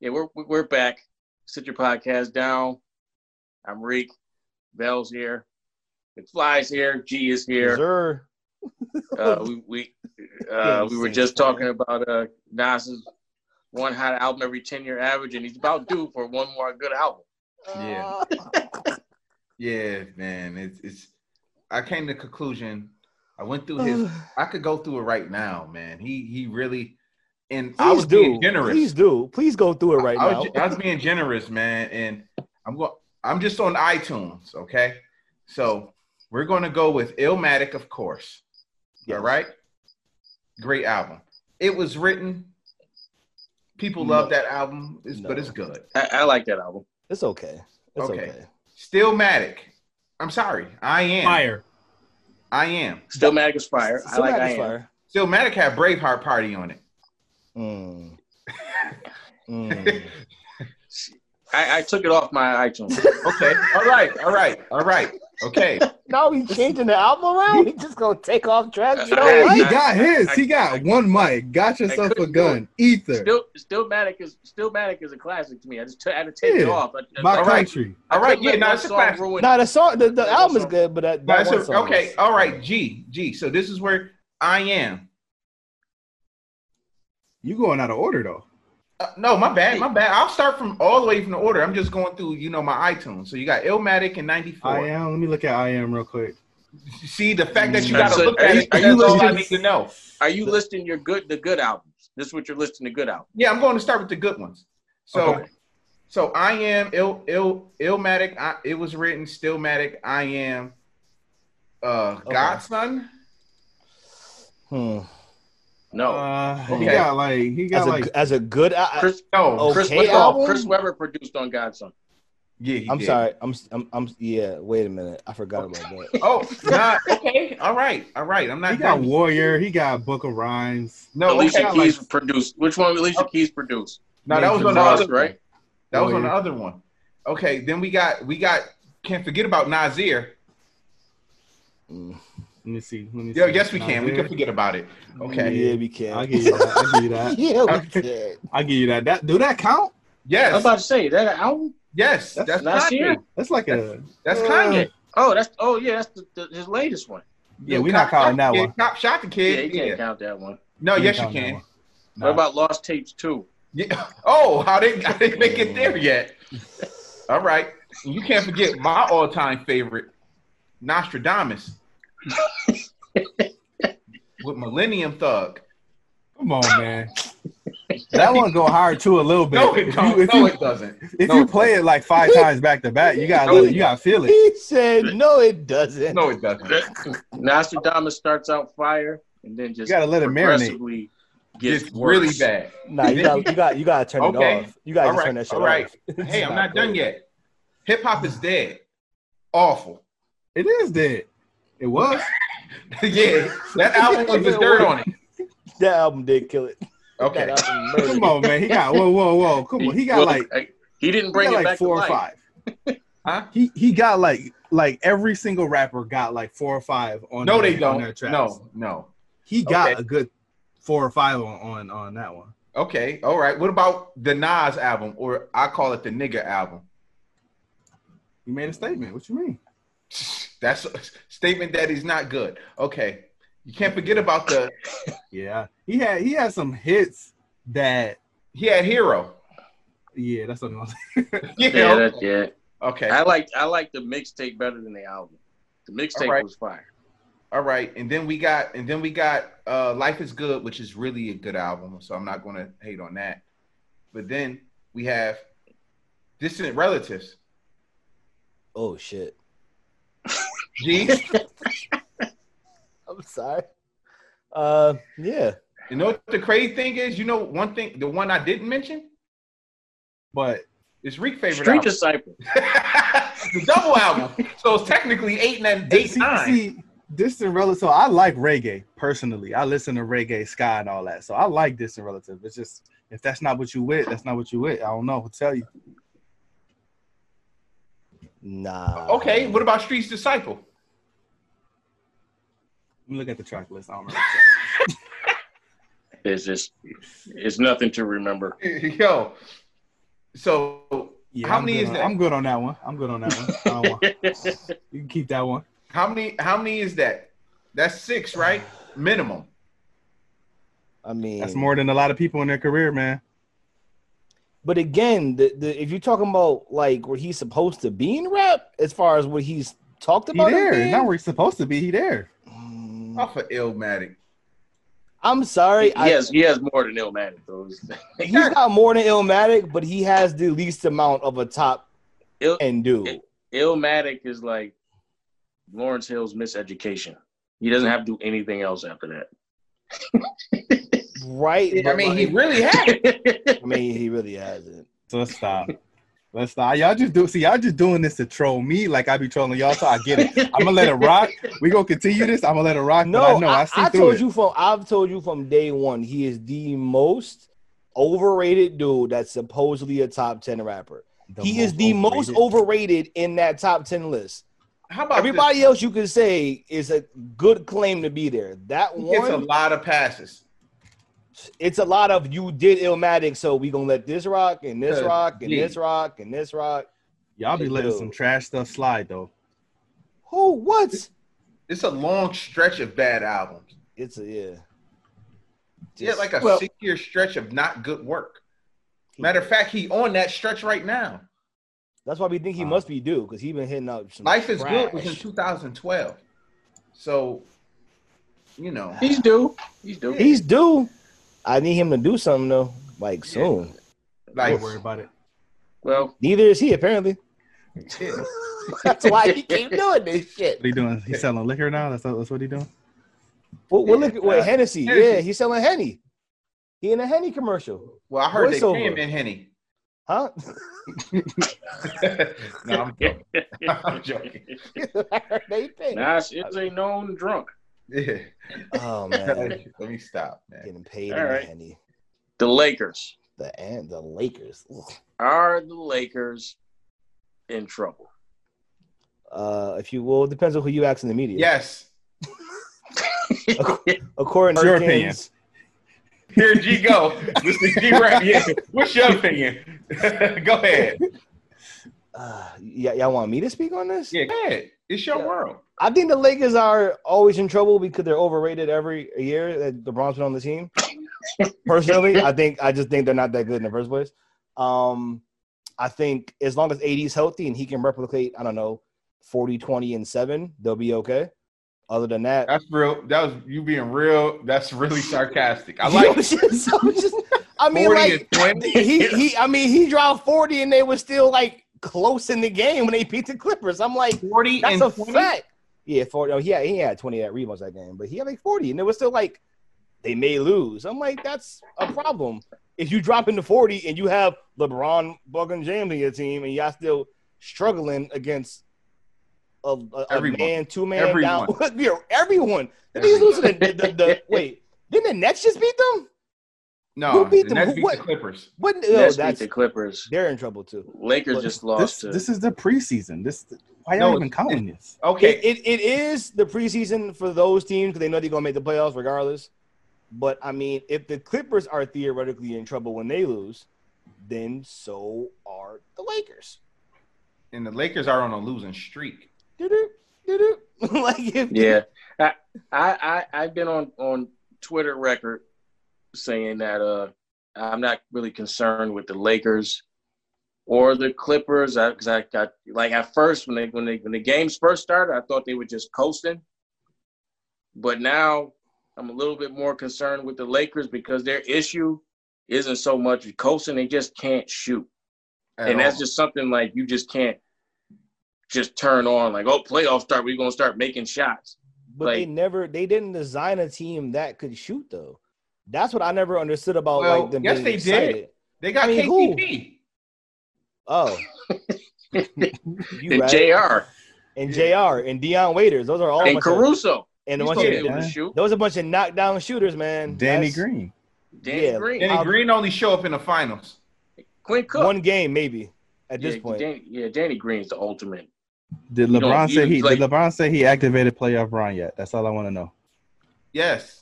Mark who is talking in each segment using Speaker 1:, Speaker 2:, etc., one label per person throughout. Speaker 1: Yeah, we're we're back. Sit your podcast down. I'm Reek. Bell's here. It flies here. G is here.
Speaker 2: Sir.
Speaker 1: Uh, we we uh, we were just talking about uh, Nas's one hot album every ten year average, and he's about due for one more good album.
Speaker 3: Yeah. yeah, man. It's it's I came to conclusion. I went through his I could go through it right now, man. He he really and I
Speaker 2: Please
Speaker 3: was
Speaker 2: do.
Speaker 3: being generous.
Speaker 2: Please do. Please go through it right
Speaker 3: I,
Speaker 2: now.
Speaker 3: was, I was being generous, man, and I'm going. I'm just on iTunes, okay? So we're going to go with Illmatic, of course. All right, great album. It was written. People
Speaker 2: No.
Speaker 3: love that album, it's, but
Speaker 2: No.
Speaker 3: it's good.
Speaker 1: I, I like that album.
Speaker 2: It's okay. It's okay.
Speaker 3: Okay. Stillmatic. I'm sorry, I am.
Speaker 4: Fire.
Speaker 3: I am.
Speaker 1: Still Magic is fire. I
Speaker 2: Still
Speaker 1: like I
Speaker 2: Magnus
Speaker 1: am.
Speaker 2: Fire.
Speaker 3: Stillmatic had Braveheart Party on it.
Speaker 2: Mm. Mm.
Speaker 1: I, I took it off my iTunes.
Speaker 3: Okay. all right. All right. All right. Okay.
Speaker 2: now he's changing the album around. He's just gonna take off tracks. You know
Speaker 1: Hey,
Speaker 2: what?
Speaker 5: He
Speaker 1: I-
Speaker 5: got his.
Speaker 1: I-
Speaker 5: he got
Speaker 1: I-
Speaker 5: one mic. Got yourself a
Speaker 1: couldn't
Speaker 5: gun. Ether.
Speaker 1: Still, Stillmatic is Stillmatic is a classic to me. I just t- I had to take it
Speaker 5: Yeah.
Speaker 1: off. I, I,
Speaker 5: My
Speaker 3: All right.
Speaker 5: country.
Speaker 1: I
Speaker 3: All right.
Speaker 1: couldn't let
Speaker 3: Yeah. No,
Speaker 1: one
Speaker 3: it's a
Speaker 1: song
Speaker 3: classic.
Speaker 1: ruin-
Speaker 2: Nah, the song, the, the
Speaker 1: That
Speaker 2: album is
Speaker 1: song.
Speaker 2: good, but that,
Speaker 3: No,
Speaker 2: that
Speaker 3: it's
Speaker 2: one
Speaker 3: a-
Speaker 2: song
Speaker 3: okay,
Speaker 2: is-
Speaker 3: all right, G, G. So this is where I am.
Speaker 5: You going out of order though.
Speaker 3: Uh, no, my bad, my bad. I'll start from all the way from the order. I'm just going through, you know, my iTunes. So you got Illmatic and
Speaker 5: I
Speaker 3: 94.
Speaker 5: am. Let me look at I am real quick.
Speaker 3: See the fact that you
Speaker 1: Mm.
Speaker 3: got
Speaker 1: So
Speaker 3: to look
Speaker 1: are
Speaker 3: at
Speaker 1: you-
Speaker 3: it.
Speaker 1: are you
Speaker 3: That's all I
Speaker 1: listening-
Speaker 3: need to know.
Speaker 1: Are you listing your good the good albums? This is what you're listing the good albums.
Speaker 3: Yeah, I'm going to start with the good ones. So,
Speaker 4: Okay.
Speaker 3: so I am ill, ill, illmatic. I, it was written stillmatic. I am, uh,
Speaker 2: Okay.
Speaker 3: Godson.
Speaker 2: Hmm.
Speaker 1: No,
Speaker 5: Uh,
Speaker 3: Oh, Okay.
Speaker 5: He got like he
Speaker 2: As,
Speaker 5: got
Speaker 2: a,
Speaker 5: like
Speaker 2: as a good, I, I,
Speaker 1: Chris,
Speaker 3: No,
Speaker 2: Oh.
Speaker 1: Chris,
Speaker 2: okay
Speaker 1: Webber,
Speaker 2: album?
Speaker 1: Chris Webber produced on Godson.
Speaker 3: yeah, he
Speaker 2: I'm
Speaker 3: did.
Speaker 2: sorry. I'm, I'm, I'm, yeah. Wait a minute. I forgot about that.
Speaker 3: Oh, nah, okay, all right, all right. I'm not
Speaker 5: he got
Speaker 3: done.
Speaker 5: Warrior. He got Book of Rhymes.
Speaker 3: No,
Speaker 1: Alicia
Speaker 3: okay,
Speaker 1: Keys produced. Which one? Alicia Keys produced.
Speaker 3: no, that was on the
Speaker 1: Ross,
Speaker 3: other one.
Speaker 1: right?
Speaker 3: That was on the
Speaker 5: Warrior.
Speaker 3: other one. Okay, then we got we got can't forget about Nazir.
Speaker 2: Mm.
Speaker 5: Let me see. Let me.
Speaker 3: Yo,
Speaker 5: see.
Speaker 3: yes we can. We
Speaker 5: Nazir.
Speaker 3: can forget about it. Okay.
Speaker 2: Yeah, we can.
Speaker 5: I'll give you that. I'll give you that.
Speaker 2: yeah, we can.
Speaker 5: I'll give you that. That do that
Speaker 1: I
Speaker 5: count?
Speaker 1: was
Speaker 3: Yes.
Speaker 1: about to say that album.
Speaker 3: Yes.
Speaker 5: That's
Speaker 3: That's
Speaker 1: last year?
Speaker 3: Kanye.
Speaker 5: That's like a
Speaker 3: That's Kanye.
Speaker 1: Oh, that's oh yeah, that's the, the, his latest one.
Speaker 5: yeah. We're not
Speaker 3: Cop Shot
Speaker 5: counting that
Speaker 3: the Kid.
Speaker 5: one.
Speaker 3: Cop shot the
Speaker 1: Yeah, you
Speaker 3: kid.
Speaker 1: can't
Speaker 3: Yeah.
Speaker 1: count that one.
Speaker 3: No,
Speaker 5: We
Speaker 3: yes you
Speaker 5: ain't counting
Speaker 3: can.
Speaker 1: What
Speaker 5: that Nah.
Speaker 1: about Lost Tapes too?
Speaker 3: Yeah. Oh, how they how they make it there yet? All right. You can't forget my all time favorite, Nostradamus. With Millennium Thug.
Speaker 5: Come on, man. That one go higher too a little bit.
Speaker 3: No,
Speaker 5: If
Speaker 3: it
Speaker 5: you-
Speaker 3: don't.
Speaker 5: if
Speaker 3: No,
Speaker 5: you-
Speaker 3: it doesn't.
Speaker 5: If
Speaker 3: No,
Speaker 5: you
Speaker 3: it
Speaker 5: play it like five times back to back, you gotta
Speaker 2: No,
Speaker 5: let it, you gotta feel it.
Speaker 2: He said, "No, it doesn't."
Speaker 3: No, it doesn't.
Speaker 1: Nostradamus starts out fire and then
Speaker 5: You
Speaker 1: just
Speaker 5: gotta let it marinate.
Speaker 1: progressively gets
Speaker 3: It's
Speaker 1: worse.
Speaker 3: really bad.
Speaker 2: Nah, you got, you got, you got to turn
Speaker 3: Okay.
Speaker 2: it off. You got to
Speaker 3: All right,
Speaker 2: turn that shit
Speaker 3: all right.
Speaker 2: off.
Speaker 3: Hey,
Speaker 2: It's
Speaker 3: I'm not
Speaker 2: good.
Speaker 3: done yet. Hip hop is dead. Awful.
Speaker 5: It is dead. It was.
Speaker 3: yeah, that album was just dirt on it.
Speaker 2: That album did kill it.
Speaker 3: Okay.
Speaker 2: That album murdered
Speaker 5: Come
Speaker 2: it.
Speaker 5: on, man. He got whoa, whoa, whoa. Come on. He got
Speaker 1: Well,
Speaker 5: like
Speaker 1: I- he didn't
Speaker 5: he
Speaker 1: bring
Speaker 5: got
Speaker 1: it
Speaker 5: like
Speaker 1: back
Speaker 5: four
Speaker 1: to
Speaker 5: or
Speaker 1: life.
Speaker 5: five.
Speaker 3: Huh?
Speaker 5: He he got like like every single rapper got like four or five on.
Speaker 3: No,
Speaker 5: their-
Speaker 3: they
Speaker 5: On their
Speaker 3: don't.
Speaker 5: tracks.
Speaker 3: No, no.
Speaker 5: he got
Speaker 3: Okay.
Speaker 5: a good four or five on on, on that one.
Speaker 3: Okay, all right. What about the Nas album, or I call it the Nigga album?
Speaker 5: You made a statement. What you mean?
Speaker 3: That's a statement that is not good. Okay, you can't forget about the
Speaker 5: Yeah, he had he had some hits that.
Speaker 3: he had Hero.
Speaker 5: Yeah, that's what I'm saying.
Speaker 3: Yeah.
Speaker 1: Yeah, that, yeah.
Speaker 3: Okay.
Speaker 1: I like I like the mixtape better than the album. The mixtape
Speaker 3: Alright.
Speaker 1: was fire.
Speaker 3: All right, and then we got and then we got uh Life is Good, which is really a good album, so I'm not gonna hate on that. But then we have Distant Relatives.
Speaker 2: Oh shit!
Speaker 3: G,
Speaker 2: I'm sorry. Uh, yeah.
Speaker 3: you know what the crazy thing is? You know one thing, the one I didn't mention?
Speaker 5: But
Speaker 3: It's Reek's favorite
Speaker 1: Street
Speaker 3: album.
Speaker 1: Disciple.
Speaker 3: the double album. So it's technically eight and eight
Speaker 5: see,
Speaker 3: nine.
Speaker 5: see, distant relative. I like reggae personally. I listen to reggae, ska, and all that. So I like distant relative. It's just if that's not what you with, that's not what you with. I don't know. what to tell you.
Speaker 2: Nah.
Speaker 3: Okay, what about Street's Disciple?
Speaker 5: Let me look at the track list. I don't remember. the
Speaker 1: It's just, it's nothing to remember.
Speaker 3: Yo. So
Speaker 5: Yeah,
Speaker 3: How
Speaker 5: I'm
Speaker 3: many
Speaker 5: good
Speaker 3: is
Speaker 5: on-
Speaker 3: that?
Speaker 5: I'm good on that one. I'm good on that one. I don't want- you can keep that one.
Speaker 3: how many how many is that? That's six, right? Minimum.
Speaker 2: I mean,
Speaker 5: That's more than a lot of people in their career, man.
Speaker 2: But again, the, the if you're talking about like where he's supposed to be in rap, as far as what he's talked
Speaker 5: He
Speaker 2: about, him
Speaker 5: there.
Speaker 2: being,
Speaker 5: Not where he's supposed to be. He there.
Speaker 2: Mm,
Speaker 3: Off of Illmatic.
Speaker 2: I'm sorry,
Speaker 1: He has, he has more than Illmatic, though.
Speaker 2: I, he's got more than Illmatic, but he has the least amount of a top
Speaker 1: Ill-
Speaker 2: end dude.
Speaker 1: Illmatic is like Lawrence Hill's miseducation. He doesn't have to do anything else after
Speaker 2: right?
Speaker 3: I
Speaker 2: but,
Speaker 3: mean, he
Speaker 2: like,
Speaker 3: really had it.
Speaker 1: that.
Speaker 2: I mean, he really hasn't.
Speaker 5: So let's stop. Let's stop. Y'all just do see, y'all just doing this to troll me like I be trolling y'all, so I get it. I'm gonna let it rock. We gonna continue this. I'm gonna let it rock.
Speaker 2: No,
Speaker 5: but I know I,
Speaker 2: I,
Speaker 5: see
Speaker 2: I
Speaker 5: through
Speaker 2: told
Speaker 5: it.
Speaker 2: you from I've told you from day one he is the most overrated dude that's supposedly a top ten rapper.
Speaker 5: The
Speaker 2: he is the most overrated in that top ten list.
Speaker 3: How about
Speaker 2: Everybody
Speaker 3: this?
Speaker 2: else you could say is a good claim to be there. That
Speaker 3: He gets a
Speaker 2: one,
Speaker 3: lot of passes.
Speaker 2: it's a lot of you did Illmatic, so we gonna let this rock and this
Speaker 3: Uh,
Speaker 2: rock and
Speaker 3: yeah.
Speaker 2: this rock and this rock.
Speaker 5: Y'all be letting
Speaker 2: Yo.
Speaker 5: some trash stuff slide though.
Speaker 2: Who? What?
Speaker 3: It's a long stretch of bad albums.
Speaker 2: It's a yeah.
Speaker 3: Yeah, like a
Speaker 1: Well-
Speaker 3: six-year stretch of not good work. Matter of fact, he on that stretch right now.
Speaker 2: that's why we think he
Speaker 5: Wow.
Speaker 2: must be due because he been hitting out. Some
Speaker 3: Life is Good was in
Speaker 2: trash.
Speaker 3: 2012. So, you know,
Speaker 1: He's due. He's due.
Speaker 2: He's due. I need him to do something though, like
Speaker 3: Yeah.
Speaker 2: soon.
Speaker 3: like
Speaker 5: Don't worry about it.
Speaker 1: well,
Speaker 2: Neither is he apparently.
Speaker 3: yeah.
Speaker 2: That's why he keep doing this shit.
Speaker 5: What he doing? He's selling liquor now. That's that's what he doing.
Speaker 2: Well, well look at
Speaker 3: Uh,
Speaker 2: what Hennessy.
Speaker 3: Hennessy.
Speaker 2: Yeah, he's selling Henny. He in a Henny commercial,
Speaker 3: well, I heard they
Speaker 2: Voiceover.
Speaker 3: came in Henny.
Speaker 2: huh?
Speaker 3: no, I'm joking. I'm joking.
Speaker 2: they think.
Speaker 1: Nas is a known drunk.
Speaker 3: Yeah.
Speaker 2: Oh man,
Speaker 3: Let me stop, man.
Speaker 2: getting paid
Speaker 1: All
Speaker 2: in
Speaker 1: right.
Speaker 2: the Henny.
Speaker 1: The Lakers.
Speaker 2: The and the Lakers. Ugh.
Speaker 1: Are the Lakers in trouble?
Speaker 2: Uh, if you will, it depends on who you ask in the media.
Speaker 3: Yes.
Speaker 2: according to
Speaker 5: Your
Speaker 2: Kings,
Speaker 3: Here, G, go. This is G rap. Yeah. What's your opinion? go ahead.
Speaker 2: Uh, y- y'all want me to speak on this?
Speaker 3: Yeah, go ahead. It's your
Speaker 2: Yeah.
Speaker 3: world.
Speaker 2: I think the Lakers are always in trouble because they're overrated every year that LeBron's been on the team. Personally, I think I just think they're not that good in the first place. Um, I think as long as AD is healthy and he can replicate, I don't know, 40, 20, and seven, they'll be okay. Other than that,
Speaker 3: That's real. That was you being real. That's really sarcastic. I
Speaker 2: You know,
Speaker 3: like
Speaker 2: it's just- I was just- I mean,
Speaker 3: 40
Speaker 2: like
Speaker 3: and 20.
Speaker 2: he, he, I mean, he dropped 40 and they were still like close in the game when they beat the Clippers. I'm like,
Speaker 3: 40
Speaker 2: that's
Speaker 3: and
Speaker 2: a
Speaker 3: 20?
Speaker 2: fact. Yeah, 40. Oh, yeah, he had 20 at rebounds that game, but he had like 40, and it was still like they may lose. I'm like, that's a problem. If you drop into 40 and you have LeBron, Buck, and James in your team, and y'all still struggling against a, a, a
Speaker 3: Everyone.
Speaker 2: man, two man
Speaker 3: Everyone.
Speaker 2: down, Yeah, everyone. Did these lose to the, the, the, the wait? Didn't the Nets just beat them?
Speaker 3: No,
Speaker 2: Who beat
Speaker 3: the
Speaker 2: them?
Speaker 3: Nets
Speaker 2: Who-
Speaker 3: beat
Speaker 2: what?
Speaker 3: the Clippers.
Speaker 2: What? Oh,
Speaker 1: Nets beat
Speaker 2: that's
Speaker 1: the Clippers.
Speaker 2: they're in trouble too.
Speaker 1: Lakers
Speaker 2: But
Speaker 1: just
Speaker 5: This,
Speaker 1: lost to.
Speaker 5: this is the preseason. This why y'all
Speaker 3: No,
Speaker 5: even
Speaker 3: it's-
Speaker 5: counting this?
Speaker 3: Okay,
Speaker 2: It, it, it is the preseason for those teams because they know they're gonna make the playoffs regardless. But I mean, if the Clippers are theoretically in trouble when they lose, then so are the Lakers.
Speaker 3: and the Lakers are on a losing streak.
Speaker 2: Doo-doo, doo-doo. like if
Speaker 1: yeah, I, I, I, I've been on on Twitter record saying that uh, I'm not really concerned with the Lakers or the Clippers. I, cause I got like at first when they when they when the games first started, I thought they were just coasting, but now I'm a little bit more concerned with the Lakers because their issue isn't so much coasting; they just can't shoot
Speaker 3: at
Speaker 1: and that's
Speaker 3: all.
Speaker 1: just something like you just can't just turn on like oh playoff start we're gonna start making shots
Speaker 2: but they
Speaker 1: like-
Speaker 2: never they didn't design a team that could shoot though. That's what I never understood about
Speaker 3: Well,
Speaker 2: like them.
Speaker 3: yes,
Speaker 2: being
Speaker 3: they did.
Speaker 2: excited.
Speaker 3: they got
Speaker 2: I mean, who?
Speaker 3: KCP.
Speaker 2: Oh, you
Speaker 1: and
Speaker 2: right.
Speaker 1: jr
Speaker 2: and Jr. and Deion Waiters. Those are all
Speaker 1: and
Speaker 2: bunch of-
Speaker 1: caruso
Speaker 2: and a
Speaker 1: he's
Speaker 2: bunch
Speaker 1: gonna be
Speaker 5: supposed to
Speaker 2: of
Speaker 1: able
Speaker 5: be
Speaker 1: to
Speaker 5: yeah.
Speaker 1: shoot
Speaker 2: Those are a bunch of knockdown shooters, man.
Speaker 5: Danny
Speaker 2: That's
Speaker 5: Green.
Speaker 1: danny
Speaker 2: yeah.
Speaker 1: green
Speaker 3: Danny Green only show up in the finals.
Speaker 1: quinn cook
Speaker 2: One game, maybe, at this
Speaker 1: yeah,
Speaker 2: point.
Speaker 1: danny, yeah danny green's the ultimate
Speaker 5: Did
Speaker 1: You don't
Speaker 5: LeBron say
Speaker 1: use,
Speaker 5: he
Speaker 1: like-
Speaker 5: did LeBron say he activated playoff Bron yet? That's all I want to know.
Speaker 3: Yes.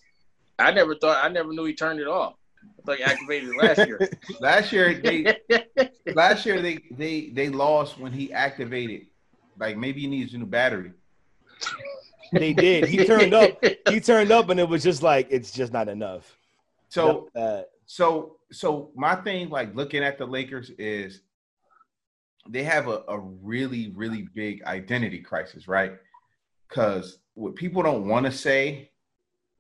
Speaker 1: I never thought I never knew he turned it off. I thought he activated it last year.
Speaker 3: Last year they last year they they they lost when he activated. Like maybe he needs a new battery.
Speaker 2: They did. He turned up. He turned up, and it was just like it's just not enough.
Speaker 3: So
Speaker 2: Uh,
Speaker 3: so so my thing like looking at the Lakers is they have a, a really really big identity crisis, right? Because what people don't want to say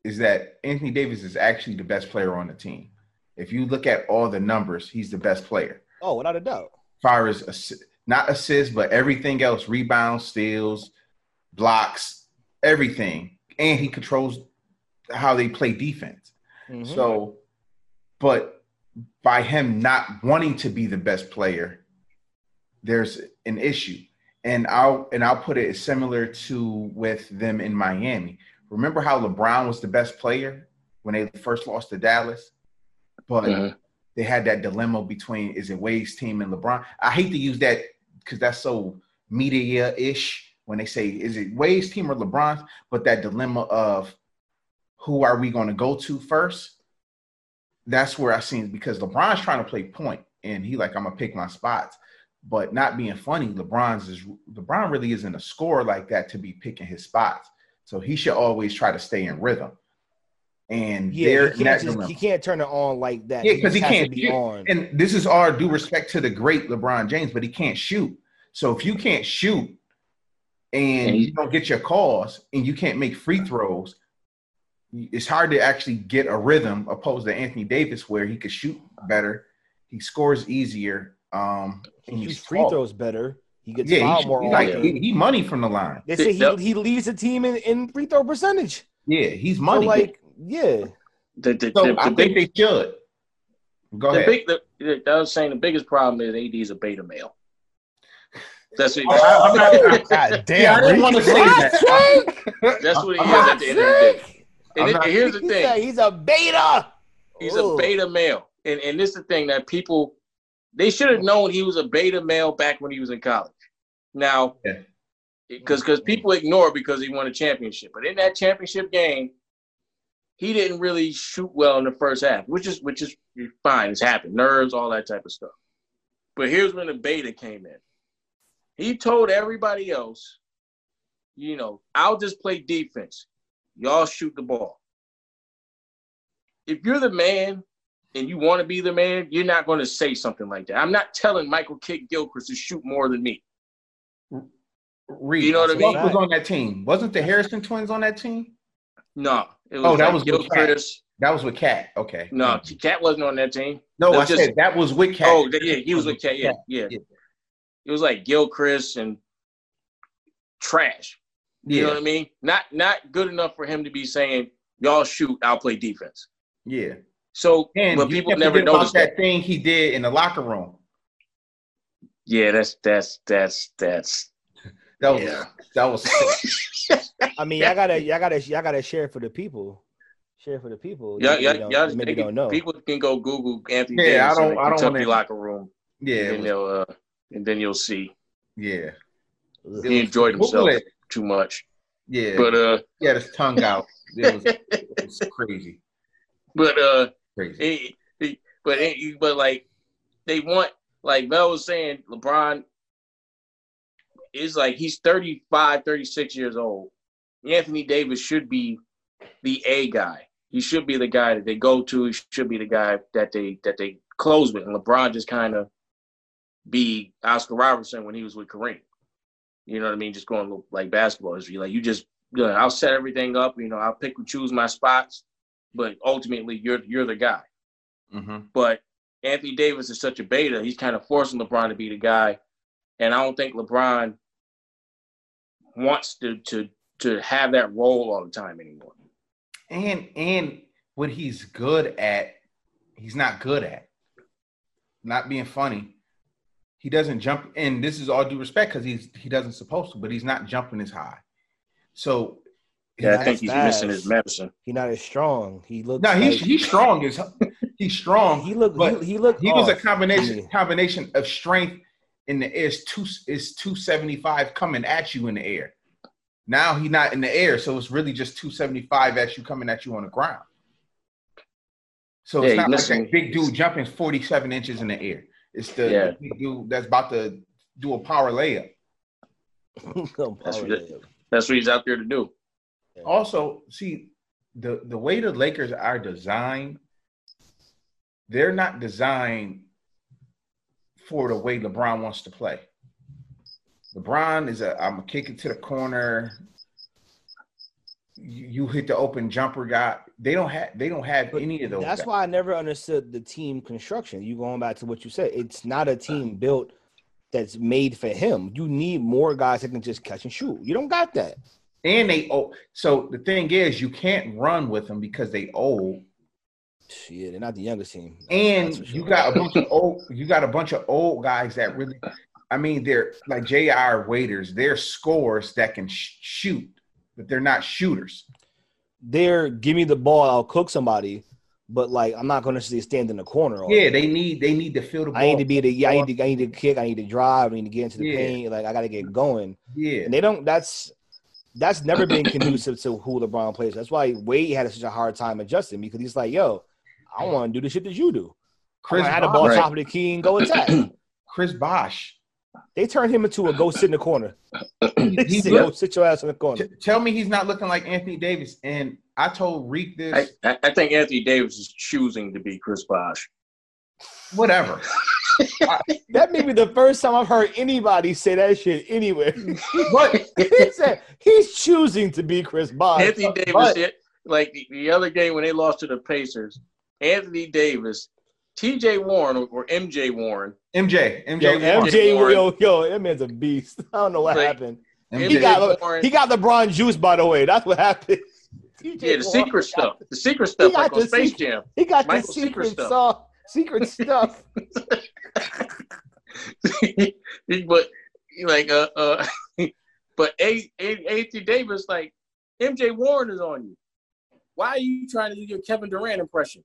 Speaker 3: is that Anthony Davis is actually the best player on the team. If you look at all the numbers, he's the best player.
Speaker 2: oh, without a doubt.
Speaker 3: far as assi- not assists, but everything else rebounds, steals, blocks, everything. And he controls how they play defense.
Speaker 2: Mhm.
Speaker 1: Mm-hmm.
Speaker 3: So, but by him not wanting to be the best player, there's an issue. And I'll and I'll put it as similar to with them in Miami. Remember how LeBron was the best player when they first lost to Dallas? But
Speaker 1: Mhm.
Speaker 3: they had that dilemma between is it Wade's team and LeBron? I hate to use that because that's so media ish when they say is it Wade's team or LeBron's, but that dilemma of who are we going to go to first? That's where I seen because LeBron's trying to play point and he like I'm gonna pick my spots, but not being funny. LeBron's is LeBron really isn't a scorer like that to be picking his spots, so he should always try to stay in rhythm. And
Speaker 2: Yeah,
Speaker 3: there,
Speaker 2: he can't, just, he can't turn it on like that.
Speaker 3: Yeah, 'cause he
Speaker 2: just has
Speaker 3: can't
Speaker 2: to be
Speaker 3: shoot.
Speaker 2: on.
Speaker 3: and this is our due respect to the great LeBron James, but he can't shoot. So if you can't shoot and you don't get your calls and you can't make free throws, it's hard to actually get a rhythm opposed to Anthony Davis where he could shoot better, he scores easier. Um, and
Speaker 2: He shoots
Speaker 3: he's
Speaker 2: free
Speaker 3: tall.
Speaker 2: throws better. He gets
Speaker 3: Yeah,
Speaker 2: fouled
Speaker 3: he,
Speaker 2: more
Speaker 3: he,
Speaker 1: like-
Speaker 2: often.
Speaker 3: he- he money from the line.
Speaker 2: they say he, he leads the team in, in free throw percentage.
Speaker 3: Yeah, he's
Speaker 2: So
Speaker 3: money.
Speaker 2: like, yeah,
Speaker 1: The, the,
Speaker 3: so
Speaker 1: the, the
Speaker 3: I
Speaker 1: big,
Speaker 3: think they should. Go
Speaker 1: the
Speaker 3: ahead.
Speaker 1: big, the, the, I was saying the biggest problem is AD is a beta male. That's what.
Speaker 3: Oh, I- I'm not-
Speaker 5: God damn.
Speaker 3: Yeah, I didn't
Speaker 5: Rick.
Speaker 3: want to say that.
Speaker 1: That's what he
Speaker 3: I'm
Speaker 1: is at the end of the day. And,
Speaker 3: I'm
Speaker 1: it-
Speaker 3: not-
Speaker 1: and here's the
Speaker 2: He said
Speaker 1: thing:
Speaker 2: he's a beta.
Speaker 1: he's
Speaker 2: Ooh.
Speaker 1: a beta male, and and this is the thing that people they should have known he was a beta male back when he was in college. Now,
Speaker 3: Yeah.
Speaker 1: because because people ignore it because he won a championship, but in that championship game, he didn't really shoot well in the first half, which is which is fine. It's happened, nerves, all that type of stuff. But here's when the beta came in. He told everybody else, you know, I'll just play defense. Y'all shoot the ball. If you're the man and you want to be the man, you're not going to say something like that. I'm not telling Michael Kidd Gilchrist to shoot more than me.
Speaker 3: Reed,
Speaker 1: You know what I
Speaker 3: who
Speaker 1: mean?
Speaker 3: else was on that team? Wasn't the Harrison twins on that team?
Speaker 1: No. It was
Speaker 3: Oh, that
Speaker 1: like
Speaker 3: was with Cat.
Speaker 1: Gilchrist.
Speaker 3: That was with Cat. Okay. Mm.
Speaker 1: No, Cat wasn't on that team.
Speaker 3: No,
Speaker 1: No,
Speaker 3: I
Speaker 1: just-
Speaker 3: said that was with Cat.
Speaker 1: Oh, yeah, he was with Cat. Yeah, yeah.
Speaker 3: Yeah.
Speaker 1: It was like Gilchrist and trash. You
Speaker 3: yeah.
Speaker 1: know what I mean? Not not good enough for him to be saying, "Y'all shoot, I'll play defense."
Speaker 3: yeah.
Speaker 1: So,
Speaker 3: And
Speaker 1: but
Speaker 3: you
Speaker 1: people
Speaker 3: can't
Speaker 1: never
Speaker 3: forget about
Speaker 1: noticed that.
Speaker 3: that thing he did in the locker room.
Speaker 1: Yeah, that's that's that's that's.
Speaker 3: That was
Speaker 1: Yeah.
Speaker 3: that was sick.
Speaker 2: I mean, I gotta, I gotta, I gotta share for the people. Share for the people.
Speaker 1: Yeah,
Speaker 2: that
Speaker 1: yeah,
Speaker 2: maybe don't-
Speaker 1: yeah.
Speaker 2: that
Speaker 1: they
Speaker 2: Maybe
Speaker 1: can-
Speaker 2: don't know.
Speaker 1: People can go Google Anthony
Speaker 3: Yeah, I
Speaker 1: Davis in
Speaker 3: don't-
Speaker 1: the
Speaker 3: I don't
Speaker 1: Kentucky
Speaker 3: wanna-
Speaker 1: locker room,
Speaker 3: yeah,
Speaker 1: and
Speaker 3: it
Speaker 1: then
Speaker 3: was-
Speaker 1: they'll uh, and then you'll see
Speaker 3: yeah.
Speaker 2: Ugh.
Speaker 1: he enjoyed
Speaker 3: Google
Speaker 1: himself
Speaker 3: it.
Speaker 1: too much.
Speaker 3: Yeah,
Speaker 1: But uh,
Speaker 3: he had his tongue out. It was, it was crazy,
Speaker 1: but uh,
Speaker 3: crazy.
Speaker 1: It- it- but it- but like they want like Mel was saying LeBron is like he's 35 36 years old. Anthony Davis should be the A guy. He should be the guy that they go to. He should be the guy that they that they close with. And LeBron just kind of be Oscar Robertson when he was with Kareem. You know what I mean? Just going like basketball. It's like you just you know, I'll set everything up. You know, I'll pick and choose my spots, but ultimately you're you're the guy.
Speaker 3: hmm
Speaker 1: But Anthony Davis is such a beta, he's kind of forcing LeBron to be the guy. And I don't think LeBron wants to to to have that role all the time anymore.
Speaker 3: And and what he's good at, he's not good at. Not being funny. He doesn't jump, and this is all due respect because he's he doesn't supposed to, but he's not jumping as high. So
Speaker 1: Yeah, I
Speaker 2: That's
Speaker 1: think he's
Speaker 2: fast.
Speaker 1: missing his medicine.
Speaker 2: He not as strong. He looks.
Speaker 3: No, he's
Speaker 2: like-
Speaker 3: he's strong. Is he's strong.
Speaker 2: He
Speaker 3: He,
Speaker 2: looked.
Speaker 3: but
Speaker 2: He, he oh, looked.
Speaker 3: was a
Speaker 2: off.
Speaker 3: combination
Speaker 2: Yeah.
Speaker 3: combination of strength in the air. Is two is two seventy five coming at you in the air. Now he's not in the air, so it's really just 275 at you coming at you on the ground. So
Speaker 1: Yeah,
Speaker 3: it's not
Speaker 1: listen.
Speaker 3: like that big dude jumping 47 inches in the air. It's the,
Speaker 1: Yeah.
Speaker 3: the big dude that's about to do a power layup.
Speaker 1: That's ridiculous. That's what he's out there to do.
Speaker 3: Also, see the the way the Lakers are designed, they're not designed for the way LeBron wants to play. LeBron is a I'm gonna kick it to the corner. You, you hit the open jumper guy. They don't have they don't have
Speaker 2: But
Speaker 3: any of those.
Speaker 2: That's
Speaker 3: guys.
Speaker 2: why I never understood the team construction. You going back to what you said? It's not a team built that's made for him. You need more guys that can just catch and shoot. You don't got that.
Speaker 3: and they oh so the thing is you can't run with them because they old
Speaker 2: Yeah, they're not the youngest team.
Speaker 3: and
Speaker 2: That's for
Speaker 3: you
Speaker 2: sure.
Speaker 3: got a bunch of old you got a bunch of old guys that really i mean they're like jr waiters they're scorers that can sh- shoot but they're not shooters
Speaker 2: They're give me the ball, I'll cook somebody, but like I'm not going to just stand in the corner. all
Speaker 3: yeah they need they need to feel the ball
Speaker 2: Oh, I need to be the yeah, I need to I need to kick, I need to drive, I need to get into the
Speaker 3: Yeah.
Speaker 2: paint. Like I got to get going.
Speaker 3: yeah
Speaker 2: And they don't. That's that's never been conducive to who LeBron plays. That's why Wade had such a hard time adjusting because he's like, yo, I want to do the shit that you do.
Speaker 3: chris,
Speaker 2: I had the
Speaker 3: Bosh,
Speaker 2: ball
Speaker 1: Right.
Speaker 2: top of the key and go attack.
Speaker 3: chris bosch
Speaker 2: they turned him into a go sit in the corner. They
Speaker 3: he
Speaker 2: said,
Speaker 3: looked-
Speaker 2: go sit your ass in the corner.
Speaker 3: t- tell me he's not looking like anthony davis and i told reek this
Speaker 1: I, I I think Anthony Davis is choosing to be Chris Bosh.
Speaker 3: whatever
Speaker 2: That may be the first time I've heard anybody say that shit anywhere.
Speaker 3: but
Speaker 2: he said he's choosing to be Chris Bosh.
Speaker 1: Anthony Davis,
Speaker 3: but-
Speaker 1: hit, like the, the other game when they lost to the Pacers, Anthony Davis, T.J. Warren or, or M.J. Warren,
Speaker 3: mj mj,
Speaker 2: Yo,
Speaker 3: Warren,
Speaker 2: MJ,
Speaker 1: Warren.
Speaker 2: yo, yo, that man's a beast. I don't know what
Speaker 1: Like,
Speaker 2: happened.
Speaker 3: MJ
Speaker 2: He got
Speaker 1: Warren.
Speaker 2: he got LeBron juice, by the way. That's what happened.
Speaker 1: yeah, the secret stuff, the secret
Speaker 2: He
Speaker 1: stuff,
Speaker 2: got
Speaker 1: like on
Speaker 2: the
Speaker 1: Space
Speaker 2: secret-
Speaker 1: Jam.
Speaker 2: He got the
Speaker 1: Michael secret
Speaker 2: secret
Speaker 1: stuff.
Speaker 2: stuff. Secret stuff.
Speaker 1: but like, uh, uh but A- A- Anthony Davis, like M.J. Warren is on you. Why are you trying to do your Kevin Durant impression?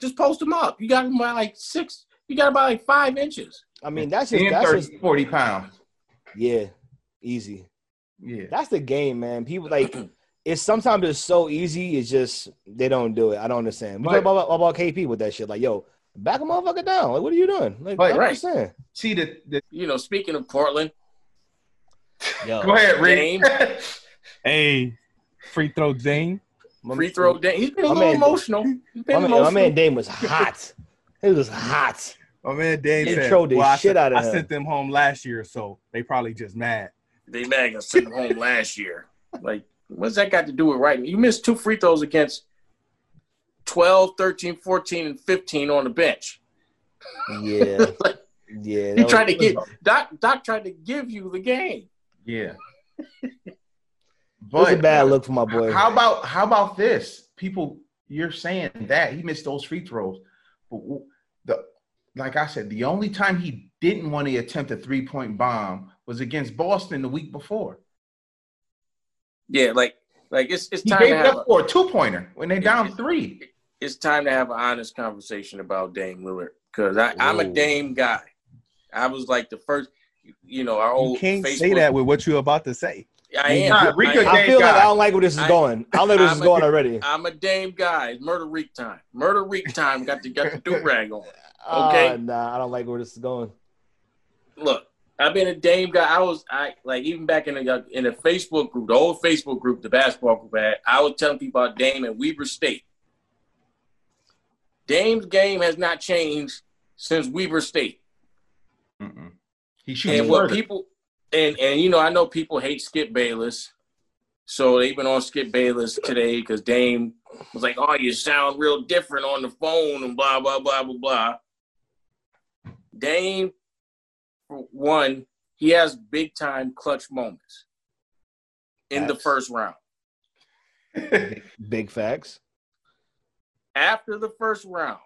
Speaker 1: Just post him up. You got him by like six. You got him by like five inches.
Speaker 2: I mean, that's just
Speaker 3: and
Speaker 2: that's
Speaker 3: 30,
Speaker 2: just
Speaker 3: 40 pounds
Speaker 2: yeah, easy.
Speaker 3: yeah
Speaker 2: That's the game, man. People like it's sometimes it's so easy. It's just they don't do it. I don't understand. We
Speaker 3: But-
Speaker 2: talk about, about KP with that shit. Like, yo, back a motherfucker down. Like, what are you doing? Like,
Speaker 3: But-
Speaker 2: I don't
Speaker 1: right.
Speaker 2: understand.
Speaker 3: see the, the
Speaker 1: You know, speaking of Portland,
Speaker 2: Yo,
Speaker 3: go ahead
Speaker 1: Dame.
Speaker 3: reek
Speaker 5: Hey, free throw Dame.
Speaker 2: my-
Speaker 1: free throw. Dame. He's been a
Speaker 2: My
Speaker 1: little
Speaker 2: man-
Speaker 1: emotional. He's been
Speaker 2: My man, my
Speaker 1: emotional.
Speaker 2: man Dame was hot. It was hot.
Speaker 5: My man Dame
Speaker 2: They
Speaker 5: said,
Speaker 2: trolled the
Speaker 5: I,
Speaker 2: shit
Speaker 5: sent,
Speaker 2: outta
Speaker 5: I
Speaker 2: him.
Speaker 5: sent them home last year, so they probably just mad.
Speaker 1: They mad got sent him home last year. Like, what's that got to do with right? You missed two free throws against 12, 13, 14, and 15 on the bench.
Speaker 2: Yeah, yeah.
Speaker 1: You
Speaker 2: that
Speaker 1: tried to
Speaker 2: was-
Speaker 1: get Doc Doc tried to give you the game.
Speaker 3: Yeah.
Speaker 2: It was a
Speaker 3: but
Speaker 2: bad look for my boy.
Speaker 3: how about how about this? People, you're saying that he missed those free throws, but w- the like I said, the only time he didn't want to attempt a three point bomb was against Boston the week before.
Speaker 1: Yeah, like like it's it's
Speaker 3: He
Speaker 1: time to
Speaker 3: gave it
Speaker 1: have a,
Speaker 3: up for a two pointer when they're down three.
Speaker 1: it's time to have an honest conversation about Dame Lillard because I'm a
Speaker 2: Whoa.
Speaker 1: Dame guy. I was like the first, you know, our
Speaker 2: Oh,
Speaker 5: You
Speaker 1: old
Speaker 5: can't
Speaker 1: Facebook.
Speaker 5: say that with what you're about to say.
Speaker 1: I am.
Speaker 3: Nah, Rico
Speaker 1: I,
Speaker 2: I feel like
Speaker 3: guy.
Speaker 2: I don't like where this is
Speaker 1: I-
Speaker 2: going. I don't know where this is
Speaker 1: I'm a-
Speaker 2: going already.
Speaker 1: I'm a Dame guy. It's Murder Reek time. Murder Reek time. Got the got the do rag on.
Speaker 2: Okay.
Speaker 1: Okay.
Speaker 2: Uh, nah, I don't like where this is going.
Speaker 1: Look, I've been a Dame guy. I was I like even back in the uh, in the Facebook group, the old Facebook group, the basketball group I had. I was telling people about Dame and Weber State. Dame's game has not changed since Weber State,
Speaker 3: Mm-mm. He shoots
Speaker 1: and what
Speaker 3: further.
Speaker 1: people and and you know I know people hate Skip Bayless, so they've been on Skip Bayless today because Dame was like, "Oh, you sound real different on the phone," and blah blah blah blah blah. Dame, for one, he has big time clutch moments in the
Speaker 2: Facts.
Speaker 1: first round.
Speaker 2: Big facts.
Speaker 1: After the first round,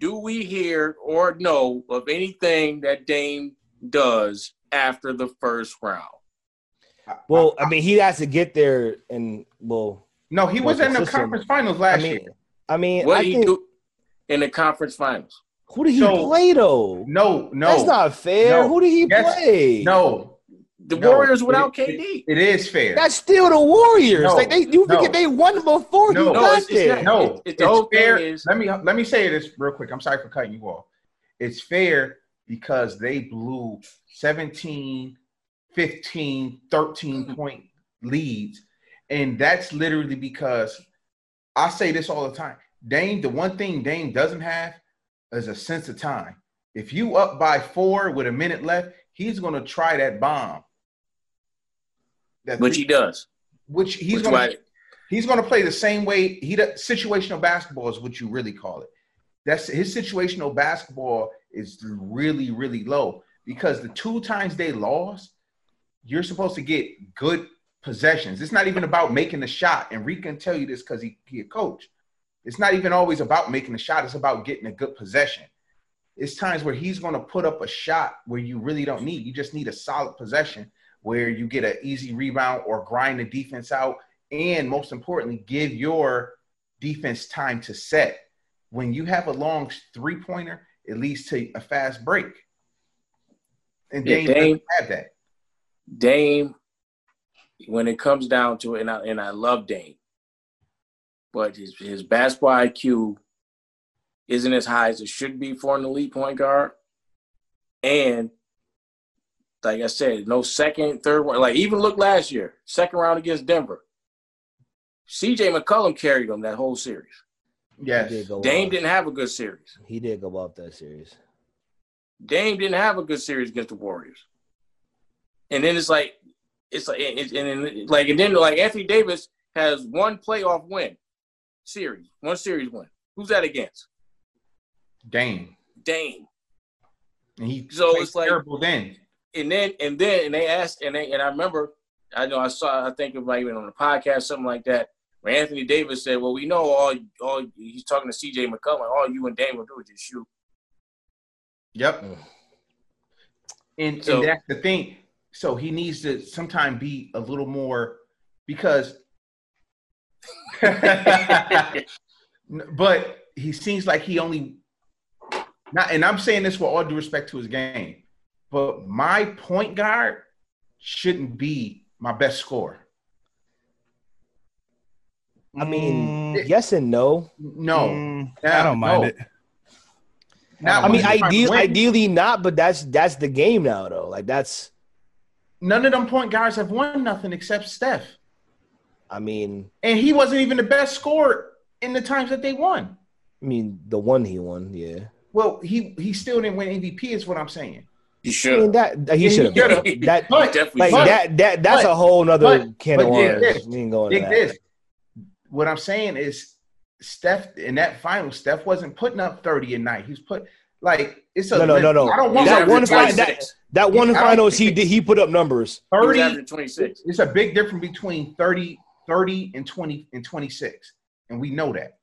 Speaker 1: do we hear or know of anything that Dame does after the first round?
Speaker 2: Well, I mean, he has to get there, and well,
Speaker 3: no, he was in the
Speaker 2: consistent.
Speaker 3: conference finals
Speaker 2: I
Speaker 3: last
Speaker 2: mean,
Speaker 3: year.
Speaker 2: I mean,
Speaker 1: What
Speaker 2: I
Speaker 1: did he
Speaker 2: think
Speaker 1: do in the conference finals?
Speaker 2: who did he
Speaker 3: So-
Speaker 2: play though?
Speaker 3: No, no,
Speaker 2: That's not fair.
Speaker 3: No.
Speaker 2: Who did he
Speaker 3: Yes.
Speaker 2: play?
Speaker 3: no.
Speaker 1: the
Speaker 3: No,
Speaker 1: Warriors without
Speaker 3: it-
Speaker 1: KD.
Speaker 3: It is fair.
Speaker 2: That's still the Warriors.
Speaker 3: No,
Speaker 2: like they, you
Speaker 3: no.
Speaker 2: forget they won before
Speaker 3: No,
Speaker 2: you
Speaker 3: no,
Speaker 2: got
Speaker 1: it's- it's
Speaker 2: there.
Speaker 1: not.
Speaker 3: no,
Speaker 1: it- it-
Speaker 3: it's
Speaker 1: the whole thing
Speaker 3: fair.
Speaker 1: is-
Speaker 3: let me let me say this real quick. I'm sorry for cutting you off. It's fair because they blew 17, 15,
Speaker 1: Mm-hmm.
Speaker 3: 13 point leads. And that's literally because I say this all the time. Dame, the one thing Dame doesn't have is a sense of time. If you up by four with a minute left, he's gonna try that bomb. That
Speaker 1: Which
Speaker 3: three-
Speaker 1: he does.
Speaker 3: which he's
Speaker 1: Which
Speaker 3: gonna
Speaker 1: why-
Speaker 3: He's going to play the same way. He do- situational basketball is what you really call it. That's his situational basketball is really really low because the two times they lost, you're supposed to get good possessions. It's not even about making the shot. And Reed can tell you this because he he a coach. It's not even always about making the shot. It's about getting a good possession. It's times where he's going to put up a shot where you really don't need. You just need a solid possession where you get an easy rebound or grind the defense out and most importantly, give your defense time to set. When you have a long three pointer, it leads to a fast break. And
Speaker 1: Yeah,
Speaker 3: Dame,
Speaker 1: Dame-
Speaker 3: doesn't have that.
Speaker 1: Dame, when it comes down to it, and I, and I love Dame, but his, his basketball IQ isn't as high as it should be for an elite point guard. And like I said, no second, third round. Like even look last year, second round against Denver. CJ McCollum carried them that whole series.
Speaker 3: Yes.
Speaker 2: He did
Speaker 3: Oh,
Speaker 2: go
Speaker 1: Dame
Speaker 2: off.
Speaker 1: didn't have a good series.
Speaker 2: He did go off that series.
Speaker 1: Dame didn't have a good series against the Warriors. And then it's like, it's like, and, and, and like, and then like Anthony Davis has one playoff win, series, one series win. Who's that against?
Speaker 3: Dame.
Speaker 1: Dame.
Speaker 3: And he
Speaker 1: So
Speaker 3: played
Speaker 1: it's like-
Speaker 3: terrible then.
Speaker 1: And then and then and they asked and they and I remember, I know I saw I think it might have been on the podcast something like that where Anthony Davis said, "Well, we know all all he's talking to C.J. McCollum. All you and Dame will do is just shoot."
Speaker 3: Yep.
Speaker 2: Mm.
Speaker 3: And,
Speaker 1: So-
Speaker 3: and that's the thing. So he needs to sometime be a little more because but he seems like he only not and I'm saying this with all due respect to his game, but my point guard shouldn't be my best scorer.
Speaker 2: I mean,
Speaker 5: Mm,
Speaker 2: yes and no.
Speaker 3: No.
Speaker 5: mm,
Speaker 3: Yeah,
Speaker 5: I don't mind
Speaker 3: no.
Speaker 5: it.
Speaker 2: I
Speaker 3: Now,
Speaker 2: mean,
Speaker 3: when you try to
Speaker 2: ideally,
Speaker 3: win,
Speaker 2: ideally not, but that's that's the game now, though. Like that's,
Speaker 3: none of them point guards have won nothing except Steph.
Speaker 2: I mean,
Speaker 3: And he wasn't even the best scorer in the times that they won.
Speaker 2: I mean, the one he won, yeah.
Speaker 3: Well, he he still didn't win MVP, is what I'm saying.
Speaker 1: He
Speaker 2: I mean, that, that- he
Speaker 3: Yeah, he
Speaker 2: should have.
Speaker 1: should've.
Speaker 2: That
Speaker 3: But
Speaker 1: definitely.
Speaker 2: like
Speaker 3: But-
Speaker 2: that that that's
Speaker 3: but-
Speaker 2: a whole nother
Speaker 3: but-
Speaker 2: can of
Speaker 3: but dig
Speaker 2: worms.
Speaker 3: this.
Speaker 2: we ain't going to
Speaker 3: dig
Speaker 2: that.
Speaker 3: this. What I'm saying is Steph in that final, Steph wasn't putting up 30 a night. He was put like it's a
Speaker 2: No, no, no, no.
Speaker 3: I don't
Speaker 1: He's
Speaker 3: want
Speaker 2: That
Speaker 1: averaging
Speaker 2: one fight- that-
Speaker 1: 26.
Speaker 2: That
Speaker 3: I
Speaker 2: one
Speaker 3: don't
Speaker 2: finals, he
Speaker 3: think-
Speaker 2: did. He put up numbers.
Speaker 1: He was
Speaker 3: 30.
Speaker 1: averaging 26.
Speaker 3: It's a big difference between 30, 30 and 20 and 26. And we know that.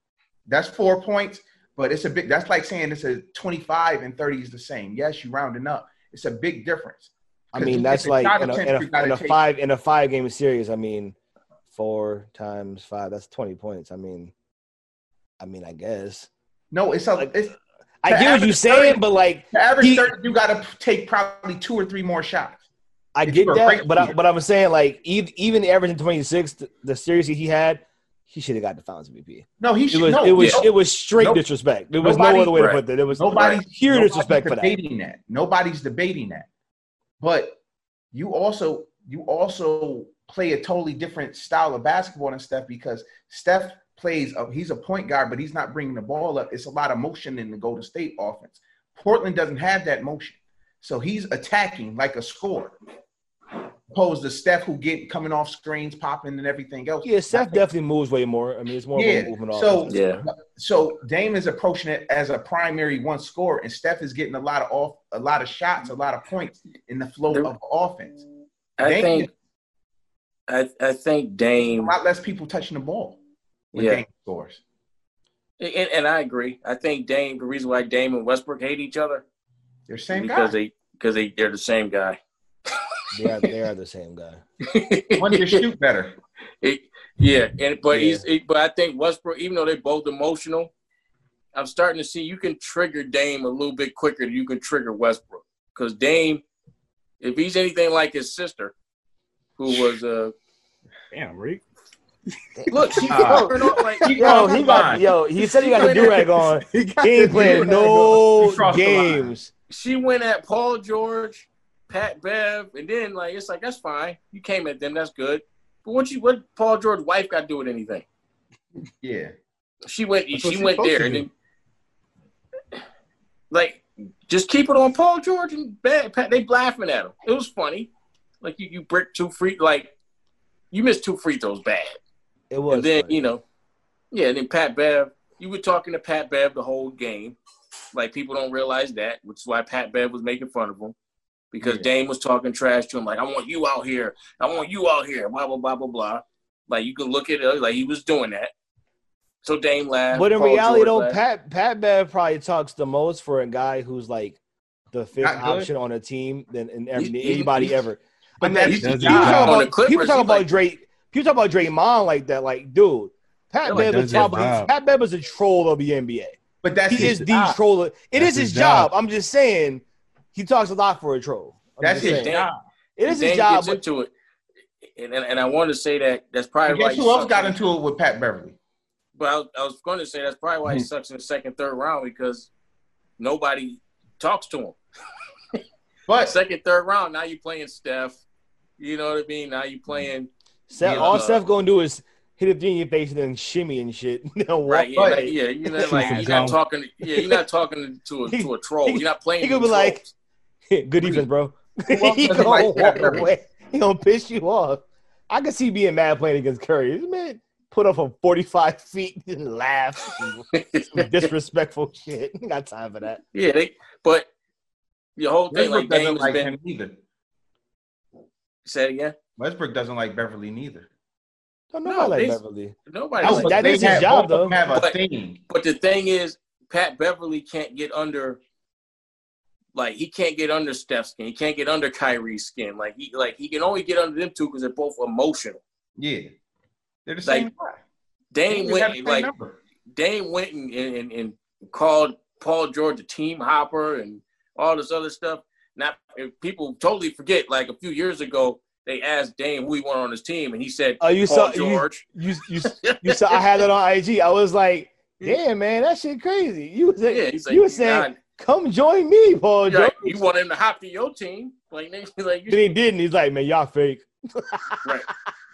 Speaker 3: That's four points, but it's a big that's like saying it's a 25 and 30 is the same. Yes, you rounding up. It's a big difference.
Speaker 2: I
Speaker 3: 'Cause
Speaker 2: mean,
Speaker 3: you
Speaker 2: that's
Speaker 3: get the
Speaker 2: like
Speaker 3: shot
Speaker 2: in a,
Speaker 3: attempt,
Speaker 2: in
Speaker 3: you
Speaker 2: a,
Speaker 3: gotta
Speaker 2: in a
Speaker 3: take-
Speaker 2: five in a five game series. I mean, four times five. That's twenty points. I mean, I mean, I guess
Speaker 3: No, it's a
Speaker 2: Like,
Speaker 3: it's
Speaker 2: I get
Speaker 3: To
Speaker 2: what you're
Speaker 3: average
Speaker 2: saying,
Speaker 3: 30
Speaker 2: but like
Speaker 3: to average
Speaker 2: he-
Speaker 3: 30, you gotta take probably two or three more shots.
Speaker 2: I
Speaker 3: if
Speaker 2: get
Speaker 3: you're a
Speaker 2: that.
Speaker 3: great
Speaker 2: But I,
Speaker 3: shooter.
Speaker 2: but I'm saying like even even averaging twenty six, the, the series he had, he should have got the finals MVP.
Speaker 3: No, he
Speaker 2: It
Speaker 3: should
Speaker 2: was
Speaker 3: no,
Speaker 2: it was
Speaker 3: no-
Speaker 2: it was straight
Speaker 3: Nope.
Speaker 2: disrespect. There was
Speaker 3: Nobody-
Speaker 2: no other way
Speaker 1: right.
Speaker 2: to put that. It was
Speaker 3: Nobody's
Speaker 2: pure
Speaker 3: nobody's
Speaker 2: disrespect for that.
Speaker 3: debating that. Nobody's debating that. But you also you also play a totally different style of basketball than Steph because Steph plays a, he's a point guard, but he's not bringing the ball up. It's a lot of motion in the Golden State offense. Portland doesn't have that motion, so he's attacking like a scorer. Opposed to Steph, who get coming off screens, popping, and everything else.
Speaker 2: Yeah, Steph definitely moves way more. I mean, it's more
Speaker 3: Yeah,
Speaker 2: of a movement.
Speaker 3: so-
Speaker 2: offense.
Speaker 1: Yeah.
Speaker 3: So Dame is approaching it as a primary one scorer, and Steph is getting a lot of off, a lot of shots, a lot of points in the flow
Speaker 1: There-
Speaker 3: of offense.
Speaker 1: I
Speaker 3: Dame-
Speaker 1: think I, I think
Speaker 3: A
Speaker 1: Dame
Speaker 3: lot less people touching the ball when
Speaker 1: yeah
Speaker 3: Dame scores.
Speaker 1: and, and I agree. I think Dame the reason why Dame and Westbrook hate each other
Speaker 3: They're
Speaker 1: is
Speaker 3: same
Speaker 1: because
Speaker 3: guy.
Speaker 1: they because they they're the same guy.
Speaker 2: they are they are the same guy.
Speaker 3: One can shoot better.
Speaker 1: It- yeah, and but
Speaker 2: Yeah.
Speaker 1: he's it, but I think Westbrook even though they're both emotional, I'm starting to see you can trigger Dame a little bit quicker than you can trigger Westbrook cuz Dame If he's anything like his sister, who was uh
Speaker 5: Damn, Rick.
Speaker 1: look, she
Speaker 3: Ah.
Speaker 1: turned off like
Speaker 3: You
Speaker 2: Yo,
Speaker 3: crossed
Speaker 2: he
Speaker 3: the
Speaker 2: got,
Speaker 3: line.
Speaker 2: yo, he said he got a
Speaker 1: He
Speaker 2: do rag on.
Speaker 5: He got
Speaker 2: He ain't
Speaker 5: the
Speaker 2: playing
Speaker 5: do-rag on.
Speaker 2: no
Speaker 3: He crossed the line.
Speaker 2: games.
Speaker 1: she went at Paul George, Pat Bev, and then like it's like that's fine. You came at them, that's good. But what you what Paul George's wife got to do with anything?
Speaker 3: Yeah.
Speaker 1: She went
Speaker 5: That's what
Speaker 1: she
Speaker 5: she's
Speaker 1: went
Speaker 5: supposed
Speaker 1: there
Speaker 5: to
Speaker 1: and
Speaker 5: do.
Speaker 1: then, like just keep it on Paul George and Pat, Pat they laughing at him. It was funny. Like you you brick two free like you missed two free throws bad.
Speaker 2: It was.
Speaker 1: and then
Speaker 2: funny.
Speaker 1: you know, yeah. And then Pat Bev, you were talking to Pat Bev the whole game. Like people don't realize that, which is why Pat Bev was making fun of him because
Speaker 3: Yeah.
Speaker 1: Dame was talking trash to him. Like I want you out here, I want you out here, blah blah blah blah blah. Like you can look at it like he was doing that. So Dame laughed.
Speaker 2: But in
Speaker 1: Paul
Speaker 2: reality,
Speaker 1: George
Speaker 2: though,
Speaker 1: laughed.
Speaker 2: Pat Pat Bev probably talks the most for a guy who's like the fifth
Speaker 3: Not good?
Speaker 2: option on a team than in every,
Speaker 1: He- he-
Speaker 2: anybody
Speaker 1: he-
Speaker 2: ever.
Speaker 3: But
Speaker 2: mean,
Speaker 3: that's
Speaker 5: he-
Speaker 3: the
Speaker 5: he
Speaker 2: People
Speaker 5: Yeah.
Speaker 3: job.
Speaker 1: On
Speaker 2: talk
Speaker 1: the
Speaker 2: about people
Speaker 1: Clippers,
Speaker 2: talk
Speaker 1: he
Speaker 2: about
Speaker 1: like-
Speaker 2: Drake. People talk about Draymond like that. Like, dude, Pat
Speaker 1: Yeah, like,
Speaker 2: Bev
Speaker 5: that's
Speaker 2: is
Speaker 5: his
Speaker 2: probably
Speaker 5: job.
Speaker 2: Pat Bev is a troll of the NBA.
Speaker 3: But that's
Speaker 2: he
Speaker 3: his
Speaker 2: is the
Speaker 3: job.
Speaker 2: troll. Of, it
Speaker 5: That's
Speaker 2: is his
Speaker 5: his job.
Speaker 2: job. I'm just saying, he talks a lot for a troll. I'm
Speaker 3: That's
Speaker 2: just
Speaker 3: his
Speaker 2: saying.
Speaker 3: job.
Speaker 2: It is
Speaker 1: Dame
Speaker 2: his job.
Speaker 1: Gets
Speaker 2: But
Speaker 1: into it, and, and and I wanted to say that that's probably
Speaker 3: And
Speaker 1: why
Speaker 3: guess
Speaker 1: he
Speaker 3: who else
Speaker 1: sucks
Speaker 3: got
Speaker 1: in-
Speaker 3: into it with Pat Beverly?
Speaker 1: But I was, I was going to say that's probably why he sucks in the second, third round because nobody talks to him.
Speaker 3: But
Speaker 1: Second, third round, now you playing Steph. You know what I mean? Now you playing
Speaker 2: Seth,
Speaker 1: Yeah.
Speaker 2: all Steph gonna do is hit a three in your face and then shimmy and shit.
Speaker 1: right.
Speaker 2: right.
Speaker 1: Yeah,
Speaker 3: Right.
Speaker 1: like, yeah you know,
Speaker 5: That's
Speaker 1: like
Speaker 5: not
Speaker 1: you're not
Speaker 5: dumb.
Speaker 1: talking. Yeah, you're not talking to a to a troll. You're not playing.
Speaker 2: he could
Speaker 1: them
Speaker 2: be like,
Speaker 1: trolls.
Speaker 2: Good defense, bro.
Speaker 3: else
Speaker 2: he
Speaker 3: doesn't
Speaker 2: gonna
Speaker 3: like
Speaker 2: walk
Speaker 3: Pat Beverly?
Speaker 2: away. He gonna piss you off. I can see being mad playing against Curry. This man put up a 45 feet and laugh. Some disrespectful shit. Ain't got time for that.
Speaker 1: yeah, they. But the whole thing, like
Speaker 3: Westbrook doesn't
Speaker 1: Dame's
Speaker 3: like
Speaker 1: been
Speaker 3: him either.
Speaker 1: said again.
Speaker 3: Westbrook doesn't like Beverly neither.
Speaker 2: Don't
Speaker 1: No,
Speaker 2: nobody like
Speaker 1: this-
Speaker 2: Beverly.
Speaker 1: Nobody.
Speaker 2: That was-
Speaker 1: likes
Speaker 2: that
Speaker 3: They
Speaker 2: is his
Speaker 3: have-
Speaker 2: job,
Speaker 3: both of them
Speaker 2: though.
Speaker 3: Have a
Speaker 1: But-
Speaker 3: thing.
Speaker 1: But the thing is, Pat Beverly can't get under. Like he can't get under Steph's skin. He can't get under Kyrie's skin. Like he like he can only get under them two because they're both emotional.
Speaker 3: Yeah, they're
Speaker 1: Like,
Speaker 3: the same. guy. They
Speaker 1: Dame
Speaker 3: just have
Speaker 1: went
Speaker 3: the same
Speaker 1: like
Speaker 3: number.
Speaker 1: Dame went and, and, and- and called Paul George a team hopper and all this other stuff. Not if people totally forget. Like a few years ago, they asked Dame who he wanted on his team, and he said
Speaker 2: Oh, you
Speaker 1: Paul
Speaker 2: saw you,
Speaker 1: George.
Speaker 2: you you you saw I had that on IG. I was like, damn man, that shit crazy. You was
Speaker 1: Hmm. yeah, he's like,
Speaker 2: you were saying,
Speaker 1: "Nah,
Speaker 2: come join me, Paul
Speaker 1: you're
Speaker 2: George.
Speaker 1: right. you want him to hop to your team? Like, nigga, like
Speaker 2: Then
Speaker 1: you,
Speaker 2: he didn't. He's like, man, y'all fake.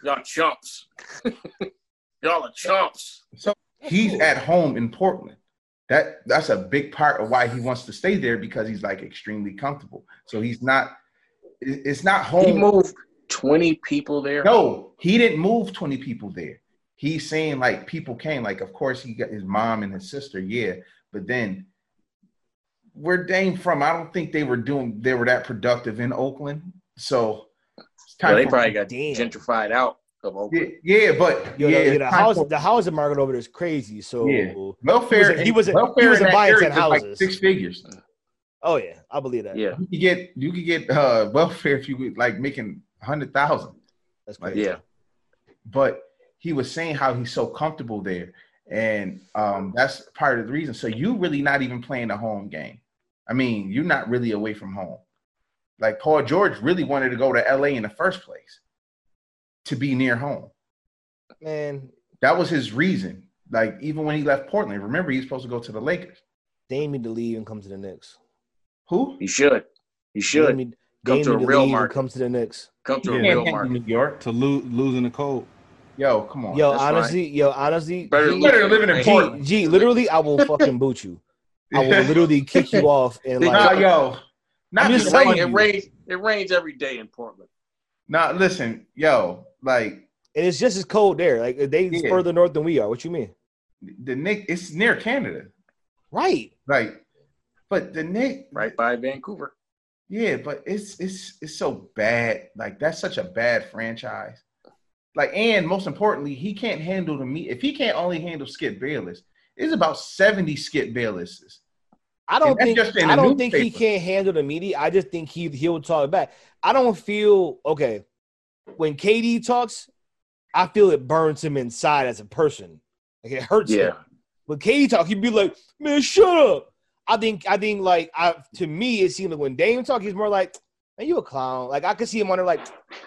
Speaker 1: y'all chumps. y'all are chumps.
Speaker 3: He's at home in Portland. That that's a big part of why he wants to stay there because he's like extremely comfortable. So he's not. it- It's not home.
Speaker 1: He moved twenty people there.
Speaker 3: No, he didn't move 20 people there. He's saying like people came. Like, of course, he got his mom and his sister, yeah. But then where Dame from, I don't think they were doing they were that productive in Oakland. So it's
Speaker 1: Well, they
Speaker 3: for-
Speaker 1: probably got
Speaker 2: Damn.
Speaker 1: gentrified out of Oakland.
Speaker 3: yeah, yeah, but
Speaker 2: Yo,
Speaker 3: yeah,
Speaker 2: the,
Speaker 3: it's
Speaker 2: the
Speaker 3: time
Speaker 2: house
Speaker 3: for-
Speaker 2: the housing market over there is crazy. So
Speaker 3: Yeah.
Speaker 2: he
Speaker 3: welfare.
Speaker 2: was- he was- he
Speaker 3: welfare
Speaker 2: was
Speaker 3: in
Speaker 2: in
Speaker 3: that
Speaker 2: buying
Speaker 3: area
Speaker 2: 10
Speaker 3: is like
Speaker 2: houses.
Speaker 3: six figures.
Speaker 2: oh yeah, I believe that.
Speaker 1: Yeah,
Speaker 3: You could get you could get uh welfare if you could like making hundred thousand.
Speaker 2: That's
Speaker 3: Like,
Speaker 2: crazy.
Speaker 1: yeah.
Speaker 3: but he was saying how he's so comfortable there and um, that's part of the reason so you really not even playing a home game i mean you're not really away from home like paul george really wanted to go to la in the first place to be near home
Speaker 2: Man,
Speaker 3: that was his reason like even when he left portland remember he was supposed to go to the lakers
Speaker 2: Dame need to leave and come to the Knicks.
Speaker 3: who
Speaker 1: He should. He should.
Speaker 2: Dame, need-
Speaker 1: Come
Speaker 2: Dame
Speaker 1: to a
Speaker 2: need to
Speaker 1: real
Speaker 2: leave and
Speaker 1: market.
Speaker 2: come to the Knicks.
Speaker 1: Come to
Speaker 5: Yeah.
Speaker 1: a
Speaker 3: Can't
Speaker 1: real
Speaker 3: hang in
Speaker 1: market.
Speaker 3: new york
Speaker 5: To lo- losing the cold.
Speaker 3: yo come on
Speaker 2: Yo,
Speaker 1: Oh, That's
Speaker 2: honestly, yo, honestly,
Speaker 1: Better
Speaker 2: G-
Speaker 1: leave
Speaker 3: better living in
Speaker 1: Hey,
Speaker 2: G,
Speaker 3: portland
Speaker 2: G, literally, I will fucking boot you. I will literally kick you off and
Speaker 3: nah,
Speaker 2: like
Speaker 3: yo not
Speaker 2: I'm
Speaker 1: It
Speaker 2: just
Speaker 3: just
Speaker 2: saying,
Speaker 1: rains,
Speaker 3: like
Speaker 1: it rains. It rains every day in Portland.
Speaker 3: nah listen yo like
Speaker 2: and it's just as cold there. Like they
Speaker 3: Yeah.
Speaker 2: further north than we are. What you mean?
Speaker 3: the nick it's near canada
Speaker 2: Right.
Speaker 3: Like, but the Nick,
Speaker 1: Right by Vancouver.
Speaker 3: Yeah, but it's it's it's so bad. Like that's such a bad franchise. Like, and most importantly, he can't handle the meat. If he can't only handle Skip Bayless, it's about seventy Skip Baylesses.
Speaker 2: I
Speaker 3: And
Speaker 2: don't
Speaker 3: that's
Speaker 2: think
Speaker 3: just in
Speaker 2: I
Speaker 3: the
Speaker 2: don't think he
Speaker 3: newspaper.
Speaker 2: can't handle the media. I just think he he'll talk back. I don't feel okay when KD talks. I feel it burns him inside as a person. Like it hurts
Speaker 1: Yeah.
Speaker 2: him. When KD talk, he'd be like, "Man, shut up." I think I think like I to me it seemed like when Dame talk, he's more like, man, you a clown. Like I could see him on there, like,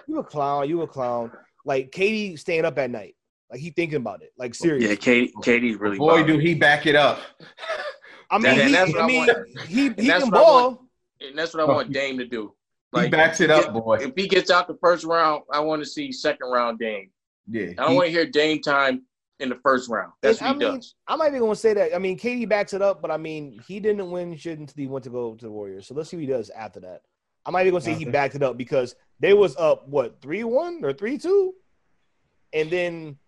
Speaker 2: you a clown, you a clown. Like Katie staying up at night. Like he thinking about it. Like seriously.
Speaker 1: Yeah, Katie, Katie's really
Speaker 3: Boy,
Speaker 1: bothered.
Speaker 3: do he back it up.
Speaker 2: I mean,
Speaker 1: And
Speaker 2: he,
Speaker 1: that's what
Speaker 2: I
Speaker 1: I
Speaker 2: mean,
Speaker 1: want.
Speaker 2: he, he
Speaker 1: that's
Speaker 2: can
Speaker 1: what I want.
Speaker 2: ball.
Speaker 1: and that's what I want Dame to do.
Speaker 3: he
Speaker 1: Like
Speaker 3: backs it up, boy.
Speaker 1: if he gets out the first round, I want to see second round Dame.
Speaker 3: Yeah.
Speaker 1: I don't
Speaker 3: he-
Speaker 1: want to hear Dame time in the first round. That's what
Speaker 2: I
Speaker 1: he
Speaker 2: mean,
Speaker 1: does.
Speaker 2: I'm not even gonna say that. I mean, Katie backs it up, but I mean, he didn't win shit until he went to go to the Warriors. So let's see what he does after that. I'm not even gonna say he
Speaker 5: Okay.
Speaker 2: backed it up because they was up what three one or three two, and then,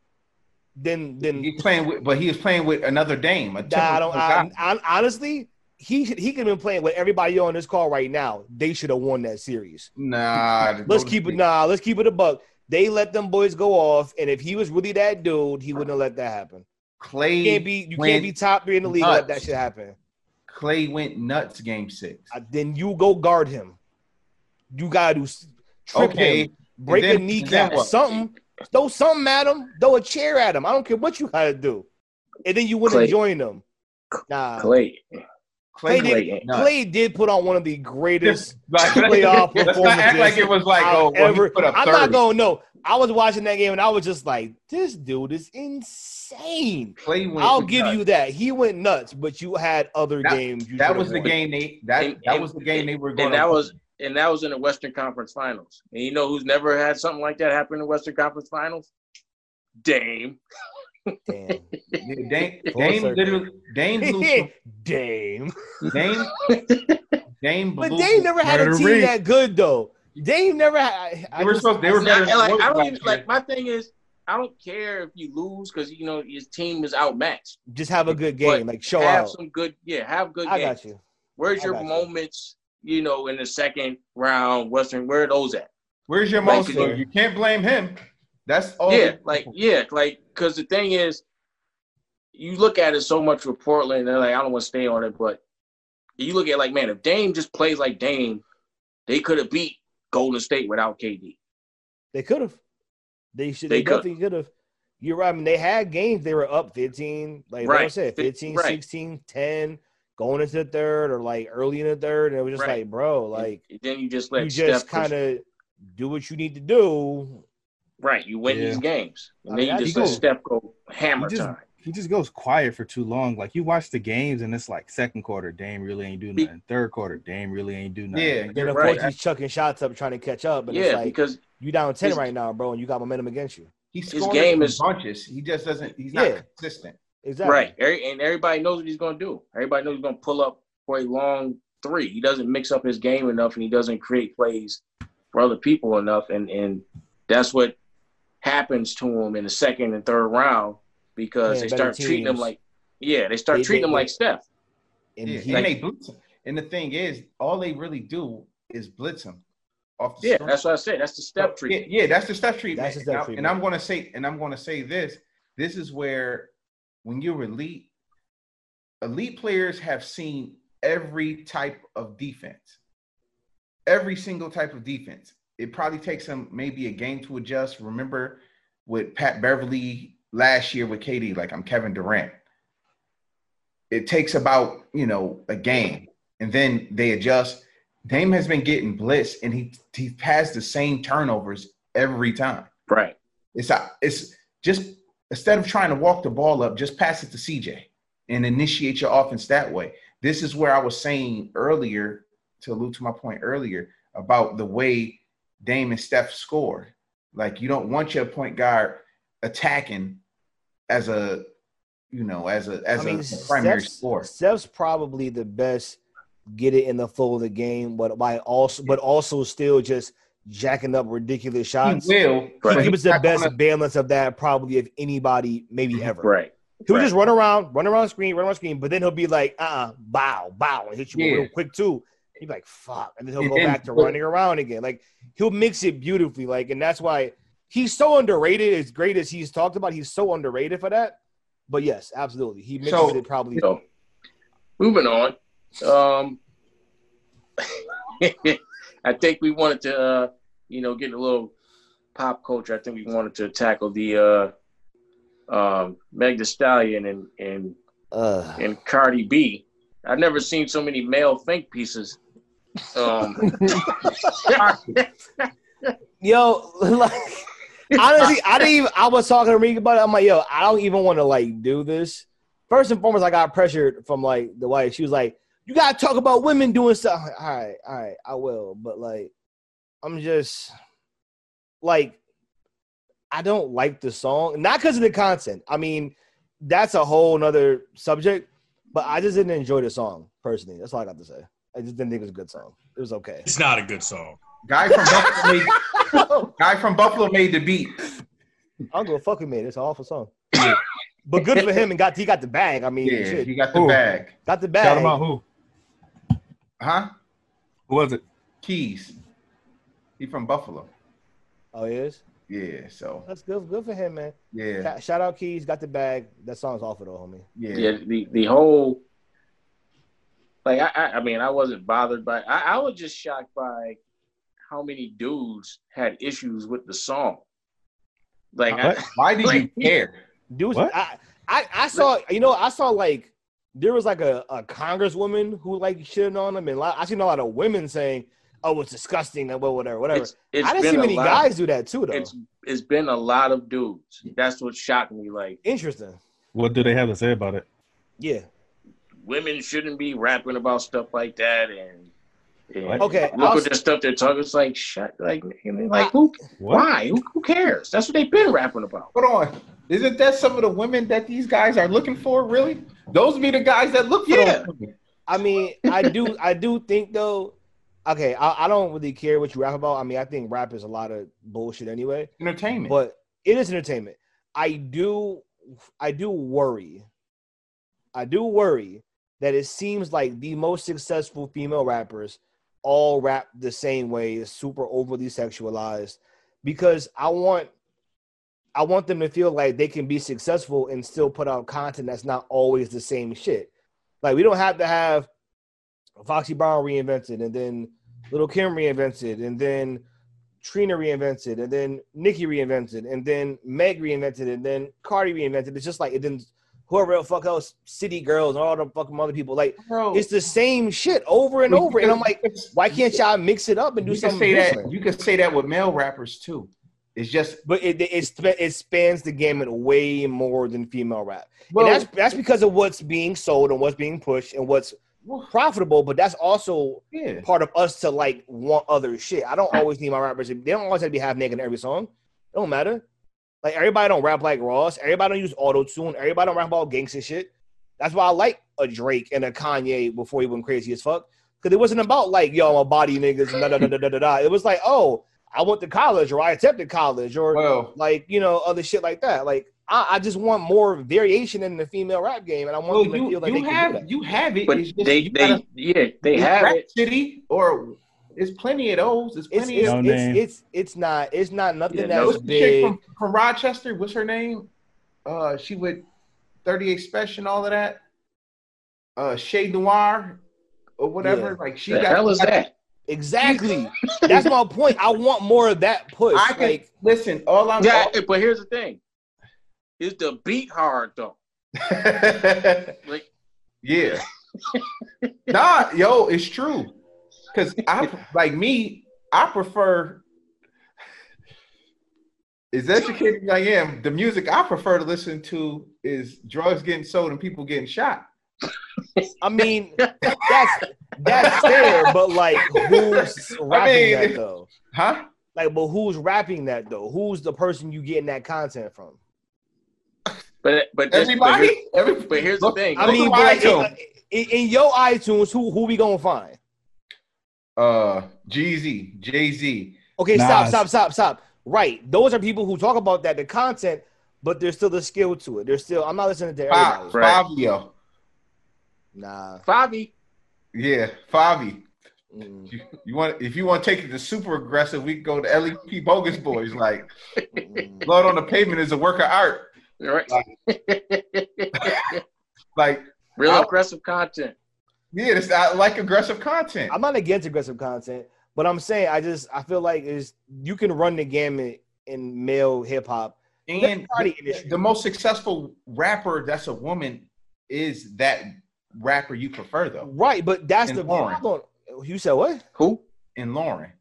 Speaker 2: then, then
Speaker 3: He's playing with, but he was playing with another Dame. a
Speaker 2: Nah, I don't.
Speaker 3: typical
Speaker 2: I,
Speaker 3: guy.
Speaker 2: I- honestly, he should- he could have been playing with everybody on this call right now. They should have won that series.
Speaker 3: nah.
Speaker 2: Let's keep it. Nah, let's keep it a buck. They let them boys go off, and if he was really that dude, he wouldn't have let that happen.
Speaker 3: Clay
Speaker 2: You can't be you
Speaker 3: went
Speaker 2: can't be top three in the league and let that
Speaker 3: nuts.
Speaker 2: shit happen.
Speaker 3: Clay went nuts game six.
Speaker 2: Uh, Then you go guard him. You gotta do s- trip
Speaker 3: Okay.
Speaker 2: him, break
Speaker 3: then-
Speaker 2: a
Speaker 3: and
Speaker 2: kneecap,
Speaker 3: then what?
Speaker 2: something. Throw something at him. Throw a chair at him. I don't care what you gotta do. And then you wouldn't
Speaker 1: Clay.
Speaker 2: join them. Nah,
Speaker 1: Clay,
Speaker 3: Clay,
Speaker 2: Clay
Speaker 3: went
Speaker 1: did-
Speaker 3: nuts.
Speaker 2: Clay did put on one of the greatest
Speaker 3: Like,
Speaker 2: playoff
Speaker 3: let's not act like it was like oh well, he
Speaker 2: ever.
Speaker 3: put up 30.
Speaker 2: I'm not gonna know. I was watching that game and I was just like, this dude is insane.
Speaker 3: Clay went
Speaker 2: I'll give
Speaker 3: nuts.
Speaker 2: you that. He went nuts, but you had other
Speaker 3: That-
Speaker 2: games. You
Speaker 3: that
Speaker 2: should've
Speaker 3: was the
Speaker 2: won.
Speaker 3: game they that
Speaker 1: And-
Speaker 3: that
Speaker 1: and-
Speaker 3: was the game they were going
Speaker 1: and that was and that was in the Western Conference Finals. And you know who's never had something like that happen in the Western Conference Finals? Dame.
Speaker 2: Damn.
Speaker 3: Dame, Dame,
Speaker 2: Full circle.
Speaker 3: literally Dame blew
Speaker 2: Dame.
Speaker 3: Dame Dame
Speaker 2: But
Speaker 3: blew-
Speaker 2: Dame never had a
Speaker 5: Murder
Speaker 2: team
Speaker 5: Reed.
Speaker 2: that good though. Dame never had. I,
Speaker 3: they were
Speaker 2: just-
Speaker 3: supposed they were
Speaker 1: And I-
Speaker 3: better
Speaker 1: and like,
Speaker 3: than
Speaker 1: I don't
Speaker 3: Warriors
Speaker 1: even
Speaker 3: last year.
Speaker 1: like my thing is I don't care if you lose because you know his team is outmatched.
Speaker 2: just have a good game, like show
Speaker 1: have
Speaker 2: out.
Speaker 1: some good yeah, have good
Speaker 2: I
Speaker 1: games.
Speaker 2: got you.
Speaker 1: Where's
Speaker 2: I
Speaker 1: your
Speaker 2: got you.
Speaker 1: moments, you know, in the second round, Western, where are those at?
Speaker 3: Where's your
Speaker 1: Like,
Speaker 3: most? though? You can't blame him. That's
Speaker 2: Oh,
Speaker 3: all.
Speaker 1: yeah, like yeah, like because the thing is, you look at it so much with Portland, and they're like, I don't want to stay on it, but you look at like, man, if Dame just plays like Dame, they could have beat Golden State without KD.
Speaker 2: They could have. They should. They,
Speaker 1: They could've.
Speaker 2: definitely could have. You're right. I mean, they had games. They were up 15, like what I
Speaker 1: Right.
Speaker 2: said,
Speaker 1: Fi-
Speaker 2: 15,
Speaker 1: right.
Speaker 2: 16, 10, going into the third or like early in the third. And it was just
Speaker 1: Right.
Speaker 2: like, bro, like
Speaker 1: And then you just let
Speaker 2: you just
Speaker 1: Steph push-
Speaker 2: kind of do what you need to do.
Speaker 1: right, you win
Speaker 5: Yeah.
Speaker 1: these games, and
Speaker 2: I
Speaker 1: then
Speaker 2: mean, I-
Speaker 1: you just
Speaker 5: you
Speaker 1: let
Speaker 5: go-
Speaker 1: Steph go hammer
Speaker 5: you just-
Speaker 1: time
Speaker 5: He just goes quiet for too long. Like you watch the games and it's like second quarter, Dame really ain't do
Speaker 1: Be-
Speaker 5: nothing. Third quarter, Dame really ain't do nothing.
Speaker 3: yeah,
Speaker 2: Then
Speaker 3: you're
Speaker 2: of
Speaker 3: right.
Speaker 2: course he's chucking shots up, trying to catch up, and
Speaker 1: yeah,
Speaker 2: it's like
Speaker 1: because
Speaker 2: you down ten
Speaker 1: his-
Speaker 2: right now, bro, and you got momentum against you.
Speaker 3: He
Speaker 1: his
Speaker 3: scores
Speaker 1: game
Speaker 3: in
Speaker 1: is-
Speaker 3: bunches. He just doesn't. He's not
Speaker 2: Yeah.
Speaker 3: consistent.
Speaker 2: Exactly.
Speaker 1: right, every- and everybody knows what he's going to do. Everybody knows he's going to pull up for a long three. He doesn't mix up his game enough, and he doesn't create plays for other people enough, and and that's what happens to him in the second and third round because
Speaker 2: Yeah,
Speaker 1: they
Speaker 2: better
Speaker 1: start treating him
Speaker 2: teams.
Speaker 1: like yeah, they start
Speaker 2: They-
Speaker 1: treating
Speaker 2: they-
Speaker 1: him like Steph.
Speaker 2: And
Speaker 3: yeah,
Speaker 2: he,
Speaker 3: and they blitz him. And the thing is, all they really do is blitz him off the
Speaker 1: Yeah,
Speaker 3: screen.
Speaker 1: that's what I said. That's the Steph treatment.
Speaker 3: Yeah, yeah, that's the Steph treatment.
Speaker 2: That's the Steph
Speaker 3: and, I-
Speaker 2: treatment.
Speaker 3: and I'm going to say, and I'm going to say this: this is where, when you're elite, elite players have seen every type of defense, every single type of defense. It probably takes them maybe a game to adjust. Remember, with Pat Beverly last year with KD, like I'm Kevin Durant. It takes about you know a game, and then they adjust. Dame has been getting blitzed, and he he has the same turnovers every time.
Speaker 1: Right.
Speaker 3: It's a, it's just instead of trying to walk the ball up, just pass it to CJ and initiate your offense that way. This is where I was saying earlier to allude to my point earlier about the way Dame and Steph score. Like you don't want your point guard attacking as a you know as a as
Speaker 2: I mean,
Speaker 3: a primary
Speaker 2: Steph's,
Speaker 3: scorer.
Speaker 2: Steph's probably the best get it in the flow of the game, but by also but also still just jacking up ridiculous
Speaker 3: He
Speaker 2: shots. He,
Speaker 3: will.
Speaker 1: Right.
Speaker 3: but
Speaker 2: was the
Speaker 3: he's not
Speaker 2: best
Speaker 3: gonna-
Speaker 2: balance of that probably of anybody maybe ever.
Speaker 1: Right.
Speaker 2: He'll
Speaker 1: right.
Speaker 2: just run around, run around screen, run around screen, but then he'll be like, uh, uh bow, bow, and hit you
Speaker 3: Yeah.
Speaker 2: real quick too. He'd be like, fuck, and then he'll
Speaker 3: And
Speaker 2: go
Speaker 3: then-
Speaker 2: back to running around again. Like he'll mix it beautifully, like, and that's why he's so underrated. As great as he's talked about, he's so underrated for that. But yes, absolutely, he mixes
Speaker 3: So-
Speaker 2: it probably.
Speaker 1: So moving on. Um I think we wanted to uh, you know, get a little pop culture. I think we wanted to tackle the uh um Meg Thee Stallion and and
Speaker 2: Uh,
Speaker 1: and Cardi B. I've never seen so many male think pieces Um,
Speaker 2: Yo, like honestly, I didn't even. I was talking to Rick about it. I'm like, yo, I don't even want to like do this. First and foremost, I got pressured from like the wife. She was like, "You gotta talk about women doing stuff." I'm like, All right, all right, I will. But like, I'm just like, I don't like the song, not because of the content. I mean, that's a whole nother subject. But I just didn't enjoy the song personally. That's all I got to say. I just didn't think it was a good song. It was okay.
Speaker 4: It's not a good song.
Speaker 3: Guy from Buffalo made, guy from Buffalo made the beat.
Speaker 2: I don't give a fuck who made it. It's an awful song. but good for him and got he got the bag. I mean,
Speaker 3: Yeah,
Speaker 2: shit,
Speaker 3: he got the
Speaker 5: Ooh.
Speaker 3: bag.
Speaker 2: got the
Speaker 5: Shout
Speaker 2: bag.
Speaker 5: him out. Who?
Speaker 3: Huh?
Speaker 5: Who was it?
Speaker 3: Keys. He from Buffalo.
Speaker 2: Oh, he is.
Speaker 3: Yeah, so
Speaker 2: That's good. Good for him, man.
Speaker 3: yeah,
Speaker 2: Ca- Shout out Keys, got the bag. That song's awful though, homie.
Speaker 3: yeah.
Speaker 1: yeah, the the whole like I, I I mean I wasn't bothered by I, I was just shocked by how many dudes had issues with the song. Like I,
Speaker 3: Why do you
Speaker 1: Like-
Speaker 3: care?
Speaker 2: Dude,
Speaker 5: What?
Speaker 2: I, I I saw you know I saw like there was like a, a congresswoman who like shitting on him and a lot, I seen a lot of women saying, "Oh, it's disgusting," and well, whatever, whatever.
Speaker 1: it's, it's
Speaker 2: I didn't
Speaker 1: been
Speaker 2: see
Speaker 1: a
Speaker 2: many
Speaker 1: lot-
Speaker 2: guys do that too though.
Speaker 1: It's it's been a lot of dudes. That's what shocked me. Like
Speaker 2: Interesting.
Speaker 5: What do they have to say about it?
Speaker 2: Yeah.
Speaker 1: women shouldn't be rapping about stuff like that and. and
Speaker 2: Okay,
Speaker 1: Look
Speaker 2: I'll-
Speaker 1: at the stuff they're talking. It's like shut. Like, like who?
Speaker 5: What?
Speaker 1: Why? Who, who cares? That's what they've been rapping about.
Speaker 3: Hold on. Isn't that some of the women that these guys are looking for? Really? Those be the guys that look for
Speaker 1: Yeah.
Speaker 3: those women.
Speaker 2: I mean, I do, I do think though. Okay, I, I don't really care what you rap about. I mean, I think rap is a lot of bullshit anyway,
Speaker 3: entertainment.
Speaker 2: but it is entertainment. I do, I do worry. I do worry that it seems like the most successful female rappers all rap the same way, is super overly sexualized, because I want, I want them to feel like they can be successful and still put out content that's not always the same shit. Like we don't have to have Foxy Brown reinvented and then Little Kim reinvented and then Trina reinvented and then Nicki reinvented and then Meg reinvented and then Cardi reinvented. It's just like it didn't whoever the fuck else, City Girls and all the fucking other people. Like
Speaker 3: Bro,
Speaker 2: it's the same shit over and
Speaker 3: you
Speaker 2: over. And
Speaker 3: could-
Speaker 2: I'm like, why can't y'all mix it up and do
Speaker 3: you could
Speaker 2: something
Speaker 3: say
Speaker 2: different?
Speaker 3: that you could say that with male rappers too. It's just
Speaker 2: but it, it, sp- it spans the gamut way more than female rap.
Speaker 3: well,
Speaker 2: and that's that's because of what's being sold and what's being pushed and what's profitable. But that's also
Speaker 3: yeah.
Speaker 2: part of us to like want other shit. I don't always need my rappers. to- They don't always have to be half naked in every song. It don't matter. Like everybody don't rap like Ross. Everybody don't use auto tune. Everybody don't rap about gangsta shit. That's why I like a Drake and a Kanye before he went crazy as fuck. Because it wasn't about like yo, my body niggas. Da, da, da, da, da, da, da. It was like oh, I went to college or I attempted college or
Speaker 3: Well,
Speaker 2: like you know other shit like that. Like I, I just want more variation in the female rap game, and I want
Speaker 3: well,
Speaker 2: them to
Speaker 3: you,
Speaker 2: feel like
Speaker 3: you
Speaker 2: they
Speaker 3: have
Speaker 2: can do
Speaker 3: you have it.
Speaker 1: But
Speaker 3: it's just,
Speaker 1: they,
Speaker 3: you
Speaker 1: they,
Speaker 3: gotta-
Speaker 1: yeah, they
Speaker 3: it's
Speaker 1: have
Speaker 3: Rap
Speaker 1: it.
Speaker 3: City or it's plenty of those. It's
Speaker 2: that. It's
Speaker 3: plenty
Speaker 2: it's,
Speaker 5: No
Speaker 2: it's,
Speaker 5: name.
Speaker 2: it's it's not it's not nothing
Speaker 1: Yeah, no-
Speaker 2: that's
Speaker 3: of those. Chick
Speaker 2: big.
Speaker 3: from, from Rochester. What's her name? Uh, she with thirty eight special and all of that. Uh, Shade Noir or whatever.
Speaker 2: Yeah.
Speaker 3: Like she
Speaker 1: The
Speaker 3: got.
Speaker 1: hell is that?
Speaker 2: Exactly, that's my point. I want more of that push.
Speaker 3: I can
Speaker 2: like
Speaker 3: listen. All I'm.
Speaker 1: Yeah, but here's the thing: is the beat hard though? Like,
Speaker 3: Yeah. nah, yo, it's true. Cause I like me, I prefer as educated as I am, the music I prefer to listen to is drugs getting sold and people getting shot.
Speaker 2: I mean, that's that's fair, but like who's rapping
Speaker 3: mean-
Speaker 2: that though?
Speaker 3: Huh?
Speaker 2: Like, but who's rapping that though? Who's the person you getting that content from?
Speaker 1: but but this, but,
Speaker 3: Everybody?
Speaker 1: here-
Speaker 3: Every,
Speaker 1: but here's the thing:
Speaker 2: I
Speaker 3: Look
Speaker 2: mean,
Speaker 3: at
Speaker 2: but like,
Speaker 3: iTunes.
Speaker 2: in, in, in your iTunes, who who we gonna find?
Speaker 3: uh Jeezy, Jay-Z.
Speaker 2: Okay, stop,
Speaker 5: Nas.
Speaker 2: stop, stop, stop. Right. Those are people who talk about that, the content, but there's still the skill to it. There's still I'm not listening to
Speaker 3: Fa-
Speaker 2: everybody.
Speaker 1: Right.
Speaker 3: Fabio.
Speaker 2: Nah.
Speaker 1: Fabi,
Speaker 3: Yeah, Fabi.
Speaker 2: Mm,
Speaker 3: You, you want if you want to take it to super aggressive, we can go to LEP Bogus Boys. Like
Speaker 2: mm,
Speaker 3: blood on the pavement is a work of art.
Speaker 1: right?
Speaker 3: Like
Speaker 1: Real
Speaker 3: I'll-
Speaker 1: aggressive content.
Speaker 3: Yeah, it's, I like aggressive content.
Speaker 2: I'm not against aggressive content, but I'm saying I just I feel like is you can run the gamut in male hip hop.
Speaker 3: and
Speaker 2: party industry.
Speaker 3: the most successful rapper that's a woman is that rapper you prefer, though.
Speaker 2: Right, but that's
Speaker 3: And
Speaker 2: the
Speaker 3: foreign.
Speaker 2: problem. You said what?
Speaker 1: Who?
Speaker 3: and Lauren.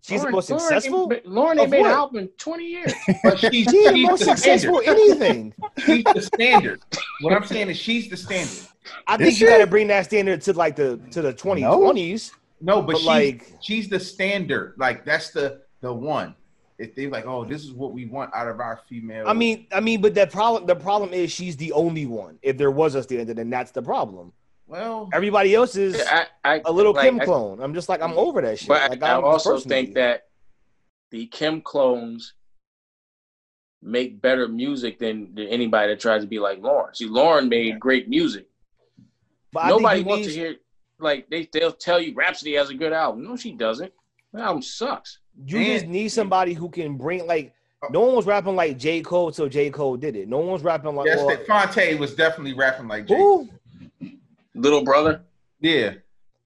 Speaker 2: She's
Speaker 1: Lauren-
Speaker 2: the most
Speaker 1: Lauren ain't
Speaker 2: successful.
Speaker 1: been- Lauren ain't
Speaker 2: Of
Speaker 1: been
Speaker 2: what?
Speaker 1: out in 20 years.
Speaker 3: But she's,
Speaker 2: She's the
Speaker 3: she's
Speaker 2: most
Speaker 3: the
Speaker 2: successful anything.
Speaker 3: standard. She's the standard. What I'm saying is she's the standard.
Speaker 2: I
Speaker 5: Is
Speaker 2: think you
Speaker 5: she?
Speaker 2: gotta bring that standard to like the to the twenty twenties.
Speaker 3: No, but,
Speaker 2: But,
Speaker 3: she's,
Speaker 2: like-
Speaker 3: she's the standard. Like that's the the one. If they like, oh, this is what we want out of our female.
Speaker 2: I mean, I mean, but that problem the problem is she's the only one. If there was a standard, then that's the problem.
Speaker 3: well,
Speaker 2: Everybody else is
Speaker 1: I, I,
Speaker 2: a little
Speaker 1: like,
Speaker 2: Kim
Speaker 1: I-
Speaker 2: clone. I'm just like I'm over that shit.
Speaker 1: But
Speaker 2: Like,
Speaker 1: I, I
Speaker 2: don't
Speaker 1: also
Speaker 2: personally-
Speaker 1: think that the Kim clones make better music than, than anybody that tries to be like Lauren. See, Lauren made great music.
Speaker 2: But I think
Speaker 1: Nobody
Speaker 2: you
Speaker 1: wants
Speaker 2: need-
Speaker 1: to hear like they they'll tell you Rhapsody has a good album. No, she doesn't. That album sucks.
Speaker 2: You
Speaker 3: Man.
Speaker 2: just need somebody who can bring like
Speaker 3: Uh,
Speaker 2: no one was rapping like J Cole till J Cole did it. No one's rapping like
Speaker 3: yes,
Speaker 2: well,
Speaker 3: that Fonte was definitely rapping like Jay.
Speaker 2: who?
Speaker 1: Little brother.
Speaker 3: Yeah,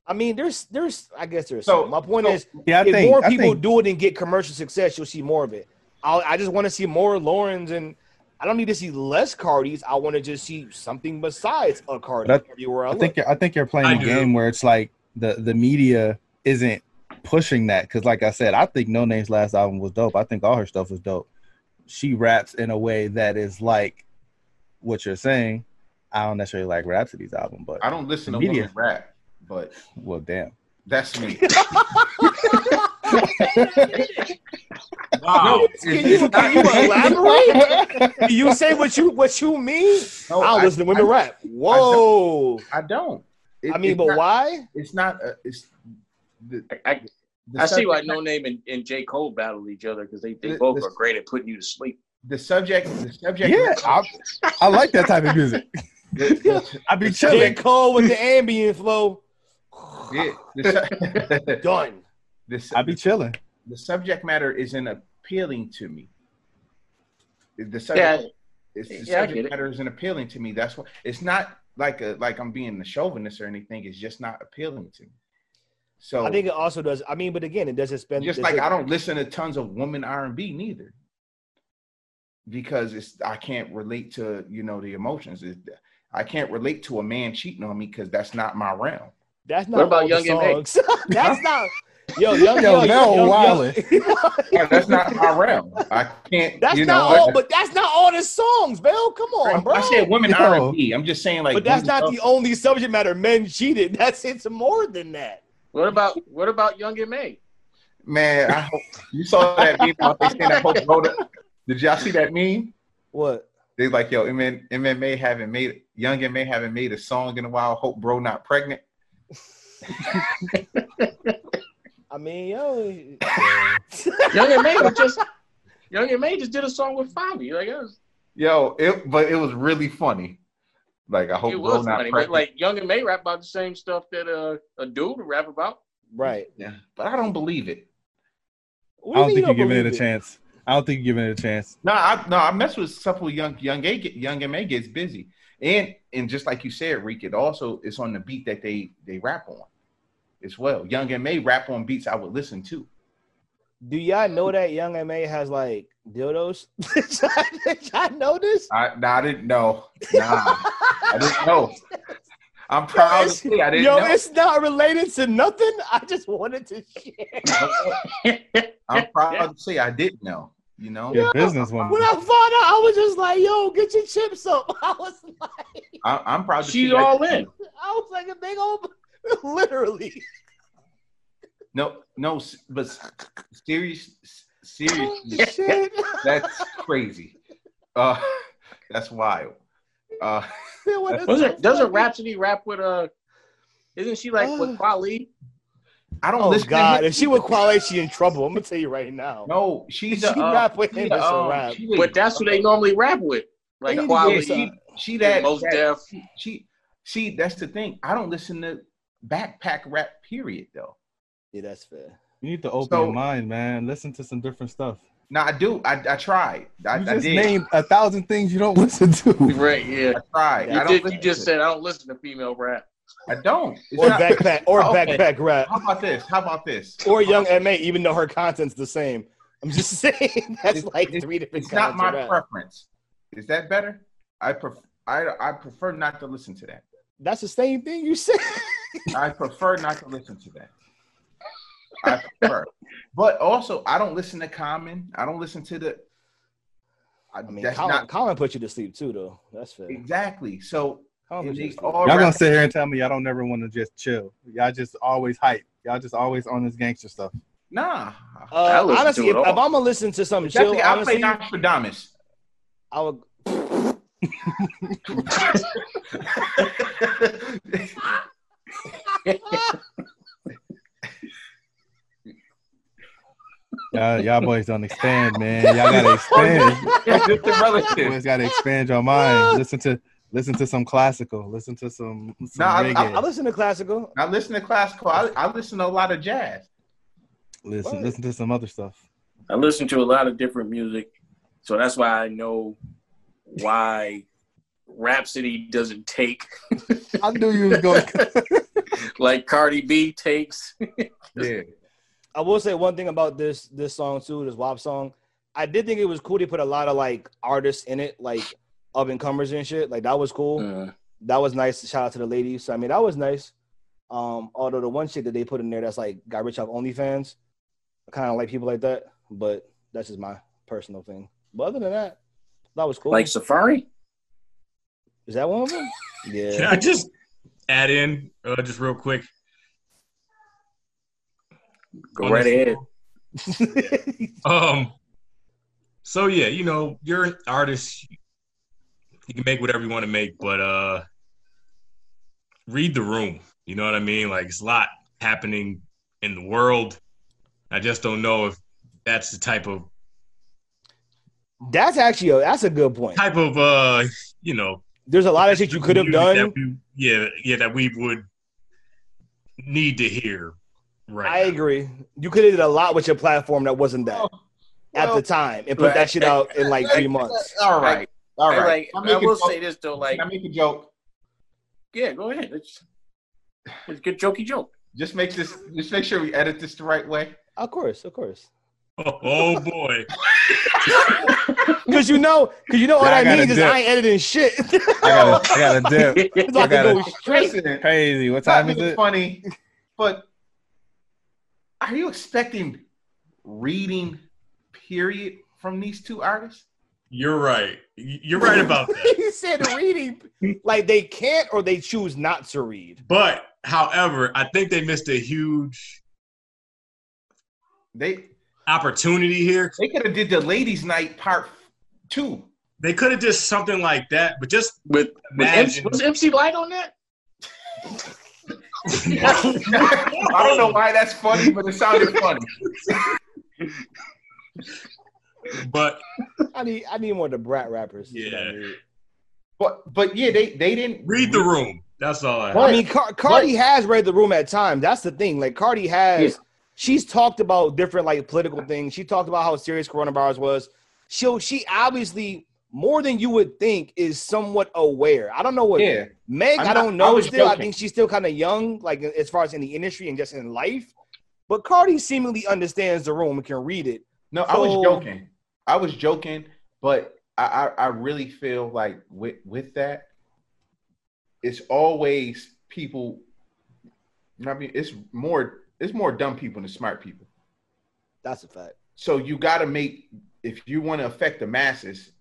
Speaker 2: I mean, there's there's I guess there's.
Speaker 3: So-
Speaker 2: some. my point
Speaker 3: so-
Speaker 2: is,
Speaker 5: Yeah, I
Speaker 2: if
Speaker 5: think
Speaker 2: more
Speaker 5: I
Speaker 2: people
Speaker 5: think,
Speaker 2: do it and get commercial success, you'll see more of it. I I just want to see more Laurens and. I don't need to see less Cardis. I want to just see something besides a Cardi
Speaker 5: But
Speaker 2: everywhere I,
Speaker 5: I
Speaker 2: look.
Speaker 5: think you're, I think you're
Speaker 4: I
Speaker 5: playing a
Speaker 4: do.
Speaker 5: game where it's like the the media isn't pushing that because, like I said, I think No Name's last album was dope. I think all her stuff was dope. She raps in a way that is like what you're saying. I don't necessarily like Rhapsody's album, but
Speaker 3: I don't listen to
Speaker 5: Media.
Speaker 3: women rap, but
Speaker 5: well, damn.
Speaker 3: that's me.
Speaker 4: Wow.
Speaker 2: can you, can you elaborate? Can you say what you what you mean?
Speaker 3: No,
Speaker 2: I
Speaker 3: I,
Speaker 2: listen to women
Speaker 3: I-
Speaker 2: rap. Whoa.
Speaker 3: I don't. It-
Speaker 2: I mean,
Speaker 3: it's
Speaker 2: but
Speaker 3: not,
Speaker 2: why?
Speaker 3: It's not. A, it's. The,
Speaker 1: I, I,
Speaker 3: the
Speaker 1: I see
Speaker 3: subject
Speaker 1: why No Name and, and J Cole battled each other because they, they
Speaker 3: Th-
Speaker 1: both
Speaker 3: this-
Speaker 1: are great at putting you to sleep.
Speaker 3: the subject. The subject.
Speaker 5: Yeah, I, I like that type of music.
Speaker 3: the- the-
Speaker 5: I be
Speaker 2: J.
Speaker 5: chilling.
Speaker 2: Cole with the ambient flow.
Speaker 3: yeah, the su-
Speaker 2: Done.
Speaker 3: the su-
Speaker 5: I be chilling.
Speaker 3: the subject matter isn't appealing to me. The
Speaker 1: Yeah,
Speaker 3: subject, it's, the
Speaker 1: yeah, I get
Speaker 3: subject
Speaker 1: it.
Speaker 3: matter isn't appealing to me. That's why it's not like a like I'm being a chauvinist or anything. It's just not appealing to me. So
Speaker 2: I think it also does. I mean, but again, it doesn't spend.
Speaker 3: just
Speaker 2: does
Speaker 3: like
Speaker 2: it-
Speaker 3: I don't listen to tons of woman R and B neither, because it's I can't relate to you know the emotions. It, I can't relate to a man cheating on me because that's not my realm.
Speaker 2: That's not
Speaker 1: What about
Speaker 2: all the
Speaker 1: Young M.A.?
Speaker 2: songs. That's not. Yo, young,
Speaker 5: Yo,
Speaker 2: yo,
Speaker 5: Mel
Speaker 2: young,
Speaker 5: Wallace.
Speaker 3: That's not my realm. I can't.
Speaker 2: That's
Speaker 3: you know,
Speaker 2: not
Speaker 3: I-
Speaker 2: all, but that's not all the songs, Bell. Come on, bro.
Speaker 3: I said women
Speaker 5: Yo.
Speaker 3: R and B. I'm just saying like.
Speaker 2: but that's
Speaker 3: women
Speaker 2: not
Speaker 3: love-
Speaker 2: the only subject matter. Men cheated. That's it's more than that.
Speaker 1: What about what about Young and May?
Speaker 3: Man, I hope you saw that meme. about They saying I hope Rhoda. Did y'all see that meme?
Speaker 2: What?
Speaker 3: They like, yo, MN, MMA haven't made Young and May haven't made a song in a while. Hope bro not pregnant.
Speaker 2: I mean, yo,
Speaker 1: Young and May was just Young and May just did a song with Fabi. Like that was,
Speaker 3: Yo, it but it was really funny. Like I hope
Speaker 1: it
Speaker 3: bro
Speaker 1: was
Speaker 3: not
Speaker 1: funny, but
Speaker 3: pregnant.
Speaker 1: like Young and May rap about the same stuff that uh, a dude would rap about.
Speaker 2: right?
Speaker 3: yeah, but I don't believe it.
Speaker 2: What
Speaker 5: I
Speaker 2: do
Speaker 5: don't
Speaker 2: mean
Speaker 5: think you're giving it
Speaker 2: believe
Speaker 5: a chance. I don't think you're giving it a chance.
Speaker 3: No, I no, I mess with stuff with young young A get young and May gets busy. And and just like you said, Reek, it also it's on the beat that they they rap on as well. Young and May rap on beats I would listen to.
Speaker 2: Do y'all know that Young M.A. has like dildos? Did y'all know this?
Speaker 3: I, nah, I didn't know. Nah, I didn't know. I'm proud to say I didn't
Speaker 2: Yo,
Speaker 3: know.
Speaker 2: it's not related to nothing. I just wanted to share.
Speaker 3: I'm proud to say I didn't know. You know,
Speaker 5: You're a businesswoman.
Speaker 2: When I found out, I was just like, "Yo, get your chips up." I was like,
Speaker 3: I, I'm proud to
Speaker 1: She's
Speaker 3: say I-
Speaker 1: all in.
Speaker 2: I was like a big old, literally.
Speaker 3: No, no, s- but s- serious, s- seriously,
Speaker 2: Shit.
Speaker 3: that's crazy. Uh, that's wild. Uh,
Speaker 1: Doesn't doesn't Rhapsody rap with uh Isn't she like
Speaker 2: Oh.
Speaker 1: with Kweli?
Speaker 3: I don't
Speaker 2: Oh
Speaker 3: listen.
Speaker 2: God!
Speaker 3: to him.
Speaker 2: If she would qualify, she in trouble. I'm gonna tell you right now.
Speaker 3: No, she's
Speaker 2: She
Speaker 3: a, uh,
Speaker 2: rap with
Speaker 3: she
Speaker 2: him,
Speaker 3: a,
Speaker 2: it's a
Speaker 3: um,
Speaker 2: rap.
Speaker 3: she a-
Speaker 1: But that's who they normally rap with, like
Speaker 3: Yeah,
Speaker 1: Kweli,
Speaker 3: she, she that
Speaker 1: and Most
Speaker 3: that-
Speaker 1: Def.
Speaker 3: She, see, that's the thing. I don't listen to backpack rap. Period, though.
Speaker 2: Yeah, that's fair.
Speaker 5: You need to open
Speaker 3: So-
Speaker 5: your mind, man. Listen to some different stuff.
Speaker 3: No, I do. I, I tried. I,
Speaker 5: you
Speaker 3: I
Speaker 5: just
Speaker 3: did.
Speaker 5: named a thousand things you don't listen to.
Speaker 1: Right? Yeah.
Speaker 3: I tried.
Speaker 1: You,
Speaker 3: I don't
Speaker 1: did, you
Speaker 3: listen
Speaker 1: just
Speaker 3: to it.
Speaker 1: said I don't listen to female rap.
Speaker 3: I don't. It's
Speaker 2: Or
Speaker 3: not-
Speaker 2: backpack, or
Speaker 3: Okay.
Speaker 2: backpack rap,
Speaker 3: How about this? How about this?
Speaker 2: or young MA, even though her content's the same. I'm just saying that's
Speaker 3: It's-
Speaker 2: like
Speaker 3: it's-
Speaker 2: three different
Speaker 3: It's not
Speaker 2: kinds
Speaker 3: my
Speaker 2: of rap.
Speaker 3: preference. Is that better? I prefer. I, I prefer not to listen to that.
Speaker 2: That's the same thing you said.
Speaker 3: I prefer not to listen to that. I prefer. But also, I don't listen to Common. I don't listen to the. I,
Speaker 2: I mean,
Speaker 3: that's
Speaker 2: Colin,
Speaker 3: not
Speaker 2: Colin put you to sleep too, though. That's fair.
Speaker 3: exactly. So
Speaker 2: Colin put
Speaker 3: and
Speaker 2: you
Speaker 3: they
Speaker 2: to sleep.
Speaker 3: all
Speaker 5: Y'all gonna
Speaker 3: rap-
Speaker 5: sit here and tell me y'all don't never want to just chill. Y'all just always hype. Y'all just always on this gangster stuff.
Speaker 3: nah.
Speaker 1: I
Speaker 2: Uh,
Speaker 1: listen to
Speaker 2: honestly,
Speaker 1: it
Speaker 2: if, if I'm
Speaker 1: all.
Speaker 2: gonna listen to something
Speaker 3: Exactly.
Speaker 2: chill,
Speaker 3: I
Speaker 2: honestly,
Speaker 3: play Nostradamus.
Speaker 2: I would.
Speaker 5: Y'all, y'all boys don't expand, man. Y'all gotta expand.
Speaker 3: Just a
Speaker 5: You
Speaker 3: relative.
Speaker 5: always gotta expand your mind. Listen to listen to some classical. Listen to some, some
Speaker 3: Nah, I- I-
Speaker 5: reggae.
Speaker 2: I listen to classical.
Speaker 3: I listen to classical. I, I listen to a lot of jazz.
Speaker 5: listen,
Speaker 2: What?
Speaker 5: listen to some other stuff.
Speaker 1: I listen to a lot of different music, so that's why I know why Rhapsody doesn't take
Speaker 5: I knew you was going.
Speaker 1: like Cardi B takes.
Speaker 3: Yeah.
Speaker 2: I will say one thing about this this song too, this WAP song. I did think it was cool they put a lot of like artists in it, like up and comers and shit. Like that was cool.
Speaker 1: Mm.
Speaker 2: That was nice. Shout out to the ladies. So I mean, that was nice. Um, although the one shit that they put in there that's like got rich off OnlyFans, I kind of like people like that. But that's just my personal thing. But other than that, that was cool.
Speaker 1: Like Safari?
Speaker 2: Is that one of them?
Speaker 4: Can
Speaker 2: Yeah.
Speaker 4: I just add in uh, just real quick?
Speaker 1: Go
Speaker 4: on
Speaker 1: right
Speaker 4: this
Speaker 1: ahead.
Speaker 4: Um. So yeah, you know, you're an artist. You can make whatever you want to make, but uh, read the room. You know what I mean? Like it's a lot happening in the world. I just don't know if that's the type of
Speaker 2: that's actually a, that's a good point.
Speaker 4: type of uh, you know,
Speaker 2: There's a lot of shit you could have
Speaker 4: music
Speaker 2: done.
Speaker 4: that we- yeah, yeah, that we would need to hear. Right.
Speaker 2: I agree. You could have did a lot with your platform that wasn't that at the
Speaker 3: Well,
Speaker 2: time and put that shit out in like three months.
Speaker 3: All right. All
Speaker 1: I,
Speaker 3: right.
Speaker 1: like,
Speaker 3: I'm
Speaker 1: I
Speaker 3: making
Speaker 1: will
Speaker 3: jokes.
Speaker 1: say this though, like
Speaker 3: Can I make a joke?
Speaker 1: yeah, go ahead. It's, it's a good jokey joke.
Speaker 3: Just make this. Just make sure we edit this the right way.
Speaker 2: Of course, of course.
Speaker 4: Oh, oh boy.
Speaker 2: Because you know, because you know all
Speaker 5: Yeah,
Speaker 2: that
Speaker 5: I gotta
Speaker 2: means is
Speaker 5: dip.
Speaker 2: I ain't editing shit. it's
Speaker 5: I gotta, I gotta dip.
Speaker 2: like
Speaker 5: gotta-
Speaker 2: to go straight.
Speaker 3: Listen,
Speaker 5: Crazy. What
Speaker 3: not
Speaker 5: time is
Speaker 3: being
Speaker 5: it?
Speaker 3: funny, but are you expecting reading period from these two artists?
Speaker 4: You're right. You're right about that.
Speaker 2: he said reading like they can't or they choose not to read.
Speaker 4: But however, I think they missed a huge
Speaker 3: They
Speaker 4: opportunity here.
Speaker 3: they could have did the ladies' night part two.
Speaker 4: They could have just something like that, but just
Speaker 1: With, with MC,
Speaker 4: imagine.
Speaker 1: was MC Light on that?
Speaker 3: I don't know why that's funny, but it sounded funny.
Speaker 4: But
Speaker 2: I need I need more of the brat rappers. That's what I
Speaker 4: Yeah.
Speaker 2: need.
Speaker 3: But but yeah, they they didn't
Speaker 4: read the room. That's all I.
Speaker 2: I mean, Car- Cardi has read the room at times. That's the thing. Like Cardi has, she's talked about different like political things. She talked about how serious coronavirus was. She she obviously more than you would think is somewhat aware. I don't know what
Speaker 3: Yeah,
Speaker 2: Meg.
Speaker 3: I'm
Speaker 2: I
Speaker 3: not-
Speaker 2: don't
Speaker 3: I
Speaker 2: know.
Speaker 3: was
Speaker 2: still, I
Speaker 3: joking.
Speaker 2: think she's still kind of young, like as far as in the industry and just in life. But Cardi seemingly understands the room and can read it.
Speaker 3: no, I was
Speaker 2: So-
Speaker 3: joking. I was joking, but I, I I really feel like with with that, it's always people. I mean, it's more it's more dumb people than smart people.
Speaker 2: That's a fact.
Speaker 3: So you got to make if you want to affect the masses,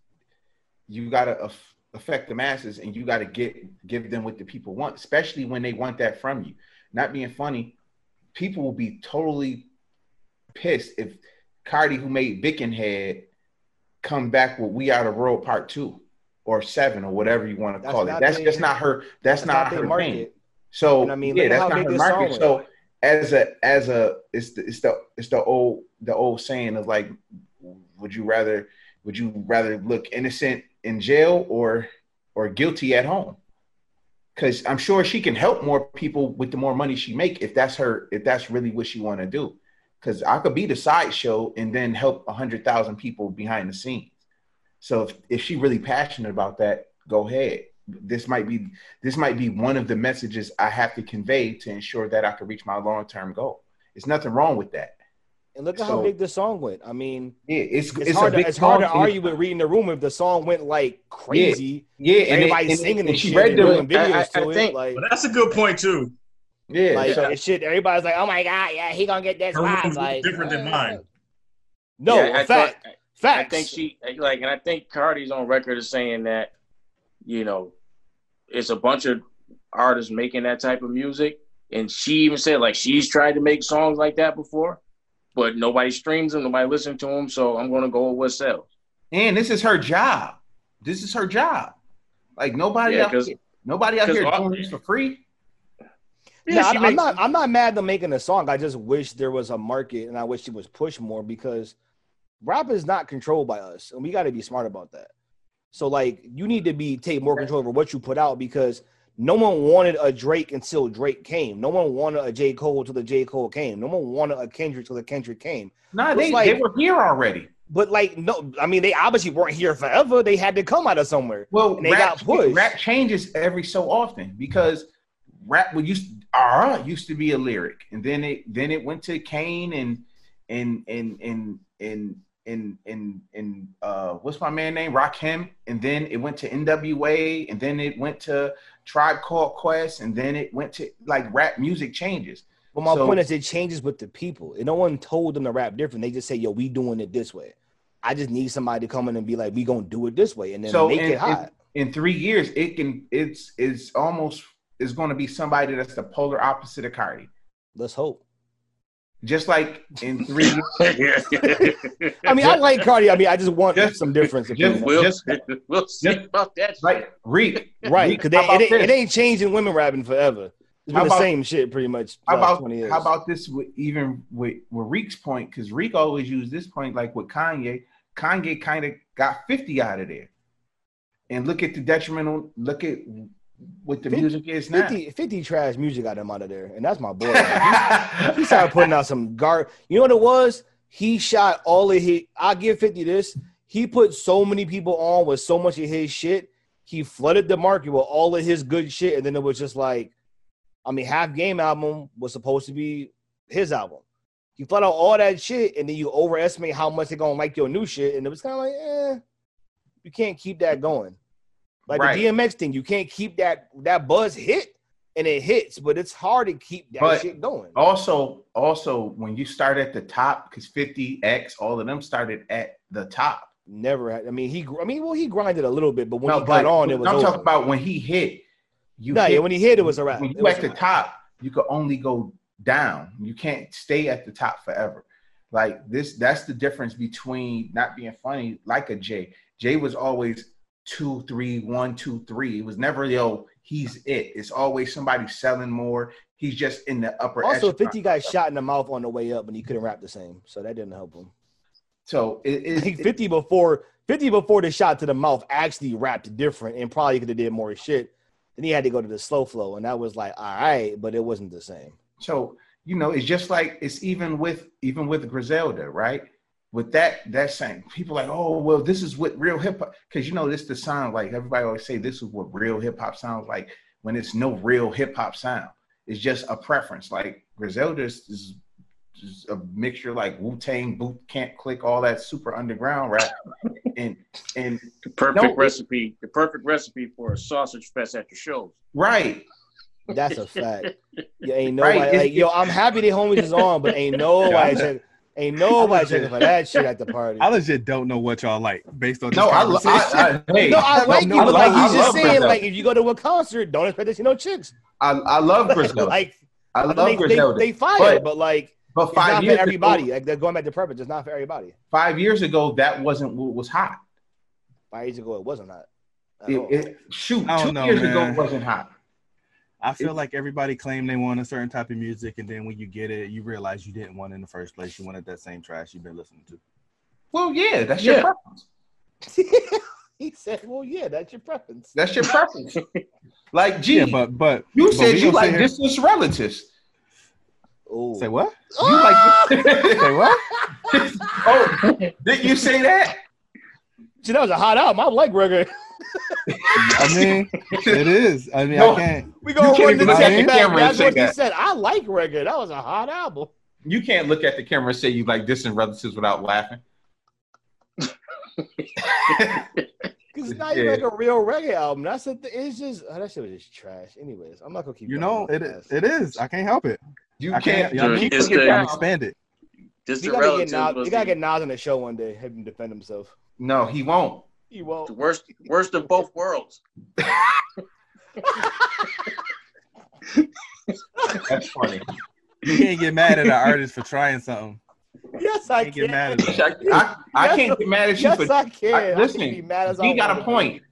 Speaker 3: you got to aff affect the masses, and you got to get give them what the people want, especially when they want that from you. Not being funny, people will be totally pissed if Cardi, who made Bickin Head, come back with "We Out of Road Part Two or Seven or whatever you want to
Speaker 2: That's
Speaker 3: call it.
Speaker 2: not
Speaker 3: That's
Speaker 2: their-
Speaker 3: just not her. That's,
Speaker 2: That's
Speaker 3: not
Speaker 2: how they
Speaker 3: her
Speaker 2: market
Speaker 3: thing.
Speaker 2: it.
Speaker 3: So
Speaker 2: And I mean, look
Speaker 3: yeah,
Speaker 2: at
Speaker 3: that's
Speaker 2: how
Speaker 3: not
Speaker 2: big
Speaker 3: her
Speaker 2: this
Speaker 3: market.
Speaker 2: song
Speaker 3: So as a as a it's the it's the it's the old the old saying of like, would you rather would you rather look innocent in jail or or guilty at home? Because I'm sure she can help more people with the more money she make if that's her if that's really what she want to do. Because I could be the sideshow and then help hundred thousand people behind the scenes. So if if she really passionate about that, go ahead. This might be this might be one of the messages I have to convey to ensure that I can reach my long term goal. It's nothing wrong with that.
Speaker 2: And look at how
Speaker 3: So-
Speaker 2: big this song went. I mean,
Speaker 3: Yeah, it's
Speaker 2: it's,
Speaker 3: it's,
Speaker 2: hard.
Speaker 3: a big
Speaker 2: To, it's hard to
Speaker 3: song, and-
Speaker 2: argue with reading the room if the song went like crazy.
Speaker 3: Yeah, and, it-
Speaker 2: Everybody
Speaker 3: and-
Speaker 2: singing
Speaker 3: and
Speaker 2: and
Speaker 3: she
Speaker 2: shit
Speaker 3: read
Speaker 2: and
Speaker 3: the
Speaker 2: doing videos
Speaker 1: I- I- I
Speaker 2: to it.
Speaker 1: think-
Speaker 2: like,
Speaker 4: But that's a good point too.
Speaker 3: Yeah.
Speaker 2: Like
Speaker 3: so-
Speaker 2: it's shit, everybody's like, "Oh my god, yeah, he gonna get this
Speaker 4: Her room's
Speaker 2: vibe." Like, uh,
Speaker 4: different than mine.
Speaker 2: No,
Speaker 1: Yeah, I
Speaker 2: fact,
Speaker 1: thought- I
Speaker 2: facts.
Speaker 1: think she like, and I think Cardi's on record as saying that, you know, it's a bunch of artists making that type of music, and she even said like she's tried to make songs like that before, but nobody streams them, nobody listens to them, so I'm gonna go with what sells.
Speaker 3: and this is her job. This is her job. Like nobody
Speaker 1: Yeah,
Speaker 3: out
Speaker 1: 'cause-
Speaker 3: here, nobody out here
Speaker 1: 'cause all-
Speaker 3: doing this for free.
Speaker 1: she
Speaker 2: no, I'm, I'm
Speaker 1: makes-
Speaker 2: not. I'm not mad to making a song. I just wish there was a market, and I wish it was pushed more because rap is not controlled by us, and we got to be smart about that. So, like, you need to be take more control over what you put out because no one wanted a Drake until Drake came. No one wanted a J Cole till the J Cole came. No one wanted a Kendrick till the Kendrick came.
Speaker 3: Nah,
Speaker 2: It's
Speaker 3: they,
Speaker 2: like-
Speaker 3: they were here already.
Speaker 2: But like, no, I mean, they obviously weren't here forever. They had to come out of somewhere.
Speaker 3: Well,
Speaker 2: And they
Speaker 3: rap,
Speaker 2: got pushed.
Speaker 3: rap changes every so often because rap would used R used to be a lyric, and then it then it went to Kane and and and and and and and, and uh, what's my man name Rakim, and then it went to N.W.A. and then it went to Tribe Called Quest, and then it went to like rap music changes.
Speaker 2: But my
Speaker 3: So-
Speaker 2: point is, it changes with the people. And no one told them to rap different. They just say, "Yo, we doing it this way." I just need somebody to come in and be like, "We gonna do it this way," and then
Speaker 3: So
Speaker 2: make
Speaker 3: in-
Speaker 2: it hot.
Speaker 3: in three years, it can it's it's almost it's going to be somebody that's the polar opposite of Cardi.
Speaker 2: Let's hope.
Speaker 3: Just like in three, years,
Speaker 2: I mean, I like Cardi. I mean, I just want
Speaker 3: Just-
Speaker 2: some difference.
Speaker 3: just-
Speaker 2: Just,
Speaker 1: we'll,
Speaker 3: Just-
Speaker 1: we'll see
Speaker 3: just-
Speaker 1: about that. shit.
Speaker 3: like Reek,
Speaker 2: right? Because
Speaker 3: How about
Speaker 2: it, ain't- it
Speaker 3: this?
Speaker 2: ain't changing women rapping forever. It's been
Speaker 3: How
Speaker 2: the
Speaker 3: about-
Speaker 2: same shit pretty much.
Speaker 3: How
Speaker 2: last
Speaker 3: about
Speaker 2: 20 years.
Speaker 3: how about this? With, even with with Reek's point, because Reek always used this point, like with Kanye. Kanye kind of got fifty out of there, and look at the detrimental. Look at what the
Speaker 2: Fif-
Speaker 3: music is now.
Speaker 2: 50, 50 trash music got him out of there, and that's my boy. he started putting out some guard. You know what it was? He shot all of his. I give fifty this. He put so many people on with so much of his shit. He flooded the market with all of his good shit, and then it was just like, I mean, half game album was supposed to be his album. You flood out all that shit, and then you overestimate how much they're gonna like your new shit, and it was kind of like, eh, you can't keep that going. Like
Speaker 3: Right.
Speaker 2: the DMX thing, you can't keep that that buzz hit, and it hits, but it's hard to keep that
Speaker 3: But-
Speaker 2: shit going.
Speaker 3: Also, also when you start at the top, because 50x, all of them started at the top.
Speaker 2: Never had. I mean, he. gr- I mean, well, he grinded a little bit, but when
Speaker 3: No,
Speaker 2: he
Speaker 3: but
Speaker 2: got on, it was.
Speaker 3: I'm
Speaker 2: over.
Speaker 3: talking about when he hit. You
Speaker 2: Nah,
Speaker 3: hit-
Speaker 2: yeah, when he hit, it was a wrap.
Speaker 3: When
Speaker 2: It
Speaker 3: you
Speaker 2: was
Speaker 3: at
Speaker 2: a
Speaker 3: the
Speaker 2: wrap.
Speaker 3: top, you can only go down. You can't stay at the top forever. Like this, that's the difference between not being funny like a Jay. Jay was always two, three, one, two, three. It was never yo, he's it. It's always somebody selling more. He's just in the upper.
Speaker 2: Also,
Speaker 3: echelon.
Speaker 2: Fifty got shot in the mouth on the way up, and he couldn't rap the same, so that didn't help him.
Speaker 3: So it,
Speaker 2: I
Speaker 3: it,
Speaker 2: think
Speaker 3: it-
Speaker 2: Fifty before Fifty before the shot to the mouth actually rapped different, and probably could have did more shit. Then he had to go to the slow flow, and that was like, all right, but it wasn't the same.
Speaker 3: So you know, it's just like it's even with even with Griselda, right? With that that saying, people like, oh well, this is what real hip hop because you know this the sound like everybody always say this is what real hip hop sounds like when it's no real hip hop sound. It's just a preference. Like Griselda is, is, is a mixture like Wu Tang, Boot Camp, Click, all that super underground rap, and and
Speaker 1: the perfect
Speaker 3: No, it-
Speaker 1: recipe, the perfect recipe for a sausage fest at your shows.
Speaker 3: right,
Speaker 2: That's a fact. You ain't
Speaker 3: Right,
Speaker 2: nobody
Speaker 3: it's-
Speaker 2: like yo. I'm happy the homies is on, but ain't nobody check, ain't nobody checking for that shit at the party.
Speaker 5: I legit don't know what y'all like based on this
Speaker 3: no, I, lo-
Speaker 5: conversation.
Speaker 3: I, I, hey,
Speaker 2: No, I like
Speaker 3: no,
Speaker 2: you, but like
Speaker 3: I
Speaker 2: he's just
Speaker 3: love
Speaker 2: saying,
Speaker 3: Griselda.
Speaker 2: like if you go to a concert, don't expect to see no chicks.
Speaker 3: I, I love Griselda.
Speaker 2: like
Speaker 3: I
Speaker 2: I
Speaker 3: love
Speaker 2: think they,
Speaker 3: Griselda.
Speaker 2: they fire,
Speaker 3: But-
Speaker 2: but, like
Speaker 3: but
Speaker 2: it's not
Speaker 3: five years
Speaker 2: for
Speaker 3: ago-
Speaker 2: everybody. Like they're going back to purpose. It's not for everybody.
Speaker 3: five years ago, that wasn't what was hot.
Speaker 2: Five years ago, it wasn't hot. at
Speaker 3: It-
Speaker 2: all.
Speaker 3: it- shoot,
Speaker 5: I
Speaker 3: two
Speaker 5: don't know,
Speaker 3: years ago
Speaker 5: man.
Speaker 3: it wasn't hot.
Speaker 5: I feel like everybody claimed they want a certain type of music, and then when you get it, you realize you didn't want it in the first place. You wanted that same trash you've been listening to.
Speaker 3: Well, yeah, that's
Speaker 1: Yeah.
Speaker 3: your preference.
Speaker 2: he said, "Well, yeah, that's your preference."
Speaker 3: That's your preference. like, gee,
Speaker 5: Yeah, but but
Speaker 3: you
Speaker 5: but
Speaker 3: said
Speaker 5: we
Speaker 3: you
Speaker 5: gonna
Speaker 3: like
Speaker 5: sit here-
Speaker 3: distant relatives.
Speaker 2: Oh,
Speaker 5: Say what?
Speaker 3: You like?
Speaker 5: Say what?
Speaker 3: oh, did you say that?
Speaker 2: See, that was a hot album. I like record.
Speaker 5: I mean, it is. I mean,
Speaker 3: No.
Speaker 5: I can't.
Speaker 2: We
Speaker 3: You
Speaker 2: gonna
Speaker 3: can't
Speaker 2: run the tech
Speaker 3: even look at the
Speaker 2: back.
Speaker 3: camera and
Speaker 2: That's
Speaker 3: say
Speaker 2: what he
Speaker 3: that.
Speaker 2: said. I like record. That was a hot album.
Speaker 3: You can't look at the camera and say you like distant relatives without laughing.
Speaker 2: Because it's not even
Speaker 3: Yeah.
Speaker 2: like a real reggae album. That's the th- it's just oh, that shit was just trash. Anyways, I'm not gonna keep
Speaker 5: You
Speaker 2: going
Speaker 5: know,
Speaker 2: about
Speaker 5: it
Speaker 2: that.
Speaker 5: it is. I can't help it.
Speaker 3: You
Speaker 5: I
Speaker 3: can't.
Speaker 5: can't. you know,
Speaker 1: Dude,
Speaker 5: keep
Speaker 1: it's
Speaker 5: looking
Speaker 1: the-
Speaker 5: down, expand it.
Speaker 1: Just
Speaker 2: You
Speaker 1: the
Speaker 2: gotta, get
Speaker 1: relatives
Speaker 2: Nas,
Speaker 1: was
Speaker 2: you gotta
Speaker 1: the,
Speaker 2: get Nas on the show one day, have him defend himself.
Speaker 3: No, he won't.
Speaker 2: He won't.
Speaker 1: the worst worst of both worlds.
Speaker 3: That's funny.
Speaker 5: You can't get mad at an artist for trying something.
Speaker 2: Yes,
Speaker 5: You
Speaker 2: I
Speaker 5: can't
Speaker 2: can.
Speaker 5: get mad at that.
Speaker 3: I, I, I can't get mad at you
Speaker 2: Yes,
Speaker 3: for.
Speaker 2: I can.
Speaker 3: I-
Speaker 2: I can
Speaker 3: listen,
Speaker 2: be mad as I
Speaker 3: He got
Speaker 2: want.
Speaker 3: a point.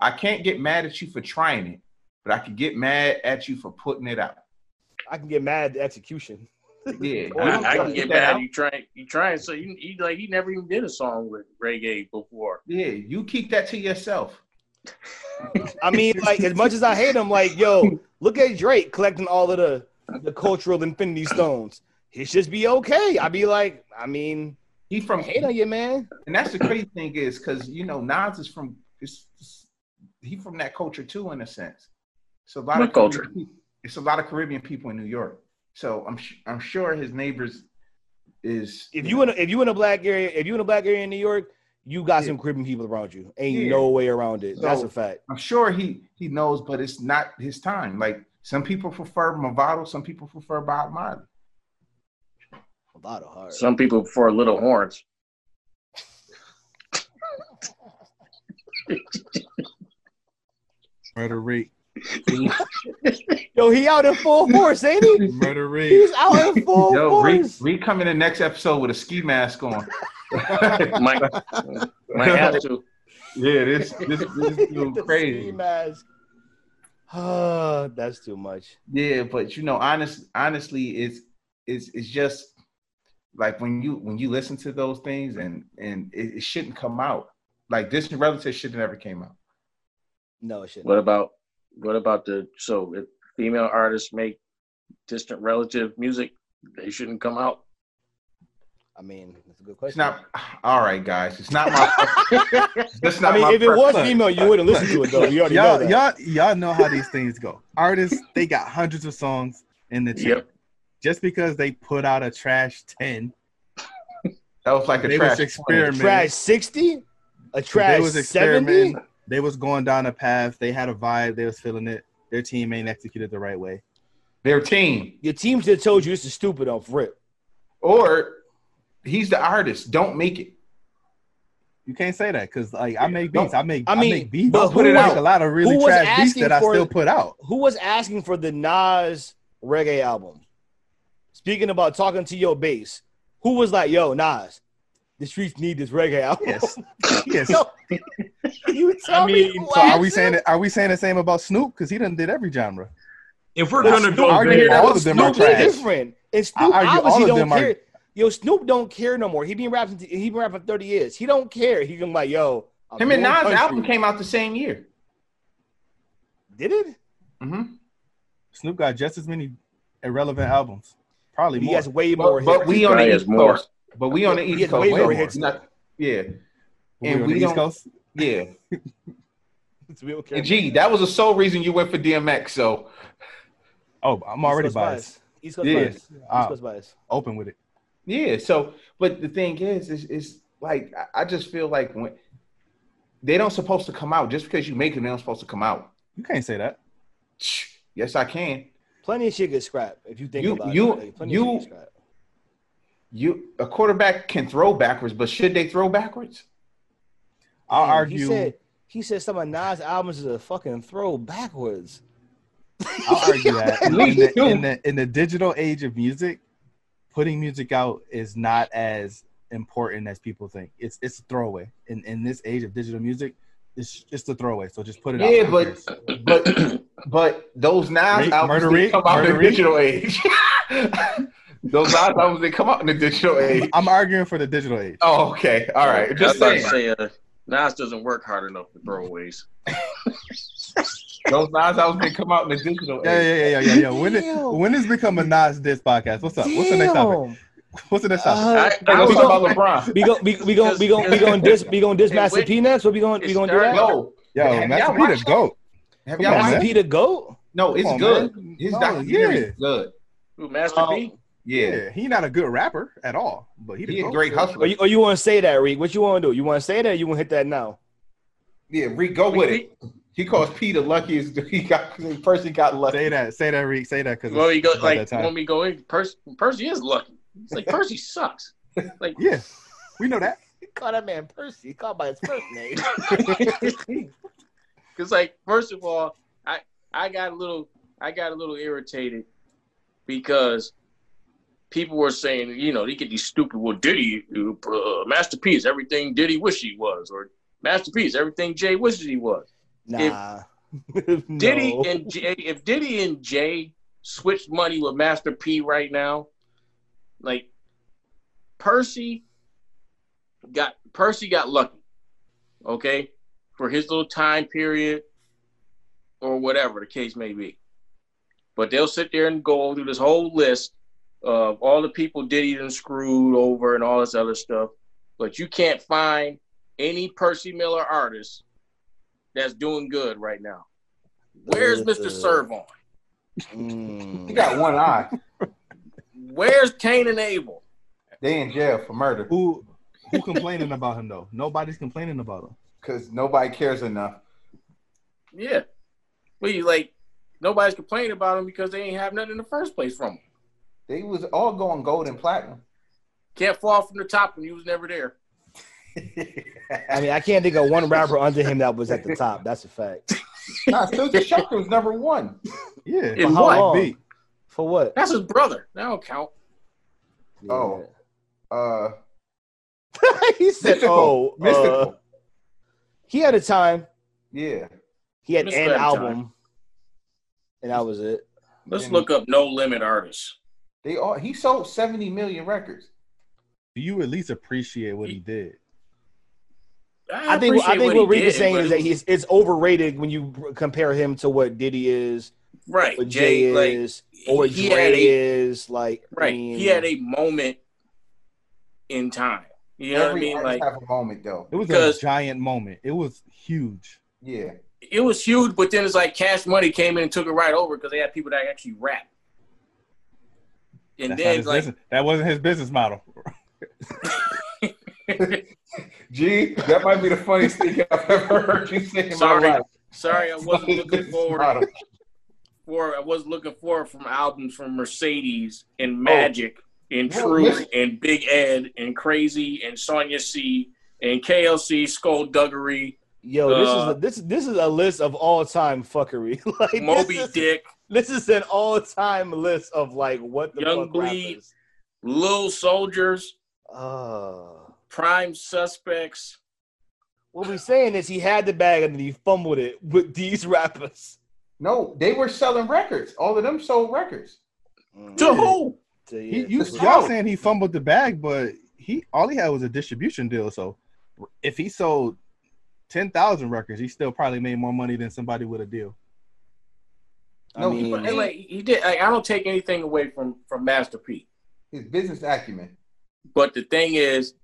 Speaker 3: I can't get mad at you for trying it, but I can get mad at you for putting it out.
Speaker 2: I can get mad at the execution.
Speaker 3: Yeah,
Speaker 2: Oh,
Speaker 1: I, I
Speaker 2: you
Speaker 1: can get
Speaker 3: that
Speaker 1: mad.
Speaker 3: out.
Speaker 1: You trying you trying so you he, like he never even did a song with reggae before.
Speaker 3: Yeah, you keep that to yourself.
Speaker 2: I mean, like as much as I hate him, like yo, look at Drake collecting all of the the cultural infinity stones. He should be okay. I'd be like, I mean,
Speaker 3: He
Speaker 2: I
Speaker 3: from
Speaker 2: hate on you, man.
Speaker 3: and that's the crazy thing is because you know Nas is from it's, it's- he from that culture too in a sense. It's a lot
Speaker 1: What
Speaker 3: of Caribbean
Speaker 1: culture?
Speaker 3: peop- It's a lot of Caribbean people in New York, so I'm sh- I'm sure his neighbors is
Speaker 2: If you in a, if you in a black area, if you in a black area in New York, you got
Speaker 3: Yeah.
Speaker 2: some Caribbean people around you. Ain't
Speaker 3: Yeah.
Speaker 2: no way around it. That's
Speaker 3: So-
Speaker 2: a fact.
Speaker 3: I'm sure he he knows, but it's not his time. Like some people prefer Movado, some people prefer Bob Marley.
Speaker 2: A lot of hard.
Speaker 1: Some people for little horns.
Speaker 5: Murder rate.
Speaker 2: Yo, he out in full force, ain't he?
Speaker 5: Murder rate.
Speaker 2: He's out in full
Speaker 3: Yo, Reed,
Speaker 2: force.
Speaker 3: Reed come in the next episode with a ski mask on. yeah,
Speaker 1: Might might have to.
Speaker 3: this this, this
Speaker 2: The
Speaker 3: dude
Speaker 2: ski
Speaker 3: crazy.
Speaker 2: mask. Ah, that's too much.
Speaker 3: Yeah, but you know, honest, honestly, it's it's it's just like when you when you listen to those things and and it, it shouldn't come out. Like this relative should have never came out.
Speaker 2: No, it shouldn't.
Speaker 1: What about what about the so if female artists make distant relative music, they shouldn't come out.
Speaker 2: I mean, that's a good
Speaker 3: It's
Speaker 2: question.
Speaker 3: not all right, guys. It's not my. that's not
Speaker 2: I mean,
Speaker 3: my
Speaker 2: if it was
Speaker 3: preference.
Speaker 2: female, you wouldn't listen to it though. You already know
Speaker 5: Y'all,
Speaker 2: that.
Speaker 5: y'all, y'all know how these things go. Artists, they got hundreds of songs in the tank.
Speaker 1: Yep.
Speaker 5: Just because they put out a trash ten,
Speaker 3: That was like a
Speaker 5: they
Speaker 3: trash
Speaker 5: was
Speaker 3: point.
Speaker 5: experimenting.
Speaker 2: trash sixty, a trash
Speaker 5: They was
Speaker 2: seventy.
Speaker 5: experimenting. They was going down a path. They had a vibe. They was feeling it. Their team ain't executed the right way.
Speaker 3: Their team,
Speaker 2: Your team should have told you this is stupid off rip.
Speaker 3: or he's the artist. Don't make it.
Speaker 5: You can't say that because like I make beats. I make.
Speaker 2: I
Speaker 5: I,
Speaker 2: mean,
Speaker 5: make beats.
Speaker 2: but
Speaker 5: I put
Speaker 2: who
Speaker 5: it
Speaker 2: was-
Speaker 5: out. A lot of really
Speaker 2: who was
Speaker 5: trash beats that
Speaker 2: asking
Speaker 5: I
Speaker 2: for-
Speaker 5: still put out.
Speaker 2: Who was asking for the Nas reggae album? Speaking about talking to your base, who was like, "Yo, Nas, the streets need this reggae album."
Speaker 5: Yes. yes.
Speaker 2: Yo, can you tell
Speaker 4: I
Speaker 2: me.
Speaker 4: mean,
Speaker 2: who
Speaker 5: So are we
Speaker 2: asked
Speaker 5: saying
Speaker 2: him?
Speaker 5: that, are we saying the same about Snoop? Because he done did every genre.
Speaker 4: If we're
Speaker 2: But
Speaker 4: gonna
Speaker 2: Snoop
Speaker 4: go
Speaker 5: Dogg
Speaker 4: there,
Speaker 5: did all of them are
Speaker 2: Snoop is
Speaker 5: trash.
Speaker 2: different, and Snoop
Speaker 5: I argue all
Speaker 2: obviously
Speaker 5: of
Speaker 2: don't
Speaker 5: them are-
Speaker 2: care. Yo, Snoop don't care no more. He been rapping. He been rapping for thirty years. He don't care. He been like, "Yo, I'm
Speaker 3: Him
Speaker 2: doing
Speaker 3: and Nas'
Speaker 2: country.
Speaker 3: album came out the same year.
Speaker 2: Did it?
Speaker 3: hmm
Speaker 5: Snoop got just as many irrelevant albums, probably
Speaker 2: He
Speaker 5: more.
Speaker 2: has way more.
Speaker 3: But,
Speaker 2: hits.
Speaker 3: but we on
Speaker 1: Probably
Speaker 3: the
Speaker 1: has
Speaker 3: East
Speaker 1: more.
Speaker 3: Coast. But we on the
Speaker 2: He
Speaker 3: East
Speaker 2: has
Speaker 3: Coast.
Speaker 2: way
Speaker 5: way
Speaker 2: more
Speaker 5: more.
Speaker 2: hits.
Speaker 3: Not- yeah,
Speaker 5: We
Speaker 3: and
Speaker 5: on the
Speaker 3: we don't-
Speaker 5: East Coast.
Speaker 3: yeah.
Speaker 2: We don't care.
Speaker 3: And gee, that was the sole reason you went for DMX. So
Speaker 5: Oh, I'm
Speaker 2: East
Speaker 5: already
Speaker 2: Coast
Speaker 5: biased.
Speaker 2: East Coast
Speaker 3: Yeah.
Speaker 2: bias. East
Speaker 5: Ah.
Speaker 2: Coast bias.
Speaker 5: Open with it.
Speaker 3: yeah. So, but the thing is, is, is like I, I just feel like when they don't supposed to come out just because you make them, they don't supposed to come out.
Speaker 5: You can't say that.
Speaker 3: Shh. Yes, I can.
Speaker 2: Plenty of shit gets scrapped if you think
Speaker 3: You-
Speaker 2: about
Speaker 3: you-
Speaker 2: it. Like, plenty
Speaker 3: you-
Speaker 2: of shit gets scrapped.
Speaker 3: You a quarterback can throw backwards, but should they throw backwards?
Speaker 5: I'll
Speaker 2: Damn,
Speaker 5: argue.
Speaker 2: He said, he said some of Nas' albums is a fucking throw backwards.
Speaker 5: I'll argue that in, in
Speaker 3: Please
Speaker 5: the,
Speaker 3: do.
Speaker 5: in, the, in the digital age of music, putting music out is not as important as people think. It's it's a throwaway. In in this age of digital music, it's just a throwaway. So just put it out.
Speaker 3: Yeah,
Speaker 5: Who
Speaker 3: but-
Speaker 5: cares?
Speaker 3: But but those Nas
Speaker 5: Rate-
Speaker 3: albums
Speaker 5: murder
Speaker 3: didn't
Speaker 5: rate?
Speaker 3: come out in
Speaker 5: Murder
Speaker 3: the
Speaker 5: rate?
Speaker 3: digital age. those Nas albums they come out in the digital age.
Speaker 5: I'm arguing for the digital age.
Speaker 3: Oh, okay. All right. Just
Speaker 1: I was
Speaker 3: saying.
Speaker 1: about to say uh, Nas doesn't work hard enough for throwaways.
Speaker 3: Those Nas albums didn't come out in the digital
Speaker 5: Yeah,
Speaker 3: age.
Speaker 5: yeah, yeah, yeah, yeah. yeah. When it,
Speaker 2: Damn.
Speaker 5: when it's become a Nas diss podcast? What's up? What's the next topic?
Speaker 2: Damn.
Speaker 5: What's the next topic?
Speaker 2: Uh,
Speaker 1: I,
Speaker 3: They
Speaker 1: I
Speaker 3: gonna
Speaker 1: was
Speaker 2: we
Speaker 3: talk
Speaker 1: on
Speaker 2: gonna-
Speaker 3: about LeBron.
Speaker 2: we gon' we we gon' we gon' we gon' dis we gon' dis
Speaker 1: Hey,
Speaker 2: Master
Speaker 1: wait.
Speaker 2: P next. What we gon' we
Speaker 1: It's
Speaker 2: gon' do
Speaker 1: starting-
Speaker 2: that?
Speaker 3: Yo, have
Speaker 5: Yo,
Speaker 3: y'all
Speaker 5: Master P the
Speaker 3: watched-
Speaker 5: goat.
Speaker 3: have
Speaker 5: Come
Speaker 3: y'all
Speaker 5: on,
Speaker 3: watched
Speaker 2: Master
Speaker 5: man.
Speaker 2: P the goat?
Speaker 3: No,
Speaker 5: Come
Speaker 3: it's
Speaker 5: on,
Speaker 3: good.
Speaker 5: man.
Speaker 3: His
Speaker 5: No,
Speaker 3: documentary
Speaker 5: yeah.
Speaker 3: is good.
Speaker 1: who, Master
Speaker 3: Uh,
Speaker 1: P.
Speaker 3: Yeah.
Speaker 5: Yeah, he not a good rapper at all, but he the
Speaker 3: He a
Speaker 5: GOAT.
Speaker 2: Oh,
Speaker 3: great hustler.
Speaker 2: Or you, or you want to say that, Reek? What you want to do? You want to say that? Or you want to hit that now?
Speaker 3: Yeah, Reek, go with it. He calls P the luckiest. dude. He got the person got lucky.
Speaker 5: Say that. Say that, Reek. Say that. Cause
Speaker 1: Well,
Speaker 5: it's
Speaker 1: you go
Speaker 5: about
Speaker 1: like
Speaker 5: that time.
Speaker 1: when we go in, Percy, Percy is lucky. It's like Percy sucks. Like
Speaker 5: yeah, we know that.
Speaker 2: Call that man Percy. Call by his first name.
Speaker 1: Because like first of all, I I got a little I got a little irritated because people were saying you know they get these stupid well Diddy uh, masterpiece everything Diddy wish he was or masterpiece everything Jay wishes he was.
Speaker 2: nah.
Speaker 1: Diddy
Speaker 2: No.
Speaker 1: and Jay if Diddy and Jay switched money with Master P right now, like Percy got Percy got lucky, okay, for his little time period or whatever the case may be. But they'll sit there and go through this whole list of all the people Diddy done screwed over and all this other stuff, but you can't find any Percy Miller artist that's doing good right now. Where's Mr.
Speaker 2: Uh.
Speaker 1: Servon?
Speaker 3: He
Speaker 2: Mm.
Speaker 3: got one eye.
Speaker 1: Where's Cain and Abel?
Speaker 3: They in jail for murder
Speaker 5: Who who complaining about him though? Nobody's complaining about him.
Speaker 3: because nobody cares enough.
Speaker 1: Yeah. We like nobody's complaining about him because they ain't have nothing in the first place from him.
Speaker 3: They was all going gold and platinum.
Speaker 1: Can't fall from the top when you was never there.
Speaker 2: I mean, I can't think of one rapper under him that was at the top. That's a fact.
Speaker 3: nah, Silk Shocker was number one.
Speaker 5: Yeah,
Speaker 1: In
Speaker 2: how
Speaker 1: what?
Speaker 2: long?
Speaker 5: beat.
Speaker 2: For what?
Speaker 1: That's his brother. That don't count.
Speaker 3: Oh.
Speaker 2: Yeah.
Speaker 3: Uh,
Speaker 2: he said,
Speaker 3: mystical.
Speaker 2: "Oh, uh,
Speaker 3: mystical.
Speaker 2: he had a time.
Speaker 3: Yeah,
Speaker 2: He had
Speaker 1: Mystical
Speaker 2: an
Speaker 1: had a time.
Speaker 2: album, and that was it.
Speaker 1: Let's
Speaker 3: Yeah.
Speaker 1: look up no limit artists.
Speaker 3: they all. He sold seventy million records.
Speaker 5: Do you at least appreciate what he did?
Speaker 2: I think I
Speaker 1: appreciate
Speaker 2: think
Speaker 1: he
Speaker 2: what Rick is
Speaker 1: did,
Speaker 2: saying
Speaker 1: but
Speaker 2: is
Speaker 1: it
Speaker 2: that he's it's overrated when you compare him to what Diddy is,
Speaker 1: was- right.
Speaker 2: what Jay,
Speaker 1: Jay, like
Speaker 2: is, or what
Speaker 1: he
Speaker 2: Dre
Speaker 1: had a
Speaker 2: is. Like
Speaker 1: right.
Speaker 2: I mean,
Speaker 1: He had a moment in time. You know
Speaker 3: Every
Speaker 1: what I mean?
Speaker 3: artist
Speaker 1: Like
Speaker 3: have a moment though.
Speaker 5: It was
Speaker 1: Because-
Speaker 5: a giant moment. It was huge.
Speaker 3: Yeah,
Speaker 1: it was huge, but then it's like Cash Money came in and took it right over because they had people that actually rap. And
Speaker 5: That's not
Speaker 1: then
Speaker 5: his
Speaker 1: like
Speaker 5: business- that wasn't his business model.
Speaker 3: G, that might be the funniest thing I've ever heard you say in
Speaker 1: Sorry,
Speaker 3: my life.
Speaker 1: sorry, I wasn't looking
Speaker 3: Business
Speaker 1: forward
Speaker 3: model.
Speaker 1: for I was looking forward from albums from Mercedes and Magic and
Speaker 3: Well,
Speaker 1: True
Speaker 3: listen.
Speaker 1: and Big Ed and Crazy and Sonya C and KLC Skullduggery,
Speaker 2: yo, this is
Speaker 1: Uh,
Speaker 2: a, this this is a list of all time fuckery. like this
Speaker 1: Moby
Speaker 2: is-
Speaker 1: Dick,
Speaker 2: This is an all time list of like what the fuck
Speaker 1: Youngbleed.
Speaker 2: rappers.
Speaker 1: Lil Soldiers,
Speaker 2: Uh,
Speaker 1: Prime Suspects.
Speaker 2: what we're saying is he had the bag and then he fumbled it with these rappers.
Speaker 3: No, they were selling records. All of them sold records.
Speaker 1: To who?
Speaker 2: So, yeah.
Speaker 5: He, you,
Speaker 2: this is-
Speaker 5: y'all saying he fumbled the bag, but he all he had was a distribution deal. So if he sold ten thousand records, he still probably made more money than somebody with a deal.
Speaker 2: I
Speaker 3: No,
Speaker 2: mean,
Speaker 1: But, like he did. Like, I don't take anything away from from Master P.
Speaker 3: His business acumen.
Speaker 1: But the thing is,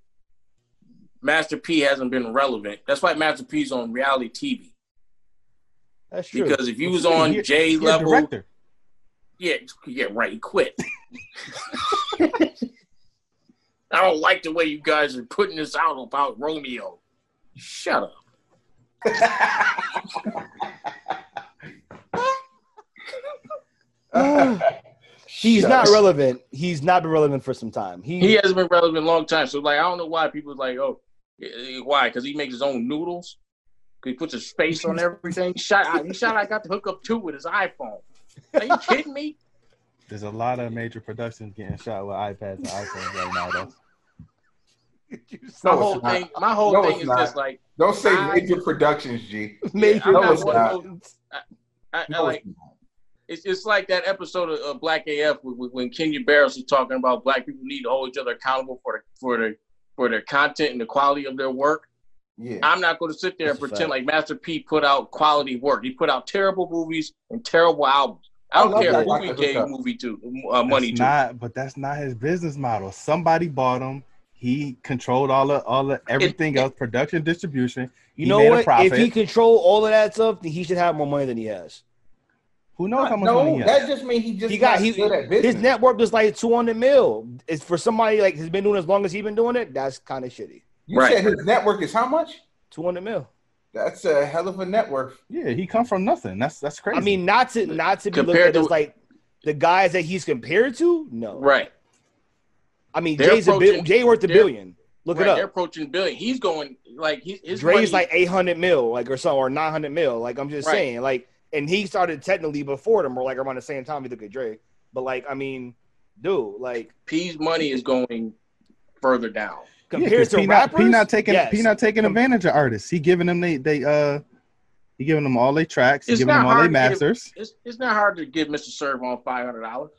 Speaker 1: Master P hasn't been relevant. That's why Master P's on reality TV.
Speaker 2: that's true.
Speaker 1: Because if you was
Speaker 5: Yeah,
Speaker 1: on
Speaker 5: he-
Speaker 1: Jay's
Speaker 5: He's a
Speaker 1: level,
Speaker 5: director.
Speaker 1: Yeah, yeah, right. He quit. I don't like the way you guys are putting this out about Romeo. Shut up.
Speaker 2: He's
Speaker 3: Shut
Speaker 2: not
Speaker 3: up.
Speaker 2: relevant. He's not been relevant for some time. He,
Speaker 1: He hasn't been relevant in a long time. So, like, I don't know why people like, oh, eh, eh, why? Because he makes his own noodles. 'Cause he puts his face on everything. Shot, I, he shot. I got the hook up too with his iPhone. Are you kidding me?
Speaker 5: There's a lot of major productions getting shot with iPads and iPhones right now. Though.
Speaker 1: My
Speaker 3: No, it's
Speaker 1: whole
Speaker 3: not.
Speaker 1: thing. My whole
Speaker 3: No,
Speaker 1: thing
Speaker 3: it's
Speaker 1: is
Speaker 3: not.
Speaker 1: just like
Speaker 3: Don't say
Speaker 1: I-
Speaker 3: major productions, G.
Speaker 1: yeah, I'm
Speaker 3: No,
Speaker 1: not
Speaker 3: it's
Speaker 1: one of
Speaker 3: not.
Speaker 1: those- I, I
Speaker 3: No,
Speaker 1: like
Speaker 3: it's not.
Speaker 1: It's, it's like that episode of, of Black AF with- with- when Kenya Barris was talking about black people need to hold each other accountable for the, for their for their content and the quality of their work.
Speaker 3: yeah.
Speaker 1: I'm not going to sit there and
Speaker 2: That's a
Speaker 1: pretend
Speaker 2: fact.
Speaker 1: like Master P put out quality work. He put out terrible movies and terrible albums. I
Speaker 3: I
Speaker 1: don't
Speaker 3: love
Speaker 1: care
Speaker 3: that
Speaker 1: who we
Speaker 3: Dr.
Speaker 1: gave
Speaker 3: Hookup.
Speaker 1: movie to uh, money
Speaker 5: That's
Speaker 1: to.
Speaker 5: not, but that's not his business model. Somebody bought him. He controlled all the all the everything else, production, distribution.
Speaker 2: you
Speaker 5: he
Speaker 2: know
Speaker 5: made a
Speaker 2: what? If
Speaker 5: profit.
Speaker 2: he control all of that stuff, then he should have more money than he has.
Speaker 5: Who knows how
Speaker 3: Uh,
Speaker 5: much money
Speaker 3: No,
Speaker 5: he has?
Speaker 3: that just means he just
Speaker 2: He got
Speaker 3: not
Speaker 2: he,
Speaker 3: good at
Speaker 2: his
Speaker 3: business.
Speaker 2: net worth is like two hundred mil. It's for somebody like has been doing as long as he's been doing it. That's kind of shitty.
Speaker 3: you
Speaker 1: Right.
Speaker 3: said his network is how much?
Speaker 2: Two hundred mil.
Speaker 3: That's a hell of a net worth.
Speaker 5: Yeah, he come from nothing. That's that's crazy.
Speaker 2: I mean, not to not to be
Speaker 1: Compared
Speaker 2: looked at
Speaker 1: to-
Speaker 2: as like the guys that he's compared to. No,
Speaker 1: Right.
Speaker 2: I mean,
Speaker 1: They're
Speaker 2: Jay's a bi-
Speaker 1: approaching-
Speaker 2: Jay worth a
Speaker 1: they're-
Speaker 2: billion. Look
Speaker 1: right.
Speaker 2: it
Speaker 1: They're
Speaker 2: up.
Speaker 1: approaching billion. He's going like he, his money-
Speaker 2: Dre's like eight hundred mil, like or so, or nine hundred mil. Like I'm just
Speaker 1: Right.
Speaker 2: saying, like, and he started technically before them, or like around the same time he look at Dre. But like, I mean, dude, like
Speaker 1: P's money is going further down.
Speaker 5: Yeah,
Speaker 2: compared
Speaker 5: 'cause
Speaker 2: to
Speaker 5: P not-
Speaker 2: rappers,
Speaker 5: P not taking
Speaker 2: yes.
Speaker 5: P not taking
Speaker 2: Com-
Speaker 5: advantage of artists. He giving them they they uh he giving them all their tracks. He
Speaker 1: It's
Speaker 5: giving them
Speaker 1: not
Speaker 5: all their
Speaker 1: hard to get-
Speaker 5: masters.
Speaker 1: It's it's not hard to give Mr. Serve on five hundred dollars.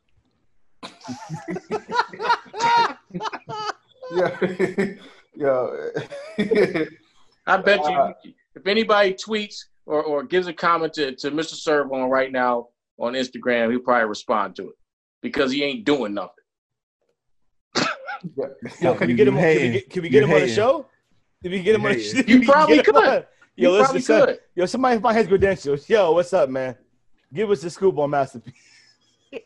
Speaker 3: Yeah. Yo.
Speaker 1: I bet you,
Speaker 3: Uh,
Speaker 1: if anybody tweets or, or gives a comment to, to Mr. Serve on right now on Instagram, he'll probably respond to it because he ain't doing nothing.
Speaker 2: Yo, can we get him? Can we get, can we get him
Speaker 5: You
Speaker 2: on the
Speaker 5: hating.
Speaker 2: show? Did we get him on the
Speaker 5: You
Speaker 2: show?
Speaker 5: hating.
Speaker 2: Did we
Speaker 1: probably
Speaker 2: get him
Speaker 1: could.
Speaker 2: on-
Speaker 1: he
Speaker 2: Yo, listen,
Speaker 1: probably
Speaker 2: son,
Speaker 1: could.
Speaker 2: Yo, somebody find his credentials. Yo, what's up, man? Give us the scoop on Masterpiece.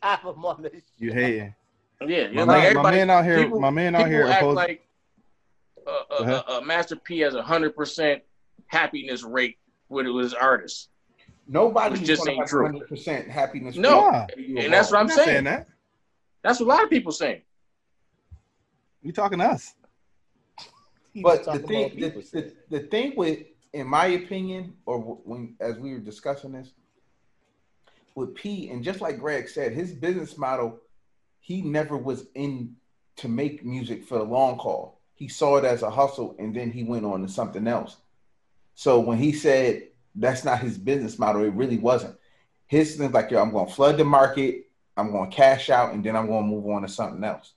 Speaker 2: Have him on the
Speaker 5: You hating.
Speaker 1: Yeah, yeah
Speaker 5: My,
Speaker 1: like
Speaker 5: man, my
Speaker 1: everybody,
Speaker 5: man out here,
Speaker 1: people-
Speaker 5: my man out
Speaker 1: people
Speaker 5: here
Speaker 1: act
Speaker 5: opposing.
Speaker 1: like uh, uh,
Speaker 5: Uh-huh.
Speaker 1: uh, uh, Master P has a hundred percent happiness rate with his artists,
Speaker 3: Nobody's
Speaker 1: Which just
Speaker 3: gonna
Speaker 1: ain't
Speaker 3: have
Speaker 1: true.
Speaker 3: 100% happiness.
Speaker 1: No.
Speaker 5: Nah,
Speaker 1: and that's what I'm
Speaker 5: not
Speaker 1: saying.
Speaker 5: that.
Speaker 1: That's what a lot of people saying.
Speaker 5: You talking to us?
Speaker 2: He just
Speaker 3: But the
Speaker 2: talking about
Speaker 3: thing,
Speaker 2: people
Speaker 3: the,
Speaker 2: shit.
Speaker 3: the, the thing with, in my opinion, or wh- when as we were discussing this, with P, and just like Greg said, his business model, he never was in to make music for the long call. He saw it as a hustle, and then he went on to something else. So when he said that's not his business model, it really wasn't. His thing's like, yo, I'm going to flood the market, I'm going to cash out, and then I'm going to move on to something else.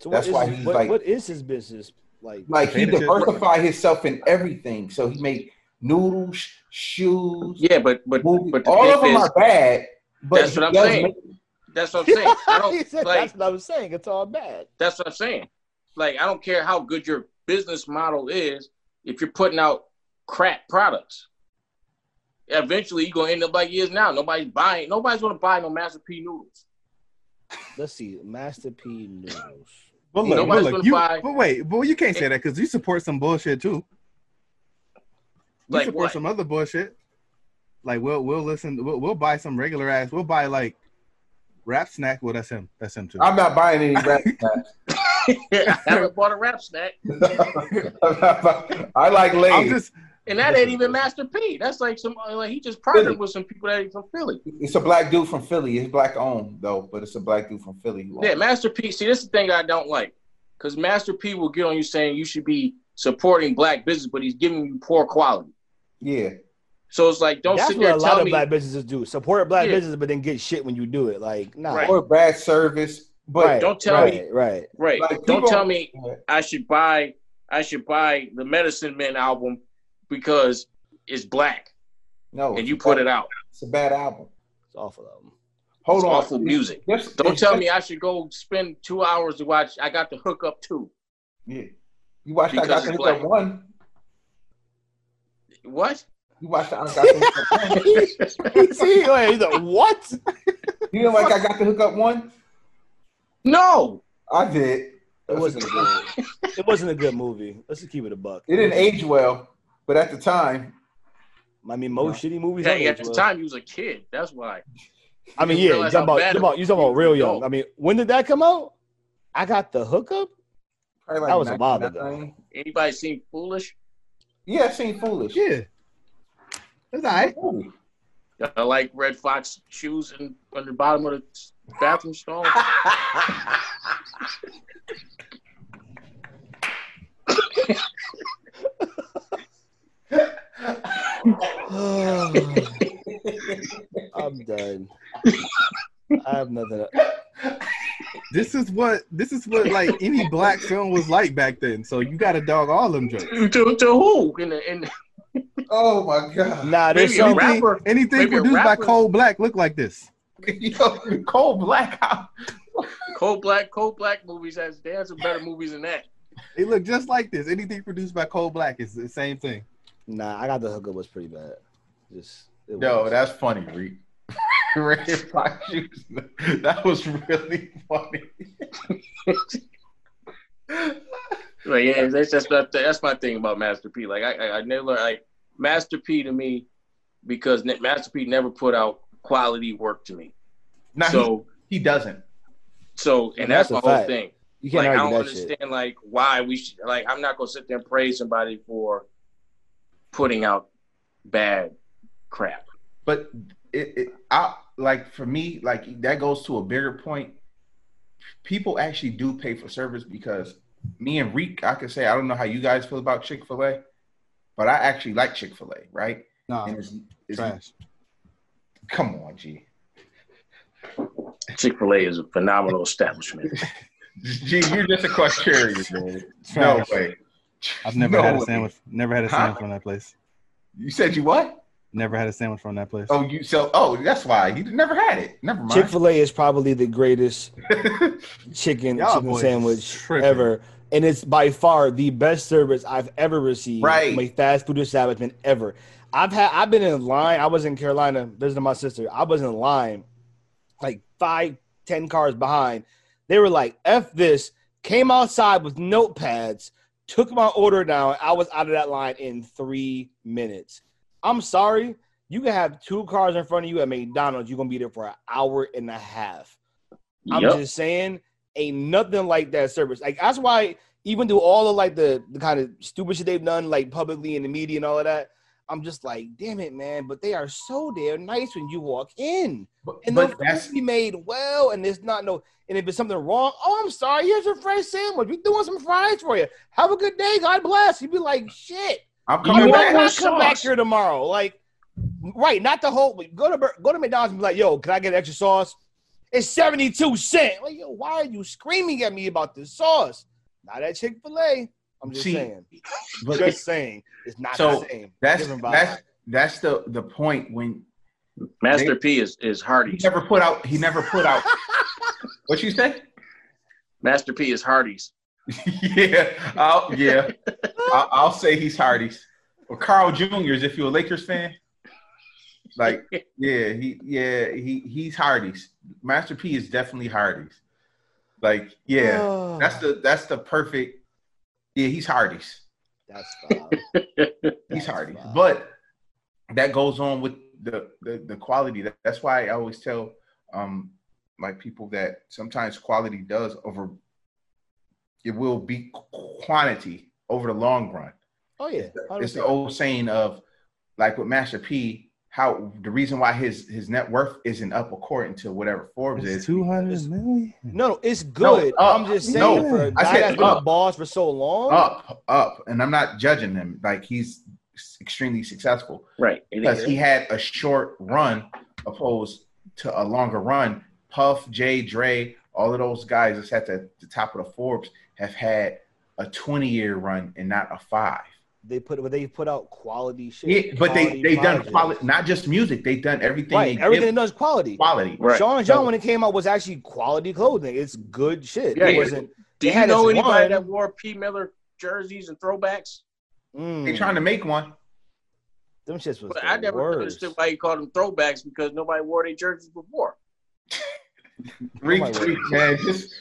Speaker 2: So
Speaker 3: that's
Speaker 2: what is
Speaker 3: why
Speaker 2: his-
Speaker 3: he's
Speaker 2: what-
Speaker 3: like-
Speaker 2: what is his business like?
Speaker 3: Like he
Speaker 5: Potato chip.
Speaker 3: diversified himself in everything. So he made noodles, sh- shoes.
Speaker 1: Yeah, but but
Speaker 3: movies.
Speaker 1: but the
Speaker 3: all
Speaker 1: thing
Speaker 3: of them
Speaker 1: is-
Speaker 3: are bad. But
Speaker 1: That's
Speaker 3: he
Speaker 1: what I'm
Speaker 3: does
Speaker 1: saying.
Speaker 3: make-
Speaker 1: That's what I'm saying. I
Speaker 2: He
Speaker 1: don't
Speaker 2: said,
Speaker 1: like.
Speaker 2: that's what I was saying. It's all bad.
Speaker 1: That's what I'm saying. Like, I don't care how good your business model is if you're putting out crap products. Eventually, you're gonna end up like he is now. Nobody's buying. Nobody's gonna buy no Master P noodles.
Speaker 2: Let's see, Master P Noodles.
Speaker 5: But
Speaker 1: Ain't
Speaker 5: look, but
Speaker 1: nobody's
Speaker 5: look,
Speaker 1: gonna
Speaker 5: you,
Speaker 1: buy-
Speaker 5: but wait, but you can't say that because you support some bullshit too. You
Speaker 1: Like
Speaker 5: support
Speaker 1: what?
Speaker 5: some other bullshit. Like we'll we'll listen, we'll, we'll buy some regular ass. We'll buy like rap snack. Well, that's him. That's him too.
Speaker 3: I'm not buying any rap. snacks.
Speaker 1: I haven't bought a rap snack,
Speaker 3: I'm not buy- I like
Speaker 5: I'm
Speaker 3: Lay's.
Speaker 5: just
Speaker 1: and that ain't even Master P. That's like some uh, like he just partnered with some people that ain't from Philly.
Speaker 3: it's a black dude from Philly. It's black owned though, but it's a black dude from Philly. who
Speaker 1: Yeah,
Speaker 3: owns it.
Speaker 1: Master P. See, this is the thing I don't like, because Master P. will get on you saying you should be supporting black business, but he's giving you poor quality.
Speaker 3: yeah.
Speaker 1: So it's like, don't
Speaker 2: That's
Speaker 1: sit
Speaker 2: what
Speaker 1: there
Speaker 2: a
Speaker 1: and
Speaker 2: lot
Speaker 1: tell
Speaker 2: of
Speaker 1: me.
Speaker 2: black businesses do. Support black
Speaker 1: Yeah.
Speaker 2: businesses, but then get shit when you do it. Like, nah.
Speaker 1: Right.
Speaker 3: Or bad service.
Speaker 2: Right,
Speaker 3: But
Speaker 1: don't tell
Speaker 2: right,
Speaker 1: me-
Speaker 2: Right.
Speaker 1: Right.
Speaker 3: Like,
Speaker 1: Don't
Speaker 3: people-
Speaker 1: tell me I should buy I should buy the Medicine Men album because it's black
Speaker 3: no,
Speaker 1: and you put it out.
Speaker 3: It's a bad album.
Speaker 2: It's awful of them.
Speaker 3: Hold
Speaker 1: It's
Speaker 3: on.
Speaker 1: awful music.
Speaker 3: Yes,
Speaker 1: Don't
Speaker 3: it's
Speaker 1: tell
Speaker 3: just-
Speaker 1: me I should go spend two hours to watch I got the hook up too.
Speaker 3: Yeah. You watched I
Speaker 1: Because
Speaker 3: got
Speaker 1: it's
Speaker 3: the Hook
Speaker 1: black.
Speaker 3: Up one.
Speaker 1: What?
Speaker 3: You watched I got the Hook Up one.
Speaker 2: See, like, he's like, what?
Speaker 3: You didn't like I got the Hook Up one?
Speaker 1: No.
Speaker 3: I did.
Speaker 2: It wasn't a
Speaker 3: That's
Speaker 2: good. It wasn't a good movie. Let's just keep it a buck.
Speaker 3: It didn't age well, but at the time,
Speaker 2: I mean, most shitty movies. don't
Speaker 1: Dang,
Speaker 2: age
Speaker 1: at the
Speaker 2: well.
Speaker 1: time you was a kid. That's why.
Speaker 2: I mean,
Speaker 1: you
Speaker 2: yeah, you
Speaker 1: realize
Speaker 2: talking
Speaker 1: how
Speaker 2: about,
Speaker 1: bad
Speaker 2: you
Speaker 1: it
Speaker 2: talking about, you talking about real young.
Speaker 1: No.
Speaker 2: I mean, when did that come out? I got the hookup.
Speaker 3: probably like
Speaker 2: That was a while ago.
Speaker 3: 99.
Speaker 1: Anybody seem foolish?
Speaker 3: Yeah, I seen Foolish. Oh,
Speaker 5: yeah. That's all right.
Speaker 3: Ooh.
Speaker 1: I like Red Fox shoes in on the bottom of the bathroom stall.
Speaker 2: I'm done. I have nothing. to-
Speaker 5: This is what this is what like any black film was like back then. So you got to dog all them jokes.
Speaker 1: to, to who? In the, in
Speaker 3: Oh my god.
Speaker 2: Nah, there's
Speaker 1: Maybe a
Speaker 2: some.
Speaker 1: rap-
Speaker 5: Anything,
Speaker 1: rapper-
Speaker 5: anything
Speaker 1: maybe a
Speaker 5: produced by
Speaker 1: rapper-
Speaker 5: Cole Black look like this.
Speaker 3: Yo, cold blackout.
Speaker 1: Cold Black, Cold Black movies has they had some better movies than that.
Speaker 5: They look just like this. Anything produced by Cole Black is the same thing.
Speaker 2: Nah, I got the hookup was pretty bad. Just it
Speaker 3: Yo,
Speaker 2: was.
Speaker 3: that's funny, Reed. Red Fox shoes. That was really funny.
Speaker 1: Like, yeah, that's that's, that's, that's my thing about Master P. Like I, I, I never like Master P to me because ne- Master P never put out quality work to me.
Speaker 3: Now,
Speaker 1: so
Speaker 3: he, he doesn't.
Speaker 1: so and
Speaker 2: And
Speaker 1: that's,
Speaker 2: that's
Speaker 1: the
Speaker 2: a
Speaker 1: whole
Speaker 2: fact.
Speaker 1: thing.
Speaker 2: You can't
Speaker 1: Like I
Speaker 2: argue
Speaker 1: don't
Speaker 2: that
Speaker 1: understand
Speaker 2: shit.
Speaker 1: like why we should like I'm not gonna sit there and praise somebody for putting out bad crap.
Speaker 3: But it, it I like for me, like that goes to a bigger point. People actually do pay for service because me and Reek, I could say I don't know how you guys feel about Chick Fil A, but I actually like Chick Fil A, right?
Speaker 5: Nah,
Speaker 3: And it's, it's,
Speaker 5: Uh, trash.
Speaker 3: come on, G.
Speaker 1: Chick Fil A is a phenomenal establishment.
Speaker 3: G, you're just a criteria, man. No
Speaker 5: Trash.
Speaker 3: way.
Speaker 5: I've never
Speaker 3: No
Speaker 5: had a
Speaker 3: way.
Speaker 5: sandwich. Never had a
Speaker 3: Huh?
Speaker 5: sandwich from that place.
Speaker 3: You said you what?
Speaker 5: Never had a sandwich from that place.
Speaker 3: Oh, you so oh that's why you never had it. Never mind.
Speaker 2: Chick Fil A is probably the greatest chicken
Speaker 5: Y'all
Speaker 2: chicken
Speaker 5: boys
Speaker 2: sandwich
Speaker 5: tripping.
Speaker 2: ever, and it's by far the best service I've ever received
Speaker 3: Right.
Speaker 2: from a fast food establishment ever. I've had I've been in line. I was in Carolina visiting my sister. I was in line, like five, ten cars behind. They were like, "F this." Came outside with notepads, took my order down. I was out of that line in three minutes. I'm sorry. You can have two cars in front of you at McDonald's. You're gonna be there for an hour and a half. I'm
Speaker 1: yep.
Speaker 2: just saying, ain't nothing like that service. Like that's why, even through all of like the, the kind of stupid shit they've done, like publicly in the media and all of that, I'm just like, damn it, man. But they are so damn nice when you walk in,
Speaker 3: But,
Speaker 2: and
Speaker 3: but
Speaker 2: the
Speaker 3: that's
Speaker 2: food be made well, and there's not no, and if it's something wrong, oh, I'm sorry, here's a fresh sandwich. We doing some fries for you. Have a good day. God bless. You'd be like, shit.
Speaker 3: I'm
Speaker 2: Why
Speaker 3: coming
Speaker 1: You
Speaker 2: would I
Speaker 3: back.
Speaker 1: want
Speaker 2: not come
Speaker 1: sauce.
Speaker 2: back here tomorrow? Like, right? Not the whole. Go to Bur- go to McDonald's and be like, "Yo, can I get extra sauce?" It's seventy two cent. Like, yo, why are you screaming at me about this sauce? Not at Chick Fil A. I'm just
Speaker 3: See,
Speaker 2: saying.
Speaker 3: but-
Speaker 2: just saying. It's not
Speaker 3: So,
Speaker 2: the same.
Speaker 3: That's
Speaker 2: Different vibe.
Speaker 3: that's that's the the point when
Speaker 1: Master P is is
Speaker 3: he
Speaker 1: Hardee's.
Speaker 3: never put out he never put out what you say?
Speaker 1: Master P is Hardee's.
Speaker 3: yeah, I'll, yeah, I'll, I'll say he's Hardy's or Carl Jr.'s if you're a Lakers fan. Like, yeah, he, yeah, he, he's Hardy's. Master P is definitely Hardy's. Like, yeah,
Speaker 2: Ugh,
Speaker 3: that's the that's the perfect. Yeah, he's Hardy's.
Speaker 2: that's foul.
Speaker 3: He's
Speaker 2: That's
Speaker 3: Hardy.
Speaker 2: foul.
Speaker 3: But that goes on with the, the the quality. That- That's why I always tell um like people that sometimes quality does over it will be quantity over the long run.
Speaker 2: oh yeah,
Speaker 3: It's the
Speaker 2: 100%.
Speaker 3: old saying of like with Master P, how the reason why his his net worth isn't up according to whatever Forbes
Speaker 5: It's
Speaker 3: is.
Speaker 5: two hundred million.
Speaker 2: No, no, it's good.
Speaker 3: uh,
Speaker 2: I'm just
Speaker 5: no,
Speaker 2: saying for a
Speaker 3: I
Speaker 2: guy
Speaker 3: said uh,
Speaker 2: that's been
Speaker 3: up.
Speaker 2: a boss for so long.
Speaker 3: Up, up. And I'm not judging him. Like he's extremely successful.
Speaker 1: Right. It
Speaker 3: because
Speaker 1: is.
Speaker 3: he had a short run opposed to a longer run. Puff, Jay, Dre, all of those guys that's at the, the top of the Forbes have had a 20 year run and not a five.
Speaker 2: They put, but they put out quality shit.
Speaker 3: Yeah, but they
Speaker 2: quality
Speaker 3: they done
Speaker 2: projects.
Speaker 3: quality, not just music. They done everything.
Speaker 2: Right,
Speaker 3: they
Speaker 2: everything
Speaker 3: give
Speaker 2: does quality.
Speaker 3: quality.
Speaker 1: Right.
Speaker 2: Sean John when it came out was actually quality clothing. It's good shit.
Speaker 1: Yeah,
Speaker 2: it
Speaker 1: yeah.
Speaker 2: wasn't.
Speaker 1: Do
Speaker 2: They
Speaker 1: you
Speaker 2: had
Speaker 1: know
Speaker 2: this
Speaker 1: anybody
Speaker 2: one-
Speaker 1: that wore P Miller jerseys and throwbacks?
Speaker 2: Mm,
Speaker 3: They trying to make one.
Speaker 2: them shits was.
Speaker 1: But
Speaker 2: the
Speaker 1: I never
Speaker 2: worst.
Speaker 1: understood why you called them throwbacks because nobody wore their jerseys before.
Speaker 3: Reek,
Speaker 2: my word.
Speaker 3: Reek, man, just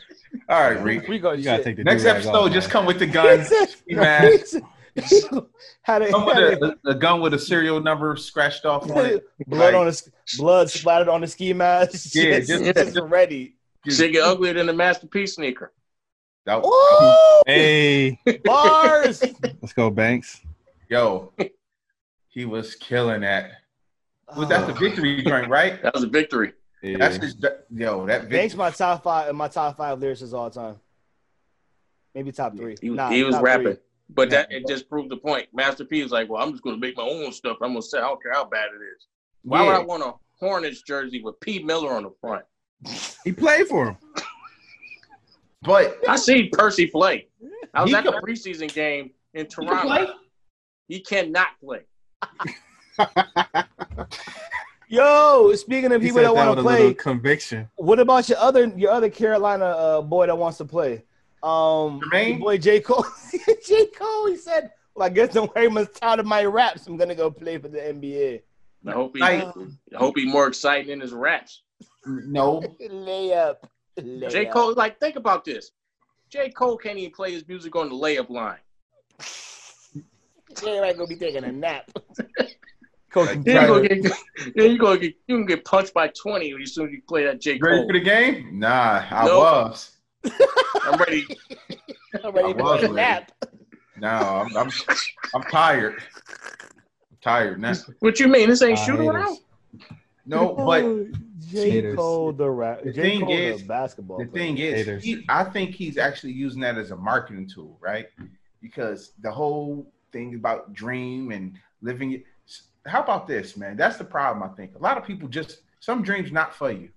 Speaker 3: all right, Reek.
Speaker 2: We got
Speaker 5: You gotta
Speaker 2: shit.
Speaker 5: take the
Speaker 3: Next
Speaker 5: do-rag off,
Speaker 3: episode, just
Speaker 5: man.
Speaker 3: come with the gun.
Speaker 2: He
Speaker 3: man.
Speaker 2: said- he said- had a,
Speaker 3: Come with
Speaker 2: had a-
Speaker 3: a, a gun with a serial number scratched off on it.
Speaker 2: blood
Speaker 3: like-
Speaker 2: on his blood splattered on the ski mask.
Speaker 3: Yeah,
Speaker 2: Shit's
Speaker 3: just-
Speaker 2: just, ready.
Speaker 3: Just-
Speaker 1: Shit get uglier than the Master P sneaker.
Speaker 3: That-
Speaker 2: Ooh,
Speaker 5: Hey,
Speaker 2: bars.
Speaker 5: let's go, Banks.
Speaker 3: Yo, he was killing that. Was that the
Speaker 2: Oh,
Speaker 3: victory joint, right?
Speaker 1: That was a victory.
Speaker 3: That's his. Yo, that
Speaker 2: Banks
Speaker 3: victory.
Speaker 2: my top five my top five lyricists all time. Maybe top three.
Speaker 1: He,
Speaker 2: Nah,
Speaker 1: he was
Speaker 2: top
Speaker 1: rapping.
Speaker 2: three.
Speaker 1: But
Speaker 2: Yeah.
Speaker 1: that it just proved the point. Master P was like, Well, I'm just gonna make my own stuff. I'm gonna say I don't care how bad it is. Why would I want a Hornets jersey with P Miller on the front?
Speaker 5: He played for him.
Speaker 3: But
Speaker 1: I seen Percy play. I was
Speaker 3: He
Speaker 1: at the
Speaker 3: can-
Speaker 1: preseason game in
Speaker 3: can
Speaker 1: Toronto.
Speaker 3: play?
Speaker 1: He cannot play.
Speaker 2: Yo, speaking of
Speaker 5: He
Speaker 2: people
Speaker 5: said
Speaker 2: that
Speaker 5: that
Speaker 2: want
Speaker 5: with
Speaker 2: to
Speaker 5: a little
Speaker 2: play,
Speaker 5: conviction.
Speaker 2: What about your other your other Carolina uh, boy that wants to play? Um,
Speaker 3: Jermaine?
Speaker 2: your boy J Cole. J Cole. He said, "Well, I guess the way much tired of my raps. I'm gonna go play for the NBA."
Speaker 1: I hope he
Speaker 3: Like-
Speaker 1: I hope he more exciting in his raps.
Speaker 3: no,
Speaker 2: Layup. Layup.
Speaker 1: J. Cole, like, think about this. J. Cole can't even play his music on the layup line.
Speaker 2: Everybody gonna be taking a nap.
Speaker 3: Like,
Speaker 2: Coach,
Speaker 1: Then you
Speaker 3: Right.
Speaker 1: gonna get, then you gonna get, you can get punched by twenty as soon as you play that J
Speaker 3: You ready
Speaker 1: Cole.
Speaker 3: for the game? Nah, I
Speaker 1: Nope.
Speaker 3: was.
Speaker 1: I'm ready.
Speaker 2: I'm ready
Speaker 3: I
Speaker 2: to
Speaker 3: was
Speaker 2: take a
Speaker 3: ready.
Speaker 2: nap.
Speaker 3: No, I'm, I'm, I'm tired. I'm tired now.
Speaker 1: What you mean? This ain't
Speaker 5: I
Speaker 3: Ah,
Speaker 1: shoot
Speaker 5: hate
Speaker 1: around.
Speaker 5: us.
Speaker 3: No, but
Speaker 2: J
Speaker 5: Haters.
Speaker 2: Cole the rap.
Speaker 3: The
Speaker 2: J
Speaker 3: thing
Speaker 2: Cole
Speaker 3: is-
Speaker 2: the basketball.
Speaker 3: the
Speaker 2: player.
Speaker 3: thing is,
Speaker 5: Haters.
Speaker 3: he, I think he's actually using that as a marketing tool, right? Because the whole thing about dream and living. it- How about this, man? That's the problem. I think a lot of people just some dreams not for you.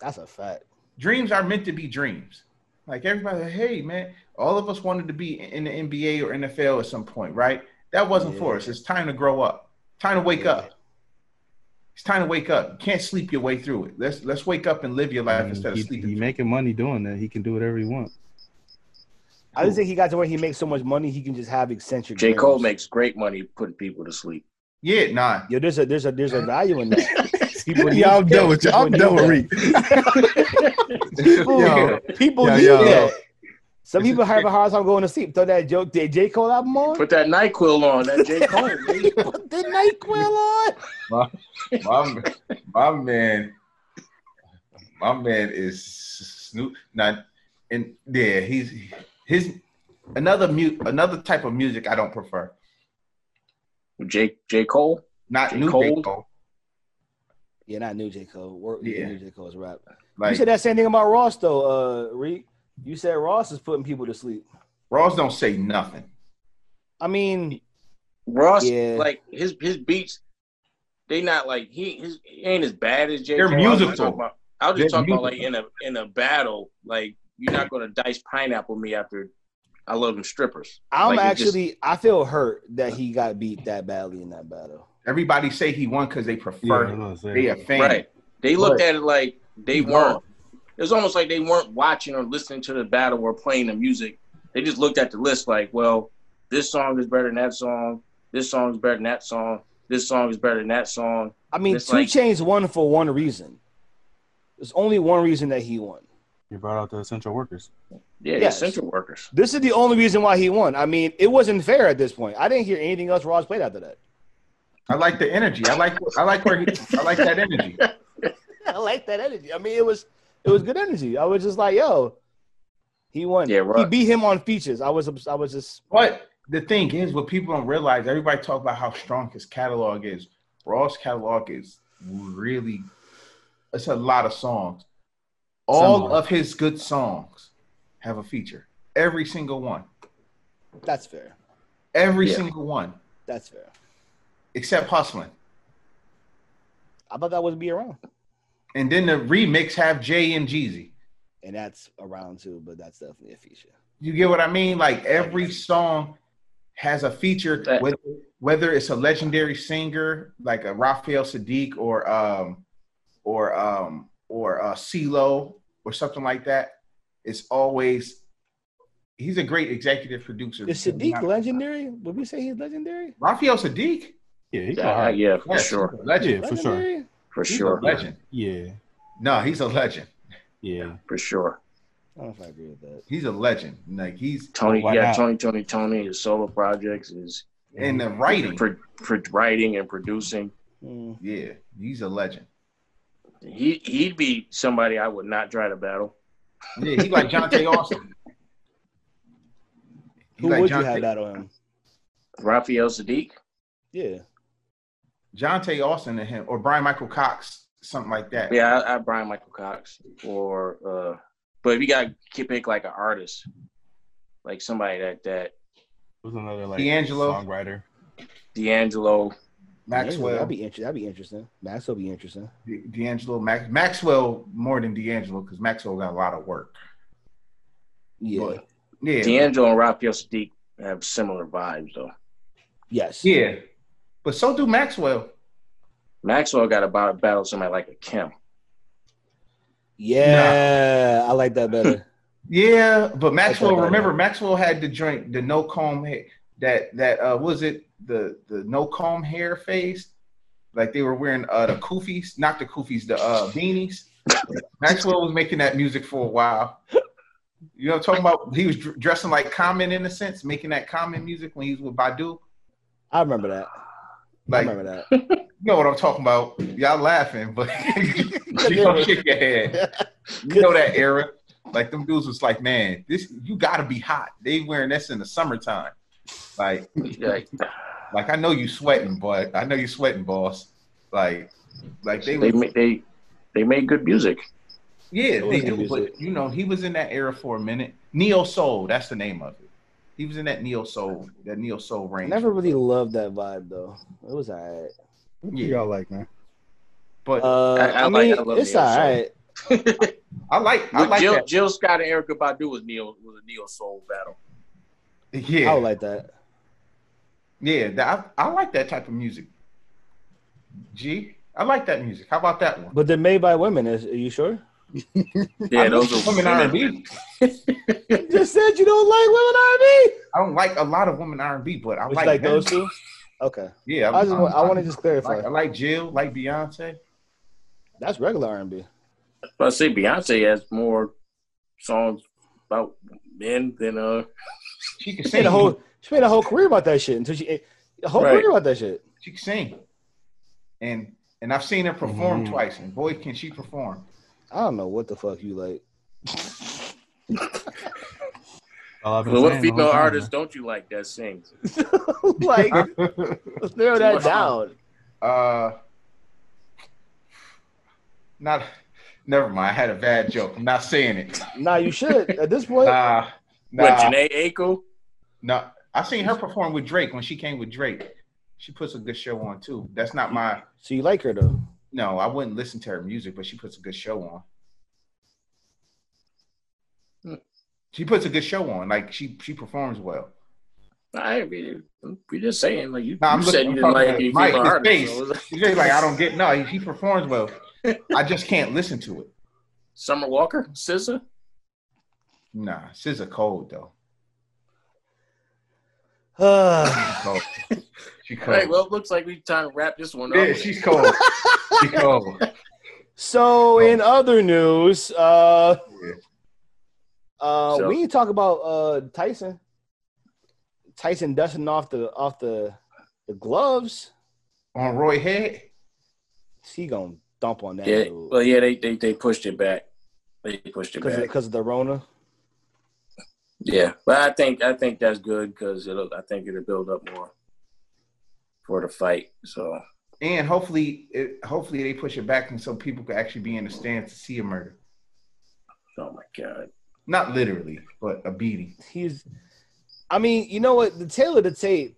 Speaker 2: That's a fact.
Speaker 3: dreams are meant to be dreams. Like everybody, like, hey man, all of us wanted to be in the NBA or NFL at some point, right? That wasn't for us. It's time to grow up. Time to wake
Speaker 2: Yeah.
Speaker 3: up. It's time to wake up. You can't sleep your way through it. Let's let's wake up and live your life
Speaker 5: I mean,
Speaker 3: instead
Speaker 5: he,
Speaker 3: of sleeping.
Speaker 5: he making money doing that. He can do whatever he wants.
Speaker 2: I just think he got to where he makes so much money he can just have eccentric.
Speaker 1: J Cole
Speaker 2: dreams.
Speaker 1: makes great money putting people to sleep.
Speaker 3: yeah, nah.
Speaker 2: Yo, there's a there's a there's a value in that. People need-
Speaker 5: Yeah, I'm done with you. I'm
Speaker 2: people
Speaker 5: done with
Speaker 2: need
Speaker 5: Reek.
Speaker 2: People-
Speaker 5: Yo.
Speaker 2: that. People
Speaker 5: Yeah,
Speaker 2: need
Speaker 5: yeah.
Speaker 2: that. Some
Speaker 3: This
Speaker 2: people
Speaker 3: is
Speaker 2: have
Speaker 3: J-
Speaker 2: a hard time going to sleep. Throw that joke, that J Cole album on.
Speaker 1: Put that Nyquil on that J Cole. baby.
Speaker 2: Put the Nyquil on.
Speaker 3: my, my man, my man is Snoop. Not and yeah, he's his another mute another type of music I don't prefer.
Speaker 1: J J Cole.
Speaker 3: Not
Speaker 1: J.
Speaker 3: new
Speaker 1: Cole?
Speaker 3: J. Cole.
Speaker 2: Yeah, not new J Cole. Work
Speaker 3: Yeah.
Speaker 2: yeah. new J Cole's rap. you
Speaker 3: Like
Speaker 2: said that same thing about Ross though, uh, Reek. You said Ross is putting people to sleep.
Speaker 3: Ross don't say nothing.
Speaker 2: I mean,
Speaker 1: Ross,
Speaker 2: Yeah.
Speaker 1: like his his beats, they not like he his he ain't as bad as J.
Speaker 3: They're
Speaker 1: Cole. I was just
Speaker 3: musical.
Speaker 1: talking about- I was just
Speaker 3: They're
Speaker 1: talking about like in a in a battle, like you're not gonna dice pineapple me after I love them strippers.
Speaker 2: I'm
Speaker 1: Like, it's just-
Speaker 2: actually I feel hurt that he got beat that badly in that battle.
Speaker 3: Everybody say he won because they
Speaker 5: Yeah,
Speaker 3: prefer
Speaker 5: I
Speaker 3: him.
Speaker 5: was
Speaker 3: They
Speaker 5: there.
Speaker 3: a fan.
Speaker 1: Right. They looked
Speaker 2: Right.
Speaker 1: at it like they
Speaker 3: He
Speaker 1: weren't. It was almost like they weren't watching or listening to the battle or playing the music. They just looked at the list like, well, this song is better than that song. This song is better than that song. This song is better than that song.
Speaker 2: I mean,
Speaker 1: It's
Speaker 2: two
Speaker 1: like-
Speaker 2: chains won for one reason. There's only one reason that he won.
Speaker 5: You brought out the essential workers.
Speaker 1: Yeah,
Speaker 2: Yes.
Speaker 1: essential workers.
Speaker 2: This is the only reason why he won. I mean, it wasn't fair at this point. I didn't hear anything else Ross played after that.
Speaker 3: I like the energy. I like I like where he, I like that energy.
Speaker 2: I like that energy. I mean, it was it was good energy. I was just like, yo, he won.
Speaker 1: Yeah,
Speaker 2: He
Speaker 1: right.
Speaker 2: beat him on features. I was I was just
Speaker 3: But the thing is, what people don't realize, everybody talk about how strong his catalog is. Ross' catalog is really it's a lot of songs. All
Speaker 5: Some-
Speaker 3: of his good songs have a feature. Every single one.
Speaker 2: that's fair.
Speaker 3: Every
Speaker 1: Yeah.
Speaker 3: single one.
Speaker 2: That's fair.
Speaker 3: Except hustling.
Speaker 2: I thought that was be around,
Speaker 3: And then the remix have Jay and Jeezy.
Speaker 2: and that's around too. But that's definitely a feature.
Speaker 3: You get what I mean? Like every song has a feature,
Speaker 1: That-
Speaker 3: whether, whether it's a legendary singer like a Raphael Sadiq or um or um or uh CeeLo or something like that. It's always he's a great executive producer.
Speaker 2: Is Sadiq legendary? Would we say he's legendary?
Speaker 3: Raphael Sadiq?
Speaker 5: Yeah, he
Speaker 1: Yeah,
Speaker 5: got
Speaker 1: yeah, for
Speaker 3: Yes,
Speaker 1: sure.
Speaker 3: he's a legend.
Speaker 5: Yeah, for sure.
Speaker 2: legendary?
Speaker 1: For
Speaker 3: He's
Speaker 1: sure.
Speaker 3: a legend.
Speaker 5: Yeah,
Speaker 3: No, he's a legend.
Speaker 5: yeah.
Speaker 1: For sure.
Speaker 2: I don't know if I agree with that.
Speaker 3: He's a legend. Like he's
Speaker 1: Tony,
Speaker 5: Why
Speaker 1: yeah,
Speaker 5: not?
Speaker 1: Tony, Tony, Tony, his solo projects, his
Speaker 3: in the writing.
Speaker 1: pro, pro, writing and producing.
Speaker 2: Hmm.
Speaker 3: Yeah, he's a legend.
Speaker 1: He, he'd be somebody I would not try to battle.
Speaker 3: Yeah, he's like Jonte Austin. He
Speaker 2: Who
Speaker 3: like
Speaker 2: would you
Speaker 3: Jonte-
Speaker 2: have that on him?
Speaker 1: Raphael Sadiq.
Speaker 2: Yeah.
Speaker 3: Jonte Austin and him, or Brian Michael Cox, something like that.
Speaker 1: Yeah, I, I Brian Michael Cox or uh but if you got to pick like an artist, like somebody that that
Speaker 5: It was another like
Speaker 3: D'Angelo.
Speaker 5: songwriter.
Speaker 1: D'Angelo,
Speaker 3: Maxwell,
Speaker 2: That'd be interesting. That'd be interesting. Maxwell would be interesting.
Speaker 3: D- D'Angelo, Max, Maxwell more than D'Angelo because Maxwell got a lot of work.
Speaker 2: Yeah.
Speaker 3: But, yeah,
Speaker 1: D'Angelo and Raphael Sadiq have similar vibes though.
Speaker 2: Yes.
Speaker 3: yeah, but so do Maxwell.
Speaker 1: Maxwell got to bat- battle somebody like a Kim.
Speaker 2: Yeah. I like that better.
Speaker 3: Yeah, but Maxwell.
Speaker 2: Okay.
Speaker 3: Remember, Maxwell had the joint, the no comb hair. That that uh, was it. The the no comb hair phase. Like they were wearing uh, the kufis, not the kufis, the uh, beanies. Maxwell was making that music for a while. You know, what I'm talking about he was dr- dressing like Common in a sense, making that Common music when he was with Badu.
Speaker 2: I remember that.
Speaker 3: Like,
Speaker 2: I
Speaker 3: you
Speaker 2: remember that.
Speaker 3: know what I'm talking about. Y'all laughing, but you gonna shake your head. You know that era. Like them dudes was like, man, this you gotta be hot. They wearing this in the summertime. Like,
Speaker 1: Like,
Speaker 3: like I know you sweating, but I know you sweating, boss. Like, like they,
Speaker 1: they
Speaker 3: was-
Speaker 1: ma- they they made good music.
Speaker 3: yeah,
Speaker 5: It
Speaker 3: they
Speaker 5: was
Speaker 3: do.
Speaker 5: music.
Speaker 3: But you know, he was in that era for a minute. Neo soul, that's the name of it. He was in that neo soul, that neo soul
Speaker 2: I
Speaker 3: range.
Speaker 2: never really loved that vibe though. It was alright.
Speaker 5: What do
Speaker 3: Yeah.
Speaker 5: y'all like, man?
Speaker 3: but
Speaker 2: Uh,
Speaker 1: I- I
Speaker 2: I,
Speaker 1: like-
Speaker 2: mean,
Speaker 1: I love
Speaker 2: it's
Speaker 1: Neo Soul.
Speaker 2: alright.
Speaker 3: I like, I
Speaker 1: With
Speaker 3: like
Speaker 1: Jill,
Speaker 3: that.
Speaker 1: Jill Scott and Erica Badu was neo was a neo soul battle.
Speaker 3: Yeah,
Speaker 2: I would like that.
Speaker 3: yeah, that, I, I like that type of music. Gee, I like that music. How about that one?
Speaker 2: But they're made by women. Is, are you sure?
Speaker 1: Yeah,
Speaker 3: I
Speaker 1: those
Speaker 3: like
Speaker 1: are
Speaker 3: women R and B.
Speaker 2: You just said you don't like women
Speaker 3: I don't like a lot of women R and B, but I
Speaker 2: R&B. Would
Speaker 3: like,
Speaker 2: you like
Speaker 3: them.
Speaker 2: those two? Okay.
Speaker 3: Yeah,
Speaker 2: I just want, I want to
Speaker 3: to.
Speaker 2: just clarify.
Speaker 3: Like, I like Jill, like Beyonce.
Speaker 2: That's regular R&B.
Speaker 1: But I say Beyonce has more songs about men than uh
Speaker 3: She can
Speaker 2: She made
Speaker 3: sing.
Speaker 2: a whole she made a whole career about that shit until she a whole
Speaker 1: Right.
Speaker 2: career about that shit.
Speaker 3: she can sing, and and I've seen her perform
Speaker 5: Mhm.
Speaker 3: twice, and boy, can she perform!
Speaker 2: I don't know what the fuck you like.
Speaker 5: All I've been
Speaker 1: well, what
Speaker 5: saying the whole
Speaker 1: female
Speaker 5: time,
Speaker 1: artist
Speaker 5: man.
Speaker 1: don't you like that sings?
Speaker 2: like narrow that down.
Speaker 3: uh, not. Never mind. I had a bad joke. I'm not saying it. Uh,
Speaker 2: Nah, you should at this point.
Speaker 3: Nah,
Speaker 1: What
Speaker 3: nah,
Speaker 1: Janae Aiko?
Speaker 3: nah. I seen her perform with Drake when she came with Drake. She puts a good show on too. That's not my.
Speaker 2: So you like her though?
Speaker 3: No, I wouldn't listen to her music, but she puts a good show on. She puts a good show on. Like she she performs well.
Speaker 1: I mean, we just saying like you,
Speaker 3: Nah, I'm
Speaker 1: you said
Speaker 3: looking-
Speaker 1: you didn't
Speaker 3: I'm
Speaker 1: like
Speaker 3: talking
Speaker 1: any
Speaker 3: about
Speaker 1: female
Speaker 3: Mike,
Speaker 1: artist.
Speaker 3: his
Speaker 1: So it was-
Speaker 3: She's like I don't get no. She performs well. I just can't listen to it.
Speaker 1: Summer Walker, SZA.
Speaker 3: Nah, SZA cold though.
Speaker 2: Uh,
Speaker 3: Cold. She
Speaker 1: All right,
Speaker 3: cold.
Speaker 1: well, it looks like we time to wrap this one
Speaker 3: Yeah,
Speaker 1: up.
Speaker 3: she's cold. She cold.
Speaker 2: so in other news, uh,
Speaker 3: Yeah.
Speaker 2: uh,
Speaker 1: So-
Speaker 2: we need to talk about uh Tyson. Tyson dusting off the off the the gloves.
Speaker 3: On Roy Head.
Speaker 2: He gonna dump on that
Speaker 1: yeah,
Speaker 2: dude
Speaker 1: well, yeah, they, they they pushed it back. They pushed it
Speaker 2: because
Speaker 1: back.
Speaker 2: because of, the Rona.
Speaker 1: Yeah, but I think I think that's good because it'll I think it'll build up more for the fight. So
Speaker 3: And hopefully, it, hopefully they push it back, and so people could actually be in the stands to see a murder.
Speaker 1: oh my god,
Speaker 3: Not literally, but a beating.
Speaker 2: He's, I mean, you know what? The tail of the tape,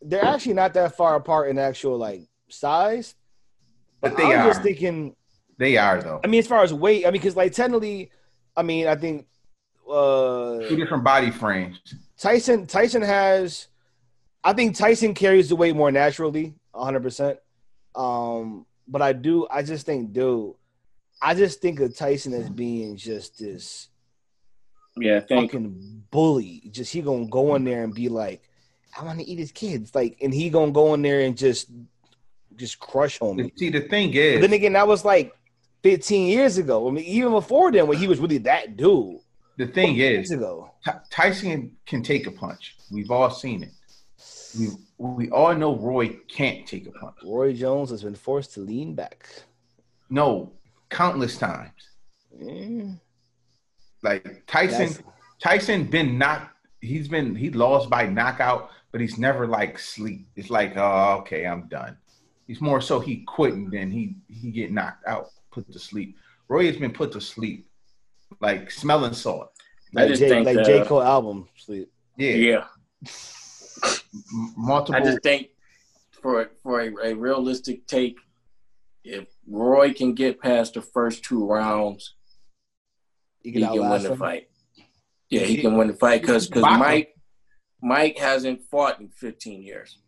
Speaker 2: they're actually not that far apart in actual like size.
Speaker 3: But they
Speaker 2: I'm
Speaker 3: are.
Speaker 2: just thinking
Speaker 3: they are though.
Speaker 2: I mean, as far as weight, I mean, because like technically, I mean, I think uh
Speaker 3: Two different body frames.
Speaker 2: Tyson Tyson has, I think Tyson carries the weight more naturally, 100. percent Um, but I do, I just think, dude, I just think of Tyson as being just this
Speaker 1: yeah, I think
Speaker 2: fucking bully. Just he gonna go in there and be like, I want to eat his kids, like, and he gonna go in there and just, just crush homie.
Speaker 3: See, the thing
Speaker 2: But
Speaker 3: is,
Speaker 2: then again, that was like 15 years ago. I mean, even before then, when he was really that dude.
Speaker 3: the thing
Speaker 2: Years
Speaker 3: is,
Speaker 2: ago.
Speaker 3: Ty- Tyson can take a punch. We've all seen it. We we all know Roy can't take a punch.
Speaker 2: Roy Jones has been forced to lean back.
Speaker 3: No, countless times.
Speaker 2: Mm,
Speaker 3: Like Tyson,
Speaker 2: that's-
Speaker 3: Tyson been knocked. He's been he lost by knockout, but he's never like sleep. It's like, oh, okay, I'm done. He's more so he quitting than he he get knocked out, put to sleep. Roy has been put to sleep, like smelling salt.
Speaker 1: I
Speaker 2: like
Speaker 1: just
Speaker 2: J,
Speaker 1: think uh,
Speaker 2: like
Speaker 1: that-
Speaker 2: J Cole album sleep.
Speaker 3: Yeah,
Speaker 1: yeah,
Speaker 3: m- multiple.
Speaker 1: I just think for for a, a realistic take, if Roy can get past the first two rounds,
Speaker 2: You
Speaker 1: he
Speaker 2: can
Speaker 1: can win
Speaker 2: outlast
Speaker 1: the
Speaker 2: him.
Speaker 1: fight. Yeah, he can win the fight because
Speaker 3: Baca.
Speaker 1: Mike Mike hasn't fought in 15 years,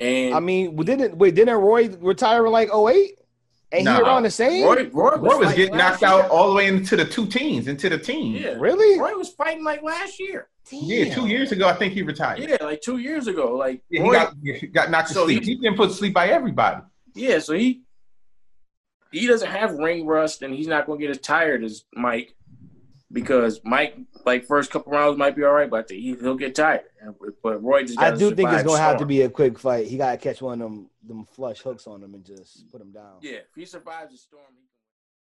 Speaker 1: and
Speaker 2: I mean, well, didn't wait? Didn't Roy retire in like 08? And
Speaker 3: Nah.
Speaker 2: he around the same?
Speaker 1: Roy, Roy, was,
Speaker 3: Roy was
Speaker 1: fighting
Speaker 3: getting
Speaker 1: last
Speaker 3: knocked out
Speaker 1: year.
Speaker 3: all the way into the two teens, into the teens.
Speaker 1: Yeah,
Speaker 2: really?
Speaker 1: Roy was fighting like last year.
Speaker 3: Yeah, two
Speaker 2: Damn.
Speaker 3: years ago, I think he retired. Yeah,
Speaker 1: Yeah, like two years ago. Like
Speaker 3: he
Speaker 1: Roy-
Speaker 3: got, he got knocked to
Speaker 1: So
Speaker 3: sleep.
Speaker 1: he-
Speaker 3: He, has been put to sleep by everybody.
Speaker 1: Yeah, so he he doesn't have ring rust, and he's not going to get as tired as Mike. because Mike, like first couple rounds might be all right, but I think he, he'll get tired. And- But Roy just
Speaker 2: I
Speaker 1: gotta
Speaker 2: do think it's
Speaker 1: survive
Speaker 2: gonna have to
Speaker 1: storm.
Speaker 2: be a quick fight. He gotta catch one of them them flush hooks on him and just put him down.
Speaker 1: yeah. If he survives the storm, he can.